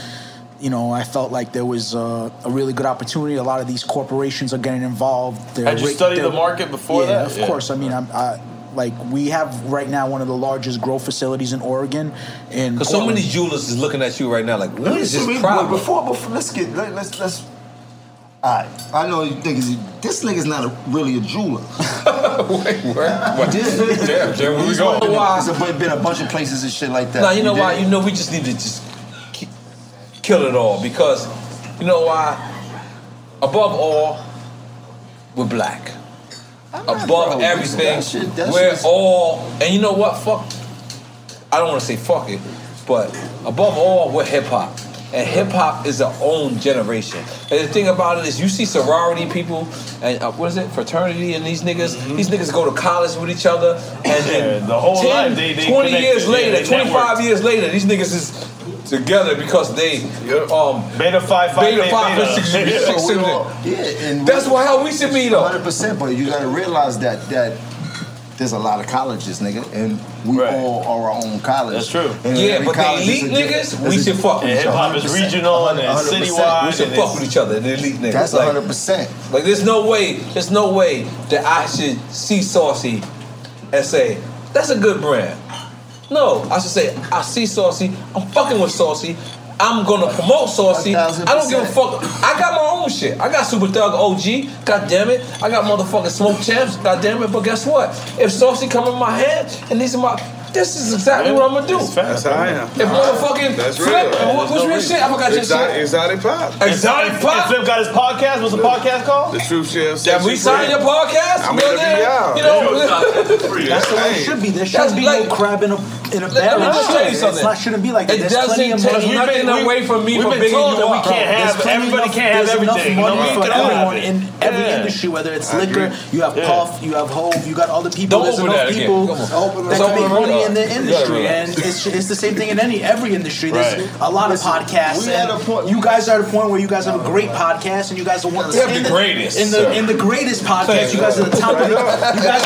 Speaker 9: You know, I felt like there was uh, a really good opportunity. A lot of these corporations are getting involved. They're
Speaker 2: Had you
Speaker 9: rig-
Speaker 2: studied
Speaker 9: they're-
Speaker 2: the market before
Speaker 9: yeah,
Speaker 2: that?
Speaker 9: Of
Speaker 2: Yeah.
Speaker 9: course. I mean, I'm. I, like we have right now one of the largest grow facilities in Oregon, and
Speaker 3: Because so many jewelers is looking at you right now, like, what is this problem?
Speaker 11: Before, before, let's get let, let's let's. I I know you think this nigga's not a, really a jeweler.
Speaker 3: Wait, what?
Speaker 11: This nigga,
Speaker 3: Damn, Jim, where we going?
Speaker 11: There's been a bunch of places and shit like that.
Speaker 3: Nah, you know
Speaker 11: dig?
Speaker 3: why? You know, we just need to just ki- kill it all because you know why? Above all, we're black. Above
Speaker 11: bro.
Speaker 3: everything,
Speaker 11: That shit- that
Speaker 3: we're
Speaker 11: shit's-
Speaker 3: all. And you know what? Fuck. I don't want to say fuck it, but above all, we're hip hop. And hip hop is our own generation. And the thing about it is, you see sorority people and uh, what is it, fraternity and these niggas. These niggas go to college with each other, and then
Speaker 2: Mm-hmm. Yeah, the whole
Speaker 3: 10,
Speaker 2: life they- they
Speaker 3: 20
Speaker 2: connected.
Speaker 3: years
Speaker 2: Yeah,
Speaker 3: later,
Speaker 2: they
Speaker 3: 25
Speaker 2: networked.
Speaker 3: years later, these niggas is together because they um
Speaker 2: beta five five
Speaker 3: beta
Speaker 2: eight,
Speaker 3: five
Speaker 2: beta.
Speaker 3: six, six,
Speaker 2: Yeah.
Speaker 3: six,
Speaker 2: So we
Speaker 3: six.
Speaker 2: all-
Speaker 11: Yeah, and
Speaker 3: That's why how we should be though.
Speaker 11: Hundred percent, but you gotta realize that that there's a lot of colleges, nigga, and we all are our own college.
Speaker 2: That's true.
Speaker 11: And
Speaker 3: Yeah,
Speaker 11: every
Speaker 3: but the
Speaker 11: college is
Speaker 3: elite
Speaker 11: a different-
Speaker 3: niggas,
Speaker 11: is
Speaker 3: we
Speaker 11: a-
Speaker 3: should fuck with
Speaker 11: is
Speaker 3: each
Speaker 11: a
Speaker 3: other.
Speaker 11: hundred percent. A hundred percent.
Speaker 3: We should fuck with each other, the elite niggas.
Speaker 11: That's
Speaker 3: Like-
Speaker 11: 100%.
Speaker 3: Like there's no way, there's no way that I should see Saucy and say, that's a good brand. No, I should say, I see Saucy, I'm fucking with Saucy, I'm gonna promote Saucy. I don't give a fuck. I got my own shit. I got Super Thug OG, god damn it. I got motherfucking Smoke Champs, god damn it. But guess what? If Saucy come in my head and these are my this is exactly what I'm gonna do.
Speaker 12: That's how I am.
Speaker 3: If motherfucking
Speaker 12: That's
Speaker 3: Flip,
Speaker 12: real.
Speaker 3: what- what's real shit? I forgot your
Speaker 12: Exotic-
Speaker 3: shit.
Speaker 12: Exotic pop.
Speaker 3: Exotic pop.
Speaker 2: Flip got his podcast. What's the podcast called?
Speaker 12: The Truth Share.
Speaker 3: That we signed your podcast,
Speaker 12: I'm
Speaker 3: brother.
Speaker 12: interviewing y'all.
Speaker 3: You know,
Speaker 9: That's the way it should be. There shouldn't be no crab in a in a
Speaker 3: Let
Speaker 9: barrel.
Speaker 3: me just tell you
Speaker 9: It's
Speaker 3: something.
Speaker 9: not- shouldn't be like that.
Speaker 3: It
Speaker 9: There's
Speaker 3: doesn't
Speaker 9: plenty of
Speaker 3: take
Speaker 9: money.
Speaker 3: nothing away from me
Speaker 9: we've
Speaker 3: from
Speaker 9: been
Speaker 3: bigging
Speaker 9: told
Speaker 3: you
Speaker 9: that
Speaker 3: up.
Speaker 9: we can't
Speaker 3: Bro,
Speaker 9: have-
Speaker 3: there's plenty
Speaker 9: everybody
Speaker 3: enough-
Speaker 9: can't have
Speaker 3: there's enough
Speaker 9: everything,
Speaker 3: money
Speaker 9: you know,
Speaker 3: for
Speaker 9: for
Speaker 3: everyone
Speaker 9: everyone
Speaker 3: in
Speaker 9: in every
Speaker 3: Yeah.
Speaker 9: industry, whether it's
Speaker 3: I
Speaker 9: liquor,
Speaker 3: agree.
Speaker 9: you have
Speaker 3: Yeah.
Speaker 9: Puff, you have Hope, you got all the people.
Speaker 3: Don't
Speaker 9: There's
Speaker 3: open
Speaker 9: enough
Speaker 3: that again.
Speaker 9: people
Speaker 3: Come on.
Speaker 9: that
Speaker 3: Let's
Speaker 9: can make
Speaker 3: open it
Speaker 9: money industry in the industry,
Speaker 11: Yeah, right.
Speaker 9: and it's, it's the same thing in any every industry. There's
Speaker 11: Right.
Speaker 9: a lot
Speaker 11: Listen,
Speaker 9: of podcasts.
Speaker 11: we had
Speaker 9: and you guys are at a point where you guys have a great podcast, and you guys are one of
Speaker 11: We have the greatest,
Speaker 9: in
Speaker 11: sir.
Speaker 9: the in the greatest podcast.
Speaker 11: Thank
Speaker 9: You guys are the top of the you
Speaker 11: you.
Speaker 9: guys are top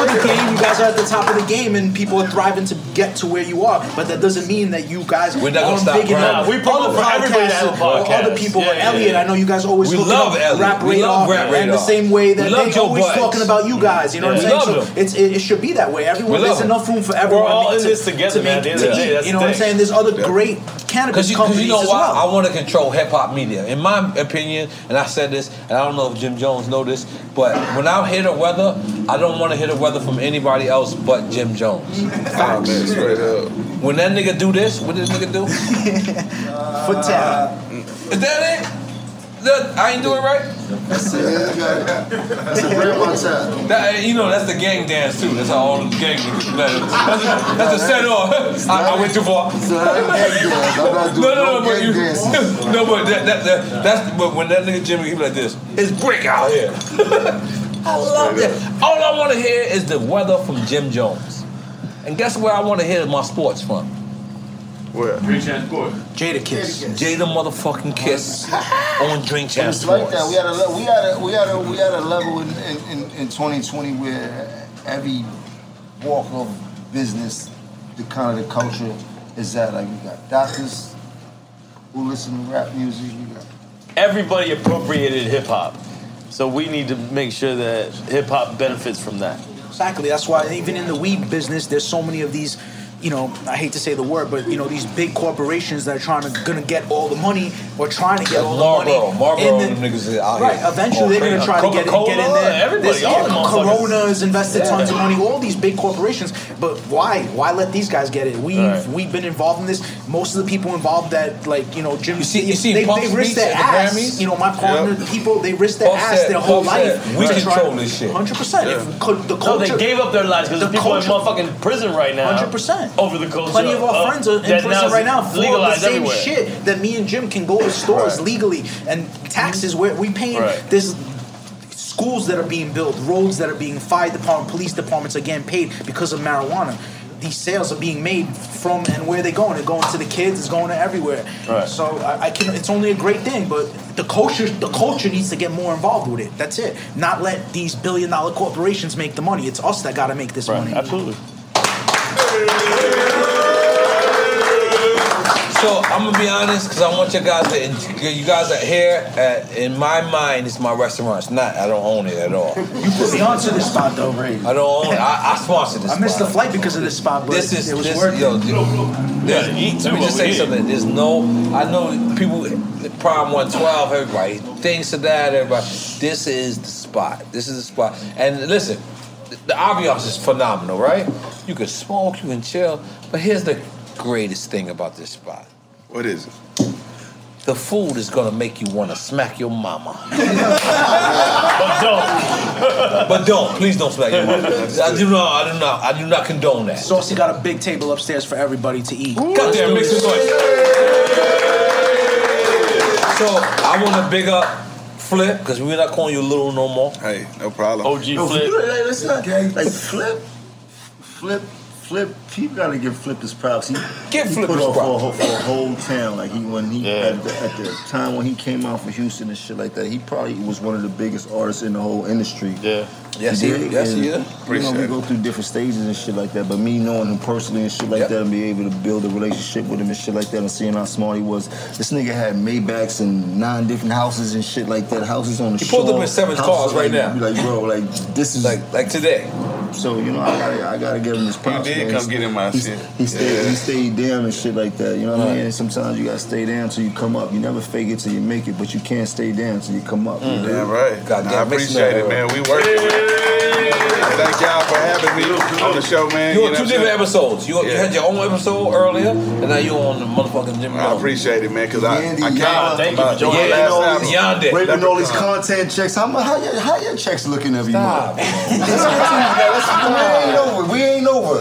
Speaker 9: of the game. You guys are at the top of the game, and people are thriving to get to where you are. But that doesn't mean that you guys
Speaker 3: We're not gonna
Speaker 9: aren't
Speaker 3: stop
Speaker 9: big enough.
Speaker 3: grinding. We promote
Speaker 9: Other
Speaker 3: for everybody to have a
Speaker 9: podcasts or
Speaker 3: podcast.
Speaker 9: Other people,
Speaker 3: Yeah, yeah,
Speaker 9: Elliot.
Speaker 3: yeah.
Speaker 9: I know you guys always
Speaker 3: We
Speaker 9: look
Speaker 3: love
Speaker 9: up
Speaker 3: Elliot.
Speaker 9: Rap
Speaker 3: We
Speaker 9: Radar,
Speaker 3: love Rap
Speaker 9: and the
Speaker 3: Radar.
Speaker 9: same way that
Speaker 3: We love
Speaker 9: they
Speaker 3: Joe
Speaker 9: always
Speaker 3: Budden.
Speaker 9: talking about you guys. You know
Speaker 3: Yeah.
Speaker 9: what I'm
Speaker 3: We
Speaker 9: saying?
Speaker 3: love
Speaker 9: so it's, it, it should be that way. Everyone
Speaker 3: We love
Speaker 9: there's
Speaker 3: him.
Speaker 9: enough room for
Speaker 3: We're
Speaker 9: everyone.
Speaker 3: all
Speaker 9: to-
Speaker 3: in this
Speaker 9: to-
Speaker 3: together,
Speaker 9: to
Speaker 3: man. At the
Speaker 9: make-
Speaker 3: end of the
Speaker 9: to
Speaker 3: day,
Speaker 9: eat.
Speaker 3: that's
Speaker 9: You know
Speaker 3: the
Speaker 9: what I'm
Speaker 3: thing.
Speaker 9: saying? There's other great cannabis
Speaker 3: Because you, 'cause
Speaker 9: companies
Speaker 3: you know
Speaker 9: as
Speaker 3: why
Speaker 9: well.
Speaker 3: I want to control hip hop media. In my opinion, and I said this, and I don't know if Jim Jones know this, but when I hear the weather, I don't want to hear the weather from anybody else but Jim Jones. When that nigga do this, what did this nigga do?
Speaker 11: Uh,
Speaker 9: Foot tap.
Speaker 3: Is that it? That, I ain't doing right.
Speaker 11: That's it. That's a real one tap.
Speaker 3: That, eh, you know, that's the gang dance too. That's how all the gang That's, that's, that's a set off. I, I went too far. no, no, no, but you, no, but that, that, that, that's but when that nigga Jimmy he be like this, it's brick out here. I love that. All I want to hear is the weather from Jim Jones, and guess where I want to hear my sports from?
Speaker 12: Where?
Speaker 3: Drink Champ Sports.
Speaker 9: Jada Kiss.
Speaker 3: Jada motherfucking Kiss on Drink Champ
Speaker 11: It's like
Speaker 3: Sports.
Speaker 11: that. We had a le- we had a we had a we had a level in, in, in, in 2020 where every walk of business, the kind of the culture is that like we got doctors who listen to rap music. We got
Speaker 2: Everybody appropriated hip hop, so we need to make sure that hip hop benefits from that.
Speaker 9: Exactly. That's why even in the weed business, there's so many of these. You know, I hate to say the word, but you know these big corporations that are trying to gonna get all the money or trying to get all the
Speaker 3: Marlboro,
Speaker 9: money.
Speaker 3: Marlboro,
Speaker 9: in the-
Speaker 3: them niggas is out
Speaker 9: right.
Speaker 3: here.
Speaker 9: Eventually,
Speaker 3: Oh,
Speaker 9: they're gonna
Speaker 3: crazy.
Speaker 9: try to get in, get in
Speaker 3: Coca-Cola,
Speaker 9: there.
Speaker 3: everybody,
Speaker 9: This-
Speaker 3: all
Speaker 9: yeah,
Speaker 3: them motherfuckers.
Speaker 9: Corona has invested
Speaker 3: Yeah.
Speaker 9: tons of money. All these big corporations, but why? Why let these guys get it? We've
Speaker 3: Right.
Speaker 9: we've been involved in this. Most of the people involved that like you know Jim. You see,
Speaker 3: you see
Speaker 9: they,
Speaker 3: Puff's
Speaker 9: they risk
Speaker 3: speech
Speaker 9: their
Speaker 3: at the
Speaker 9: ass.
Speaker 3: Grammys?
Speaker 9: You know, my partner,
Speaker 3: Yep.
Speaker 9: people, they risk their
Speaker 3: Puff
Speaker 9: ass
Speaker 3: said-
Speaker 9: their whole
Speaker 3: Puff said,
Speaker 9: life.
Speaker 3: "We
Speaker 9: to try-
Speaker 3: control this shit."
Speaker 9: Hundred percent. If co- the culture,
Speaker 2: no, they gave up their lives because there's
Speaker 9: the
Speaker 2: people
Speaker 9: culture-
Speaker 2: in motherfucking prison right now.
Speaker 9: 100%.
Speaker 2: Over the culture.
Speaker 9: Plenty of our friends are in
Speaker 2: uh, that now
Speaker 9: prison
Speaker 2: is
Speaker 9: right now for the
Speaker 2: legalized
Speaker 9: same
Speaker 2: everywhere.
Speaker 9: shit that me and Jim can go to stores
Speaker 2: Right.
Speaker 9: legally and taxes. Where we paying
Speaker 2: Right.
Speaker 9: this schools that are being built, roads that are being fire department, police departments are getting paid because of marijuana. These sales are being made from and where they going. They're going to the kids. It's going to everywhere.
Speaker 2: Right.
Speaker 9: So I, I can. It's only a great thing, but the culture, the culture needs to get more involved with it. That's it. Not let these billion dollar corporations make the money. It's us that got to make this money.
Speaker 2: Absolutely.
Speaker 3: So I'm gonna be honest, cause I want you guys to. en- You guys are here. At, in my mind, it's my restaurant. It's not. I don't own it at all.
Speaker 9: You put me onto this spot though, Ray.
Speaker 3: I don't own it. I, I sponsored this.
Speaker 9: I missed
Speaker 3: spot.
Speaker 9: the flight because of this spot, but
Speaker 3: This is
Speaker 9: it was
Speaker 3: this,
Speaker 9: worth
Speaker 3: yo,
Speaker 9: it.
Speaker 3: yo, there's- Let me just say something. There's no. I know people. Prime one twelve. Everybody things to that. Everybody. This is the spot. This is the spot. And listen, the ambiance is phenomenal, right? You can smoke. You can chill. But here's the greatest thing about this spot.
Speaker 12: What is it?
Speaker 3: The food is gonna make you wanna smack your mama.
Speaker 2: But don't.
Speaker 3: but don't, please don't smack your mama. I do not, I do not, I do not condone that.
Speaker 9: Saucy got a big table upstairs for everybody to eat.
Speaker 3: God damn, make some noise. So I want to big up Flip because we're not calling you little no more.
Speaker 12: Hey, no problem.
Speaker 3: OG
Speaker 11: No, flip. Like, that's not gang. Like flip, flip, flip. People gotta give Flip his props. He,
Speaker 3: Give
Speaker 11: he
Speaker 3: Flip
Speaker 11: put
Speaker 3: his
Speaker 11: on
Speaker 3: props.
Speaker 11: For, a whole- for a whole town. Like he when he at, the, at the time when he came out for Houston and shit like that, he probably was one of the biggest artists in the whole industry. Yeah.
Speaker 3: Yes, he is. Yes, he is.
Speaker 11: You know,
Speaker 3: Appreciate
Speaker 11: we
Speaker 3: it.
Speaker 11: go through different stages and shit like that. But me knowing him personally and shit like that, and be able to build a relationship with him and shit like that, and seeing how smart he was. This nigga had Maybachs and nine different houses and shit like that. Houses on the
Speaker 3: He pulled up
Speaker 11: shore,
Speaker 3: in seven
Speaker 11: houses
Speaker 3: cars
Speaker 11: like-
Speaker 3: right now.
Speaker 11: Like bro, like this is like
Speaker 3: like today.
Speaker 11: So you know, I gotta, I gotta give him his props.
Speaker 12: did
Speaker 11: man.
Speaker 12: come get in my
Speaker 11: he,
Speaker 12: shit.
Speaker 11: He stayed, he stayed down and shit like that. You know what I
Speaker 12: Right.
Speaker 11: mean? And sometimes you gotta stay down till you come up. You never fake it till you make it, but you can't stay down till you come up. you know?
Speaker 12: Mm. Yeah, right.
Speaker 11: Goddamn,
Speaker 12: I
Speaker 11: make some
Speaker 12: appreciate
Speaker 11: noise.
Speaker 12: it, man. We working. Thank y'all for having me on the show, man.
Speaker 3: You
Speaker 12: You
Speaker 3: on
Speaker 12: know
Speaker 3: two
Speaker 12: what I'm
Speaker 3: different
Speaker 12: saying?
Speaker 3: episodes. You, you
Speaker 12: Yeah.
Speaker 3: had your own episode earlier, and now you on the motherfucking Jim.
Speaker 12: I appreciate it, man, because I, I
Speaker 11: Andy,
Speaker 12: came
Speaker 11: Yana,
Speaker 12: out about
Speaker 11: Yana,
Speaker 12: the last
Speaker 11: Yana,
Speaker 12: album.
Speaker 11: Raping all these
Speaker 12: Leprechaun.
Speaker 11: content checks. How, mu- how, your, how your checks looking every month? That's what you got. That's- we ain't over. We ain't over.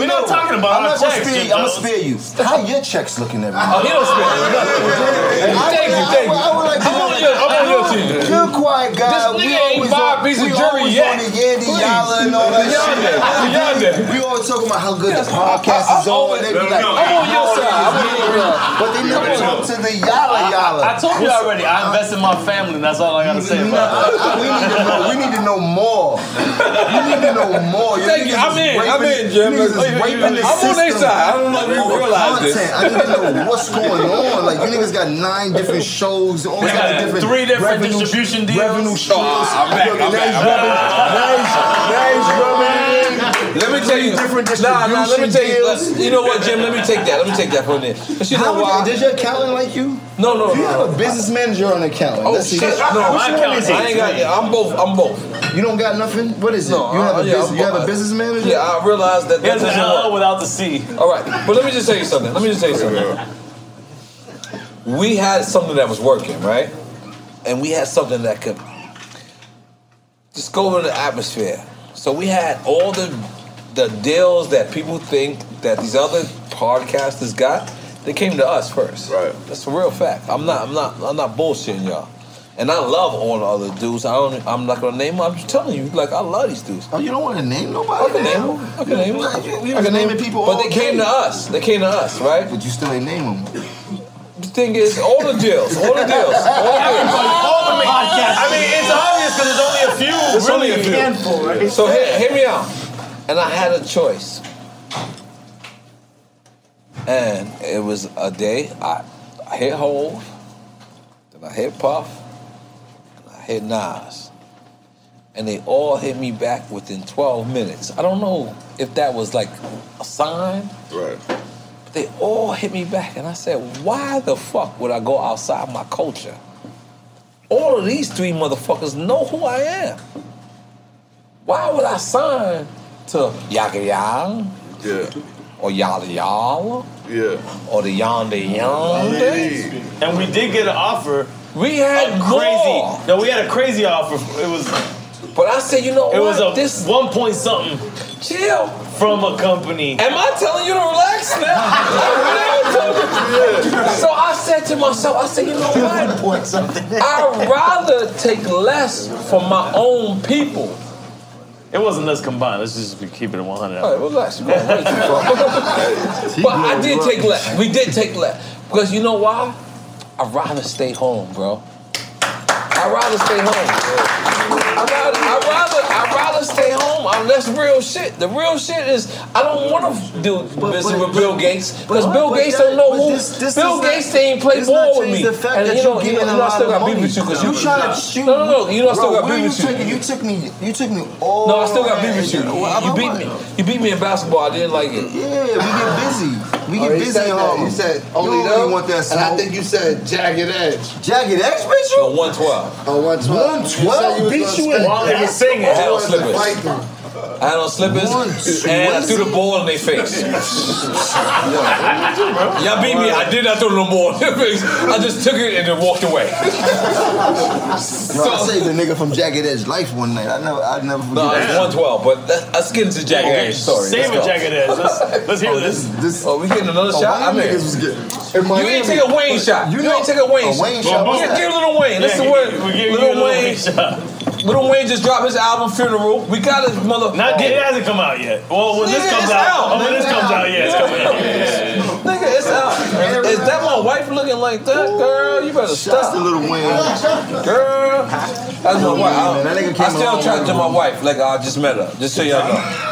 Speaker 11: We ain't over.
Speaker 2: complaining about
Speaker 11: I'm
Speaker 2: our
Speaker 11: not gonna
Speaker 2: checks,
Speaker 11: spare you.
Speaker 2: you
Speaker 11: I'm gonna
Speaker 2: know?
Speaker 11: spare you. How your checks looking at me?
Speaker 2: Oh, he don't spare you nothing.
Speaker 11: Thank you, thank you. I would like to
Speaker 3: I'm on your- I'm on your team.
Speaker 11: You're a quiet guy.
Speaker 3: This
Speaker 11: We
Speaker 3: nigga ain't
Speaker 11: always
Speaker 3: Bob
Speaker 11: on-
Speaker 3: Beezy
Speaker 11: we
Speaker 3: Jury
Speaker 11: always
Speaker 3: yet.
Speaker 11: on the Yandy
Speaker 3: Please.
Speaker 11: Yala and all that
Speaker 3: Yonder,
Speaker 11: shit.
Speaker 3: yonder.
Speaker 11: We always talking about how good the podcast is
Speaker 2: Oh,
Speaker 11: on. They be like,
Speaker 3: no, I'm on your
Speaker 11: "Oh,
Speaker 3: side.
Speaker 11: this
Speaker 3: I'm
Speaker 11: is
Speaker 3: on
Speaker 11: good."
Speaker 3: your side.
Speaker 11: But they never
Speaker 2: Yeah,
Speaker 11: talk
Speaker 2: yeah.
Speaker 11: to the Yala Yala.
Speaker 2: I, I told you already. I invest in my family. and That's all I gotta say about it.
Speaker 11: We need to know. We need to know more. We need to know more. Your
Speaker 3: Thank you.
Speaker 11: niggas is
Speaker 3: I'm in.
Speaker 11: raping-
Speaker 3: I'm in, Jim.
Speaker 11: niggas is
Speaker 3: Like, you-
Speaker 11: raping the
Speaker 3: I'm on their
Speaker 11: system
Speaker 3: side. I don't know if you
Speaker 11: over
Speaker 3: realize this.
Speaker 11: content. I need to know what's going on. Like you niggas got nine different shows, all
Speaker 2: They
Speaker 11: kinds
Speaker 2: got
Speaker 11: of different
Speaker 2: three different
Speaker 11: revenue,
Speaker 2: distribution deals.
Speaker 11: revenue streams.
Speaker 3: Ah, I'm back, I'm
Speaker 11: Now he's
Speaker 3: back, I'm
Speaker 11: rubbing-
Speaker 3: back.
Speaker 11: now he's- now he's rubbing in
Speaker 3: Let me tell you.
Speaker 11: different
Speaker 3: Nah, nah, let me
Speaker 11: distribution
Speaker 3: tell you.
Speaker 11: deals.
Speaker 3: let- You know what, Jim? Let me take that. Let me take that from there. But you
Speaker 11: How
Speaker 3: know
Speaker 11: would
Speaker 3: why?
Speaker 11: you- Does your accountant like you?
Speaker 3: No, no,
Speaker 11: You
Speaker 3: no,
Speaker 11: have
Speaker 3: no.
Speaker 11: a business manager on an accountant.
Speaker 3: Oh,
Speaker 11: That's it.
Speaker 3: shit. No, my
Speaker 11: Which one is
Speaker 3: accountant. I
Speaker 11: it?
Speaker 3: ain't got that. I'm both. I'm both.
Speaker 11: You don't got nothing. What is it?
Speaker 3: No,
Speaker 11: you have
Speaker 3: uh,
Speaker 11: a
Speaker 3: yeah,
Speaker 11: business.
Speaker 3: I'm
Speaker 11: you have a
Speaker 3: both.
Speaker 11: business manager.
Speaker 3: Yeah, I realize that. that
Speaker 2: Here's an
Speaker 3: doesn't
Speaker 2: L
Speaker 3: work.
Speaker 2: without the C.
Speaker 3: All right, but let me just tell you something. Let me just tell you something. We had something that was working, right? And we had something that could just go in the atmosphere. So we had all the the deals that people think that these other podcasters got. They came to us first. Right. That's a real fact. I'm not. I'm not. I'm not bullshitting y'all. And I love all the other dudes. I don't. I'm not gonna name. 'em. I'm just telling you. Like I love these dudes.
Speaker 11: Oh, you don't want to name nobody.
Speaker 3: I can name them. I can name them.
Speaker 11: I can name people.
Speaker 3: But
Speaker 11: all
Speaker 3: they came
Speaker 11: day.
Speaker 3: to us. They came to us, right?
Speaker 11: But you still ain't name them.
Speaker 3: The thing is, all the deals, all the deals, all the deals.
Speaker 2: I mean, it's obvious because there's only a few.
Speaker 3: It's only a few. So hear, hear me out. And I had a choice. And it was a day I, I hit Hove, then I hit Puff, and I hit Nas. And they all hit me back within 12 minutes. I don't know if that was like a sign. Right. But they all hit me back. And I said, why the fuck would I go outside my culture? All of these three motherfuckers know who I am. Why would I sign to Yaka Yala? Yeah. Or Yala Yala? Yeah. Or the Yonder Yonder?
Speaker 2: And we did get an offer.
Speaker 3: We had
Speaker 2: a crazy. No, we had a crazy offer. It was.
Speaker 3: But I said, you know
Speaker 2: it was
Speaker 3: what?
Speaker 2: a one point something.
Speaker 3: Chill.
Speaker 2: From a company.
Speaker 3: Am I telling you to relax now? I really told you. So I said to myself, I said, you know what? I'd rather take less from my own people.
Speaker 2: It wasn't us combined. Let's just be keeping it 100.
Speaker 3: All right, relax, bro. Wait, bro. but I did take less. We did take less. Because you know why? I'd rather stay home, bro. I'd rather stay home. I'd rather, I'd rather, I'd rather stay home. Um, that's real shit. The real shit is I don't want to do business with Bill Gates because
Speaker 11: but-
Speaker 3: Bill
Speaker 11: but
Speaker 3: Gates
Speaker 11: that-
Speaker 3: don't know
Speaker 11: but
Speaker 3: who.
Speaker 11: this- this
Speaker 3: Bill
Speaker 11: does not-
Speaker 3: Gates they ain't play
Speaker 11: this not
Speaker 3: ball with
Speaker 11: change
Speaker 3: me.
Speaker 11: The fact
Speaker 3: and
Speaker 11: that
Speaker 3: you know,
Speaker 11: you're
Speaker 3: you know,
Speaker 11: getting
Speaker 3: you
Speaker 11: a
Speaker 3: know I
Speaker 11: lot
Speaker 3: still
Speaker 11: of
Speaker 3: got beef
Speaker 11: money.
Speaker 3: with you because
Speaker 11: you trying to
Speaker 3: No, no, no. You know I still
Speaker 11: Bro,
Speaker 3: got
Speaker 11: where
Speaker 3: beef
Speaker 11: you
Speaker 3: with you.
Speaker 11: took, you took me. You took me all.
Speaker 3: No, I still got beef
Speaker 11: beat
Speaker 3: with you. You beat me. You beat me in basketball. I didn't like it.
Speaker 11: Yeah, we get busy. We get
Speaker 16: Oh, he
Speaker 11: busy
Speaker 16: said
Speaker 11: in
Speaker 16: that.
Speaker 11: Harlem.
Speaker 16: You said only
Speaker 11: you don't
Speaker 16: them?
Speaker 11: really want that
Speaker 16: And I
Speaker 11: smoke.
Speaker 16: think you said jagged edge.
Speaker 11: Jagged Edge beat you.
Speaker 3: No, one twelve.
Speaker 16: Oh, 112. You said
Speaker 11: 112 beat
Speaker 16: was
Speaker 11: you
Speaker 16: gonna spend-
Speaker 11: in While they were singing.
Speaker 3: I had on
Speaker 16: Towards the
Speaker 3: slippers.
Speaker 16: fight through.
Speaker 3: I had on slippers and I threw the ball in their face. Y'all beat me. I did not throw the ball in their face. I just took it and then walked away.
Speaker 11: Yo, I saved a nigga from Jagged Edge life one night. I never, I never forget
Speaker 3: No,
Speaker 11: that.
Speaker 3: it's one twelve, but that, let's get into Jagged Edge. Sorry,
Speaker 11: Save
Speaker 3: let's
Speaker 11: a
Speaker 3: go.
Speaker 11: Jagged Edge. Let's- let's hear
Speaker 3: oh,
Speaker 11: this.
Speaker 3: Oh, we getting another
Speaker 11: Oh,
Speaker 3: shot? I'm
Speaker 11: Wayne
Speaker 3: in.
Speaker 11: niggas was
Speaker 3: You ain't take a Wayne shot. You, ain't take a Wayne,
Speaker 11: a Wayne
Speaker 3: shot.
Speaker 11: shot.
Speaker 3: Yeah, give little Wayne. Listen,
Speaker 2: Yeah,
Speaker 3: what
Speaker 2: we give you a little
Speaker 3: little Wayne. Little Wayne just dropped his album Funeral. We got his mother. Oh.
Speaker 2: Not it hasn't come out yet. Well, when this
Speaker 3: Nigga,
Speaker 2: comes
Speaker 3: it's
Speaker 2: out, oh, when
Speaker 3: It's
Speaker 2: this comes out, yeah, it's coming out.
Speaker 3: Nigga, it's out. Is that my wife looking like that, girl? You better stop.
Speaker 11: to Lil Wayne.
Speaker 3: Girl, that's my wife. I, I still try to do my wife like I just met her. Just so y'all know.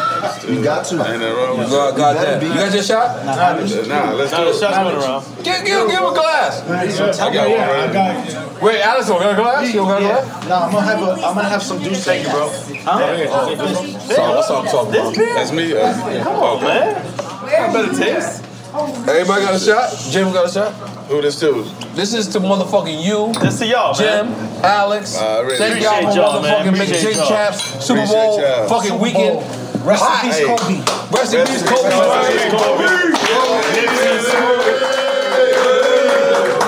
Speaker 11: You got to.
Speaker 3: God, God damn. You got your shot?
Speaker 12: Nah, let's do
Speaker 2: Nah, the
Speaker 12: it.
Speaker 2: shots going around.
Speaker 3: Give, give, give him a glass. I got one.
Speaker 12: I got
Speaker 3: Wait, Alex, you got a glass? You got a glass?
Speaker 9: No, I'm gonna have a, I'm gonna have some juice. Thank you, bro.
Speaker 3: So that's what I'm talking about. That's me. Come on, man. I better taste. Everybody got a shot? Jim got a shot?
Speaker 12: Who this to?
Speaker 3: This is to motherfucking you.
Speaker 2: This to y'all,
Speaker 3: Jim, Alex.
Speaker 12: I really
Speaker 3: Thank y'all
Speaker 12: appreciate
Speaker 3: for
Speaker 12: y'all, man.
Speaker 3: motherfucking
Speaker 12: Appreciate
Speaker 3: McJig
Speaker 12: y'all.
Speaker 3: Chaps, Super
Speaker 12: Appreciate
Speaker 3: Bowl,
Speaker 12: y'all.
Speaker 3: fucking
Speaker 12: Super
Speaker 3: weekend.
Speaker 11: Rest in
Speaker 3: Hot.
Speaker 11: peace,
Speaker 3: Hey.
Speaker 11: Kobe.
Speaker 3: Rest in peace, Kobe.
Speaker 11: Rest in peace,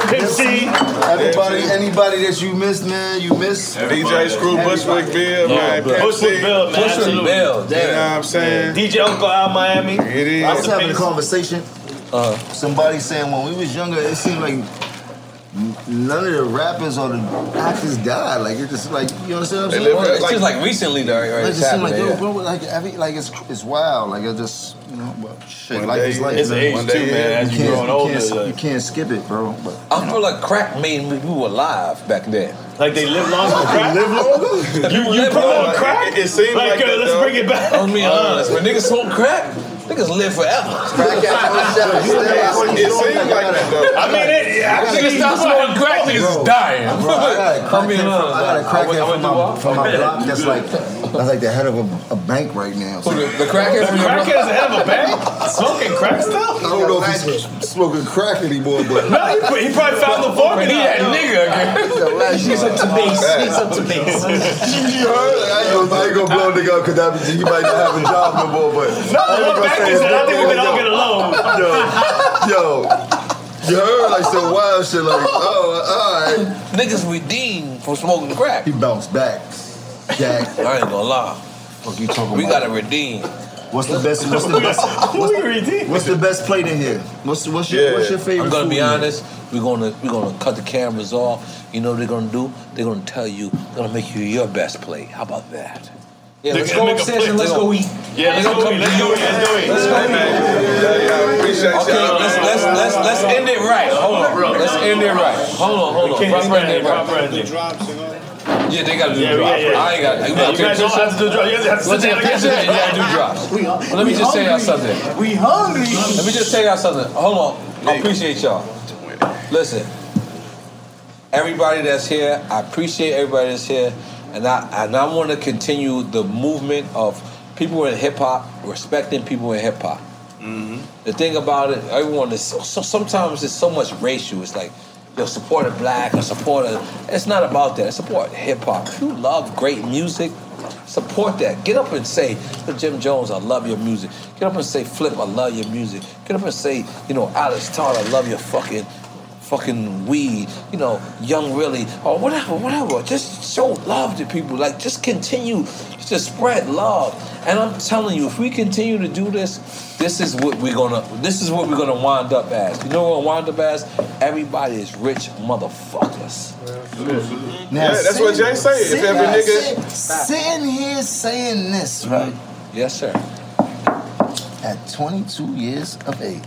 Speaker 11: Kobe.
Speaker 3: Kobe.
Speaker 11: Yo, MC. Everybody, anybody that you missed, man, you missed.
Speaker 12: DJ Screw, Bushwick Bill, man.
Speaker 11: Bushwick Bill,
Speaker 12: Pepsi.
Speaker 11: Bushwick Bill,
Speaker 12: You know what I'm saying?
Speaker 11: DJ Uncle Al Miami. Uh-huh.
Speaker 12: It is.
Speaker 11: I was having a conversation. Somebody saying when we was younger, it seemed like n- none of the rappers or the actors died. Like it just like you understand what I'm saying?
Speaker 3: It's just like recently, though. Right?
Speaker 11: It
Speaker 3: It's
Speaker 11: just seemed like,
Speaker 3: happening,
Speaker 11: yo,
Speaker 3: yeah.
Speaker 11: bro, like, every, like it's, it's wild. Like, I just, you know, but shit,
Speaker 3: One
Speaker 11: life
Speaker 3: day-
Speaker 11: is life.
Speaker 3: it's
Speaker 11: man.
Speaker 3: age,
Speaker 11: One
Speaker 3: too,
Speaker 11: day,
Speaker 3: man,
Speaker 11: yeah,
Speaker 3: as
Speaker 11: you
Speaker 3: you
Speaker 11: can't-
Speaker 3: growing older,
Speaker 11: You can't,
Speaker 3: like-
Speaker 11: you can't skip it, bro. But
Speaker 3: I feel like crack made me, we were live back then.
Speaker 2: Like they live longer.
Speaker 3: crack?
Speaker 11: live longer?
Speaker 3: you you
Speaker 12: like, It, it seems
Speaker 3: uh,
Speaker 12: like, that, though.
Speaker 3: I mean, honest, when niggas smoke crack, niggas live forever. Crack
Speaker 12: It seems like that, though.
Speaker 3: I mean, it, niggas stop smoking crack, niggas is dying.
Speaker 11: Bro, I got a
Speaker 3: I mean,
Speaker 11: crackhead from, I got a
Speaker 3: uh, I went- I
Speaker 11: crackhead
Speaker 3: went
Speaker 11: from,
Speaker 3: through all-
Speaker 11: my, from my
Speaker 3: Yeah,
Speaker 11: block
Speaker 3: you
Speaker 11: that's
Speaker 3: good.
Speaker 11: like that's like the head of a, a bank right now. So
Speaker 3: the crackhead
Speaker 11: from
Speaker 13: The
Speaker 11: your
Speaker 13: crackhead
Speaker 11: block-
Speaker 13: is the head of a bank? Smoking crack still?
Speaker 11: I don't know if he's smoking crack anymore, but
Speaker 13: No, he pr- he probably found the fork in
Speaker 11: He
Speaker 13: that
Speaker 11: nigga. He's up to base. He's up to base. You heard? I ain't gonna, I ain't gonna blow a nigga up because that means he might not have a job no more. But
Speaker 13: No,
Speaker 11: I ain't
Speaker 13: what
Speaker 11: gonna
Speaker 13: back
Speaker 11: say
Speaker 13: is
Speaker 11: his
Speaker 13: that? I think we
Speaker 11: birthday,
Speaker 13: can all
Speaker 11: yo.
Speaker 13: get along.
Speaker 11: Yo, yo. You heard like some wild shit like, oh, all right.
Speaker 3: Niggas redeemed for smoking crack.
Speaker 11: He bounced back. Jack.
Speaker 3: I ain't gonna lie.
Speaker 11: Fuck you talking
Speaker 3: We
Speaker 11: about?
Speaker 3: gotta redeem.
Speaker 11: What's the best? What's the best? What's, what's the best plate in here? What's what's your what's your favorite?
Speaker 3: I'm gonna
Speaker 11: food
Speaker 3: be
Speaker 11: in here?
Speaker 3: honest. We're gonna we're gonna cut the cameras off. You know what they're gonna do? They're gonna tell you. They're gonna make you your best play. How about that? Yeah,
Speaker 13: They
Speaker 3: let's
Speaker 13: gonna
Speaker 3: go
Speaker 13: make a
Speaker 3: upstairs
Speaker 13: plate.
Speaker 3: and let's
Speaker 13: They
Speaker 3: go
Speaker 13: gonna-
Speaker 3: eat.
Speaker 13: Yeah, let's go eat. Let's do it. Let's do it.
Speaker 3: Let's go eat. Okay, let's let's let's let's end it right. Hold on, let's end it right. Hold on, hold on. Proper ending, right. Yeah, they gotta do
Speaker 13: Yeah,
Speaker 3: the drop.
Speaker 13: yeah, yeah.
Speaker 3: I ain't got.
Speaker 13: Yeah, you guys don't have to do drop. You guys have to
Speaker 3: Let's
Speaker 13: sit
Speaker 3: take a
Speaker 13: down
Speaker 3: picture
Speaker 13: together.
Speaker 3: and yeah, do drops.
Speaker 13: We-
Speaker 3: But let me
Speaker 13: we
Speaker 3: just tell y'all
Speaker 13: hungry.
Speaker 3: something. We hungry. Let me just tell y'all something. Hold on. I appreciate y'all. Listen, everybody that's here, I appreciate everybody that's here, and I and I want to continue the movement of people in hip hop respecting people in hip hop. Mm-hmm. The thing about it, everyone is so, so, sometimes it's so much racial. It's like, yo, support a black or support a. It's not about that. Support hip hop. If you love great music, support that. Get up and say, "Yo, Jim Jones, I love your music. Get up and say, Flip, I love your music. Get up and say, you know, Alex Todd, I love your fucking. Fucking weed, you know, young really, or whatever, whatever. Just show love to people. Like, just continue to spread love. And I'm telling you, if we continue to do this, this is what we're gonna. This is what we're gonna wind up as. You know what we're gonna wind up as? Everybody is rich motherfuckers.
Speaker 11: Now,
Speaker 3: Yeah, that's what
Speaker 11: sitting-
Speaker 3: Jay say. If
Speaker 11: sitting-
Speaker 3: every nigga-
Speaker 11: sit- sitting here saying this, right?
Speaker 3: Yes, sir.
Speaker 11: At 22 years of age,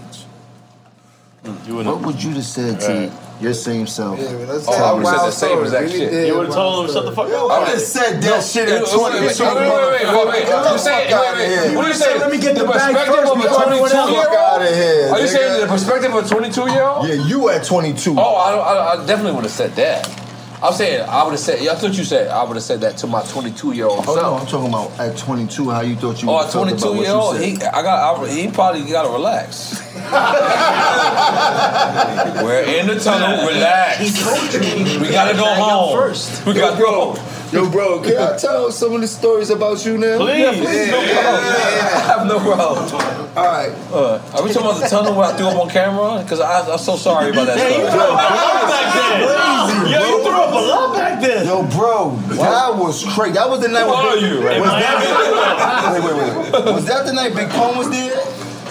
Speaker 2: would've-
Speaker 11: what would you have said to
Speaker 2: Right.
Speaker 11: your same self?
Speaker 2: Yeah, but
Speaker 3: Oh,
Speaker 2: that's
Speaker 11: Ten
Speaker 2: a
Speaker 11: years
Speaker 2: wild
Speaker 11: ago?
Speaker 2: story. We need to- You would've told him, "Shut the fuck up."
Speaker 11: I would have said that
Speaker 2: No,
Speaker 11: shit
Speaker 2: you-
Speaker 11: at
Speaker 2: wait, wait,
Speaker 11: 22.
Speaker 2: wait, wait, wait, wait, wait.
Speaker 11: Get the
Speaker 3: You
Speaker 11: fuck
Speaker 3: say- wait,
Speaker 11: outta
Speaker 3: wait.
Speaker 11: here.
Speaker 3: What do you say?
Speaker 11: Let me get the
Speaker 3: Perspective
Speaker 11: bag first
Speaker 3: of a
Speaker 11: before everyone else.
Speaker 3: 22 year
Speaker 11: Fuck
Speaker 3: old?
Speaker 11: outta here,
Speaker 3: Are you
Speaker 11: nigga.
Speaker 3: saying the perspective of a 22 year old?
Speaker 11: Yeah, you at 22.
Speaker 3: Oh, I, don't, I, don't- I definitely would have said that. I'm saying I would have said. Yeah, I thought you said I would have said that to my 22 year old
Speaker 11: Oh, no,
Speaker 3: self.
Speaker 11: I'm talking about at 22, how you thought you
Speaker 3: Oh,
Speaker 11: were
Speaker 3: a 22 year old, he I got I, he probably got to relax. We're in the tunnel. Relax. We gotta go home first. We gotta go.
Speaker 11: Yo, bro, can I uh, tell some of the stories about you now?
Speaker 3: Please.
Speaker 11: Yeah,
Speaker 3: No problem. I have no problem.
Speaker 11: All right.
Speaker 3: Uh, are we talking about the tunnel where I threw up on camera? Because I'm so sorry about that
Speaker 13: Yeah, you
Speaker 3: stuff.
Speaker 13: threw up a lot back then. Yeah, you threw up a lot back then.
Speaker 11: Yo, bro, that was crazy. That was the night.
Speaker 3: Who are
Speaker 11: when Big-
Speaker 3: you, right?
Speaker 11: Was
Speaker 3: In
Speaker 11: that, wait, wait, wait. Was that the night Big Pone was there?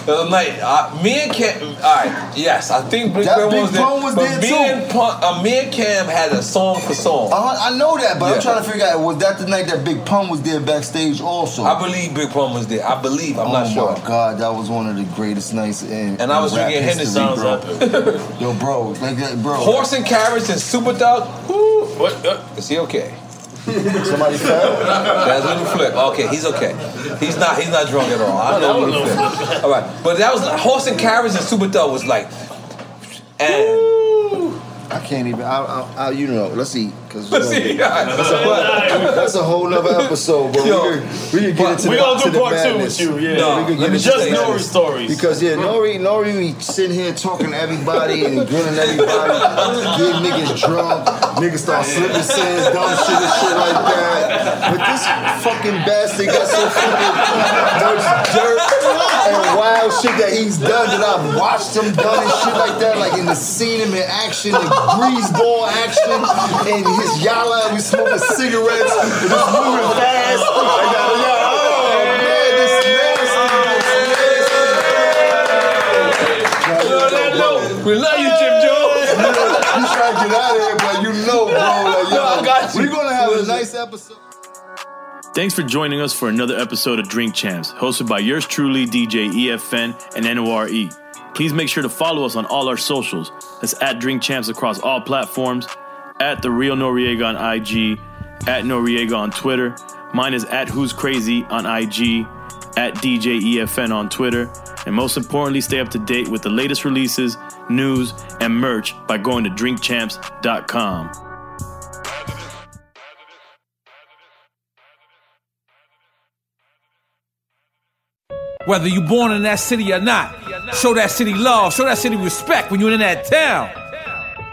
Speaker 3: The other night, uh, me and Cam. All right, yes, I think Big
Speaker 11: That
Speaker 3: Pun
Speaker 11: Big
Speaker 3: was there.
Speaker 11: Pun was
Speaker 3: but
Speaker 11: there
Speaker 3: me
Speaker 11: too.
Speaker 3: And Pun, uh, me and Cam had a song for song.
Speaker 11: Uh, I know that, but
Speaker 3: Yeah.
Speaker 11: I'm trying to figure out was that the night that Big Pun was there backstage also?
Speaker 3: I believe Big Pun was there. I believe. I'm
Speaker 11: oh
Speaker 3: not sure.
Speaker 11: my god, that was one of the greatest nights in.
Speaker 3: And I was
Speaker 11: in rap
Speaker 3: drinking
Speaker 11: history,
Speaker 3: Henderson.
Speaker 11: bro. Yo, bro, like that, bro.
Speaker 3: Horse and carriage and super dog. Woo. What? Uh, is he okay?
Speaker 11: Somebody fell.
Speaker 3: That's a flip. Okay, he's okay. He's not. He's not drunk at all.
Speaker 13: No,
Speaker 3: I know
Speaker 13: that
Speaker 3: Little
Speaker 13: was no
Speaker 3: flip. All right, but that was horse and carriage and super dog was like, and
Speaker 11: I can't even. I, I, I you know, let's see, cause
Speaker 3: Let's see.
Speaker 11: That's a, whole- that's a whole nother episode, but
Speaker 3: Yo,
Speaker 11: we can, we can get into
Speaker 3: we
Speaker 11: the,
Speaker 3: gonna do
Speaker 11: to the
Speaker 3: part two with
Speaker 11: madness.
Speaker 3: you, yeah. Nah,
Speaker 11: we can get
Speaker 3: let me
Speaker 11: into
Speaker 3: just
Speaker 11: the
Speaker 3: Nori
Speaker 11: madness.
Speaker 3: stories.
Speaker 11: Because yeah, Nori, Nori, we sitting here talking to everybody and grilling everybody, getting niggas drunk, niggas start slipping sins, dumb shit and shit like that. But this fucking bastard got so fucking much dirt and wild shit that he's done that I've watched him done and shit like that, like in the scene him in action, the greaseball action, and his yalla, and we smoking cigarettes, and just moving fast. Like that, yeah, oh, man, this nasty, this nasty.
Speaker 9: We love you, Jim Jones.
Speaker 11: you trying to get out of here, but you know, bro. Like, yo,
Speaker 9: No, I got you.
Speaker 11: We're gonna have a nice episode.
Speaker 2: Thanks for joining us for another episode of Drink Champs, hosted by yours truly, DJ EFN and NORE. E. Please make sure to follow us on all our socials. That's at Drink Champs across all platforms, at The Real Noriega on IG, at Noriega on Twitter. Mine is at Who's Crazy on IG, at DJ EFN on Twitter. And most importantly, stay up to date with the latest releases, news, and merch by going to drinkchamps.com.
Speaker 3: Whether you born in that city or not, show that city love, show that city respect when you're in that town.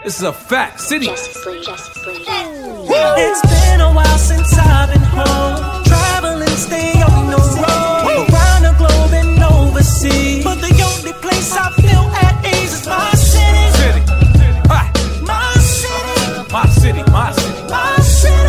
Speaker 3: This is a fact city.
Speaker 5: It's been a while since I've been home. Traveling, stay on the road. Around the globe and overseas. But the only place I feel at ease is my city. My city.
Speaker 3: My city, my city.
Speaker 5: My city. My city.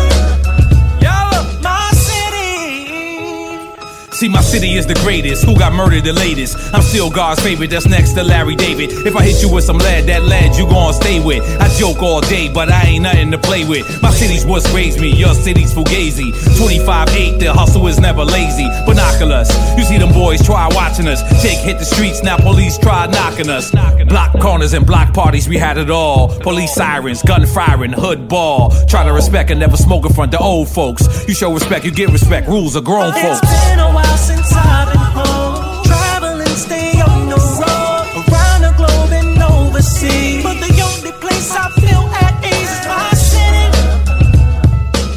Speaker 3: See, my city is the greatest. Who got murdered the latest? I'm still God's favorite. That's next to Larry David. If I hit you with some lead, that lead you gon' stay with. I joke all day, but I ain't nothing to play with. My city's what's raised me. Your city's fugazi. 25-8, the hustle is never lazy. Binoculars. You see them boys try watching us. Jake hit the streets. Now police try knocking us. Block corners and block parties. We had it all. Police sirens, gun firing, hood ball. Try to respect and never smoke in front of old folks. You show respect, you get respect. Rules are grown folks.
Speaker 5: It's been a while since I've been home. Traveling, stay on the road. Around the globe and overseas. But the only place I feel at ease is my city.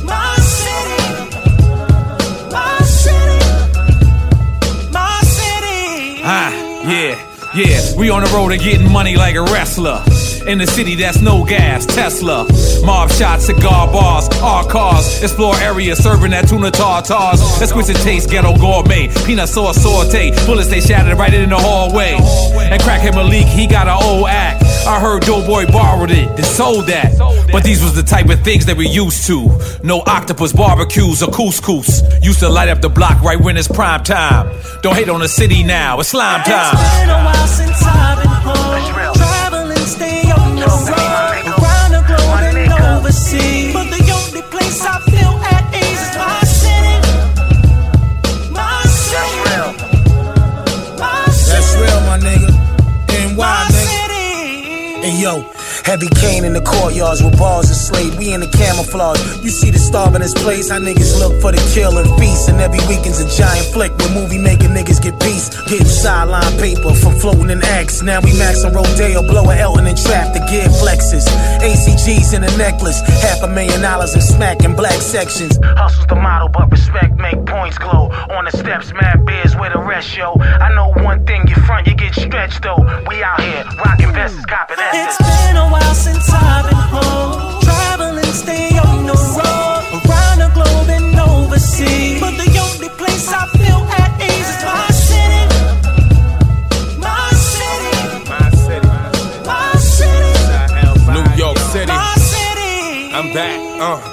Speaker 5: My city. My city. My city.
Speaker 3: Ah, yeah, yeah. We on the road and getting money like a wrestler. In the city that's no gas, Tesla. Mob shots, cigar bars, our cars. Explore area, serving that tuna tartars. Exquisite taste, ghetto gourmet. Peanut sauce saute. Bullets they shattered right in the hallway. And crackhead Malik, he got an old act. I heard Doughboy borrowed it, then sold that. But these was the type of things that we used to. No octopus barbecues or couscous. Used to light up the block right when it's prime time. Don't hate on the city now, it's slime time.
Speaker 5: It's been a while since I've been home. Traveling, stay on the road. Around the globe and overseas. But the only place I feel at ease is my city. My city. My
Speaker 6: That's real, my nigga. NY,
Speaker 5: My
Speaker 6: nigga. And yo, heavy cane in the courtyards with bars and slate. We in the camouflage. You see the starving this place. How niggas look for the kill and feast. And every weekend's a giant flick where movie making niggas get peace. Getting sideline paper from floating in X. Now we max on Rodeo, blowing Elton and trap. The gear flexes. ACGs in a necklace. Half a million dollars in smack and black sections. Hustle's the model, but respect make points glow. On the steps, mad beers where the rest, yo. I know one thing, you front, you get stretched though. We out here, rocking vests, copping
Speaker 5: It's been a while since I've been home. Traveling, stay on the road. Around the globe and overseas. But the only place I feel at ease is my city. My city. My city. My city.
Speaker 7: New York City.
Speaker 5: My city.
Speaker 7: I'm back. Uh.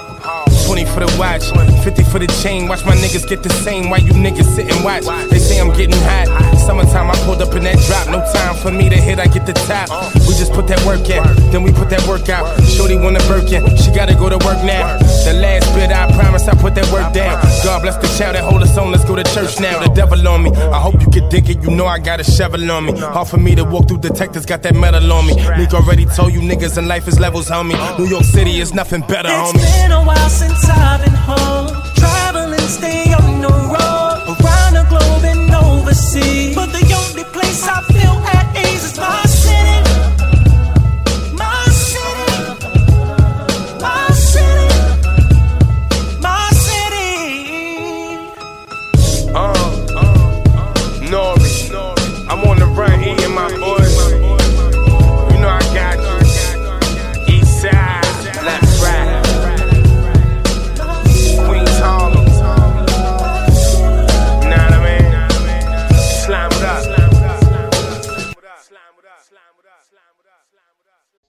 Speaker 7: 20 for the watch, 50 for the chain. Watch my niggas get the same. Why you niggas sit and watch? They say I'm getting hot. Summertime, I pulled up in that drop. No time for me to hit, I get the top. We just put that work in, then we put that work out. Shorty wanna Birkin, she gotta go to work now. The last bit, I promise, I put that work down. God bless the child that hold us on. Let's go to church now. The devil on me. I hope you can dig it. You know I got a shovel on me. Hard for me to walk through detectives, got that metal on me. Meek already told you niggas and life is levels, homie. New York City is nothing better,
Speaker 5: It's
Speaker 7: homie.
Speaker 5: been a while since I've been home. Traveling, stay on the road. Around the globe and overseas. But the only place I feel at ease is my city. My city. My city. My city.
Speaker 7: Uh, Norris, I'm on the run eating my boys. You know I got you. East side, left, right. Queens Harlem.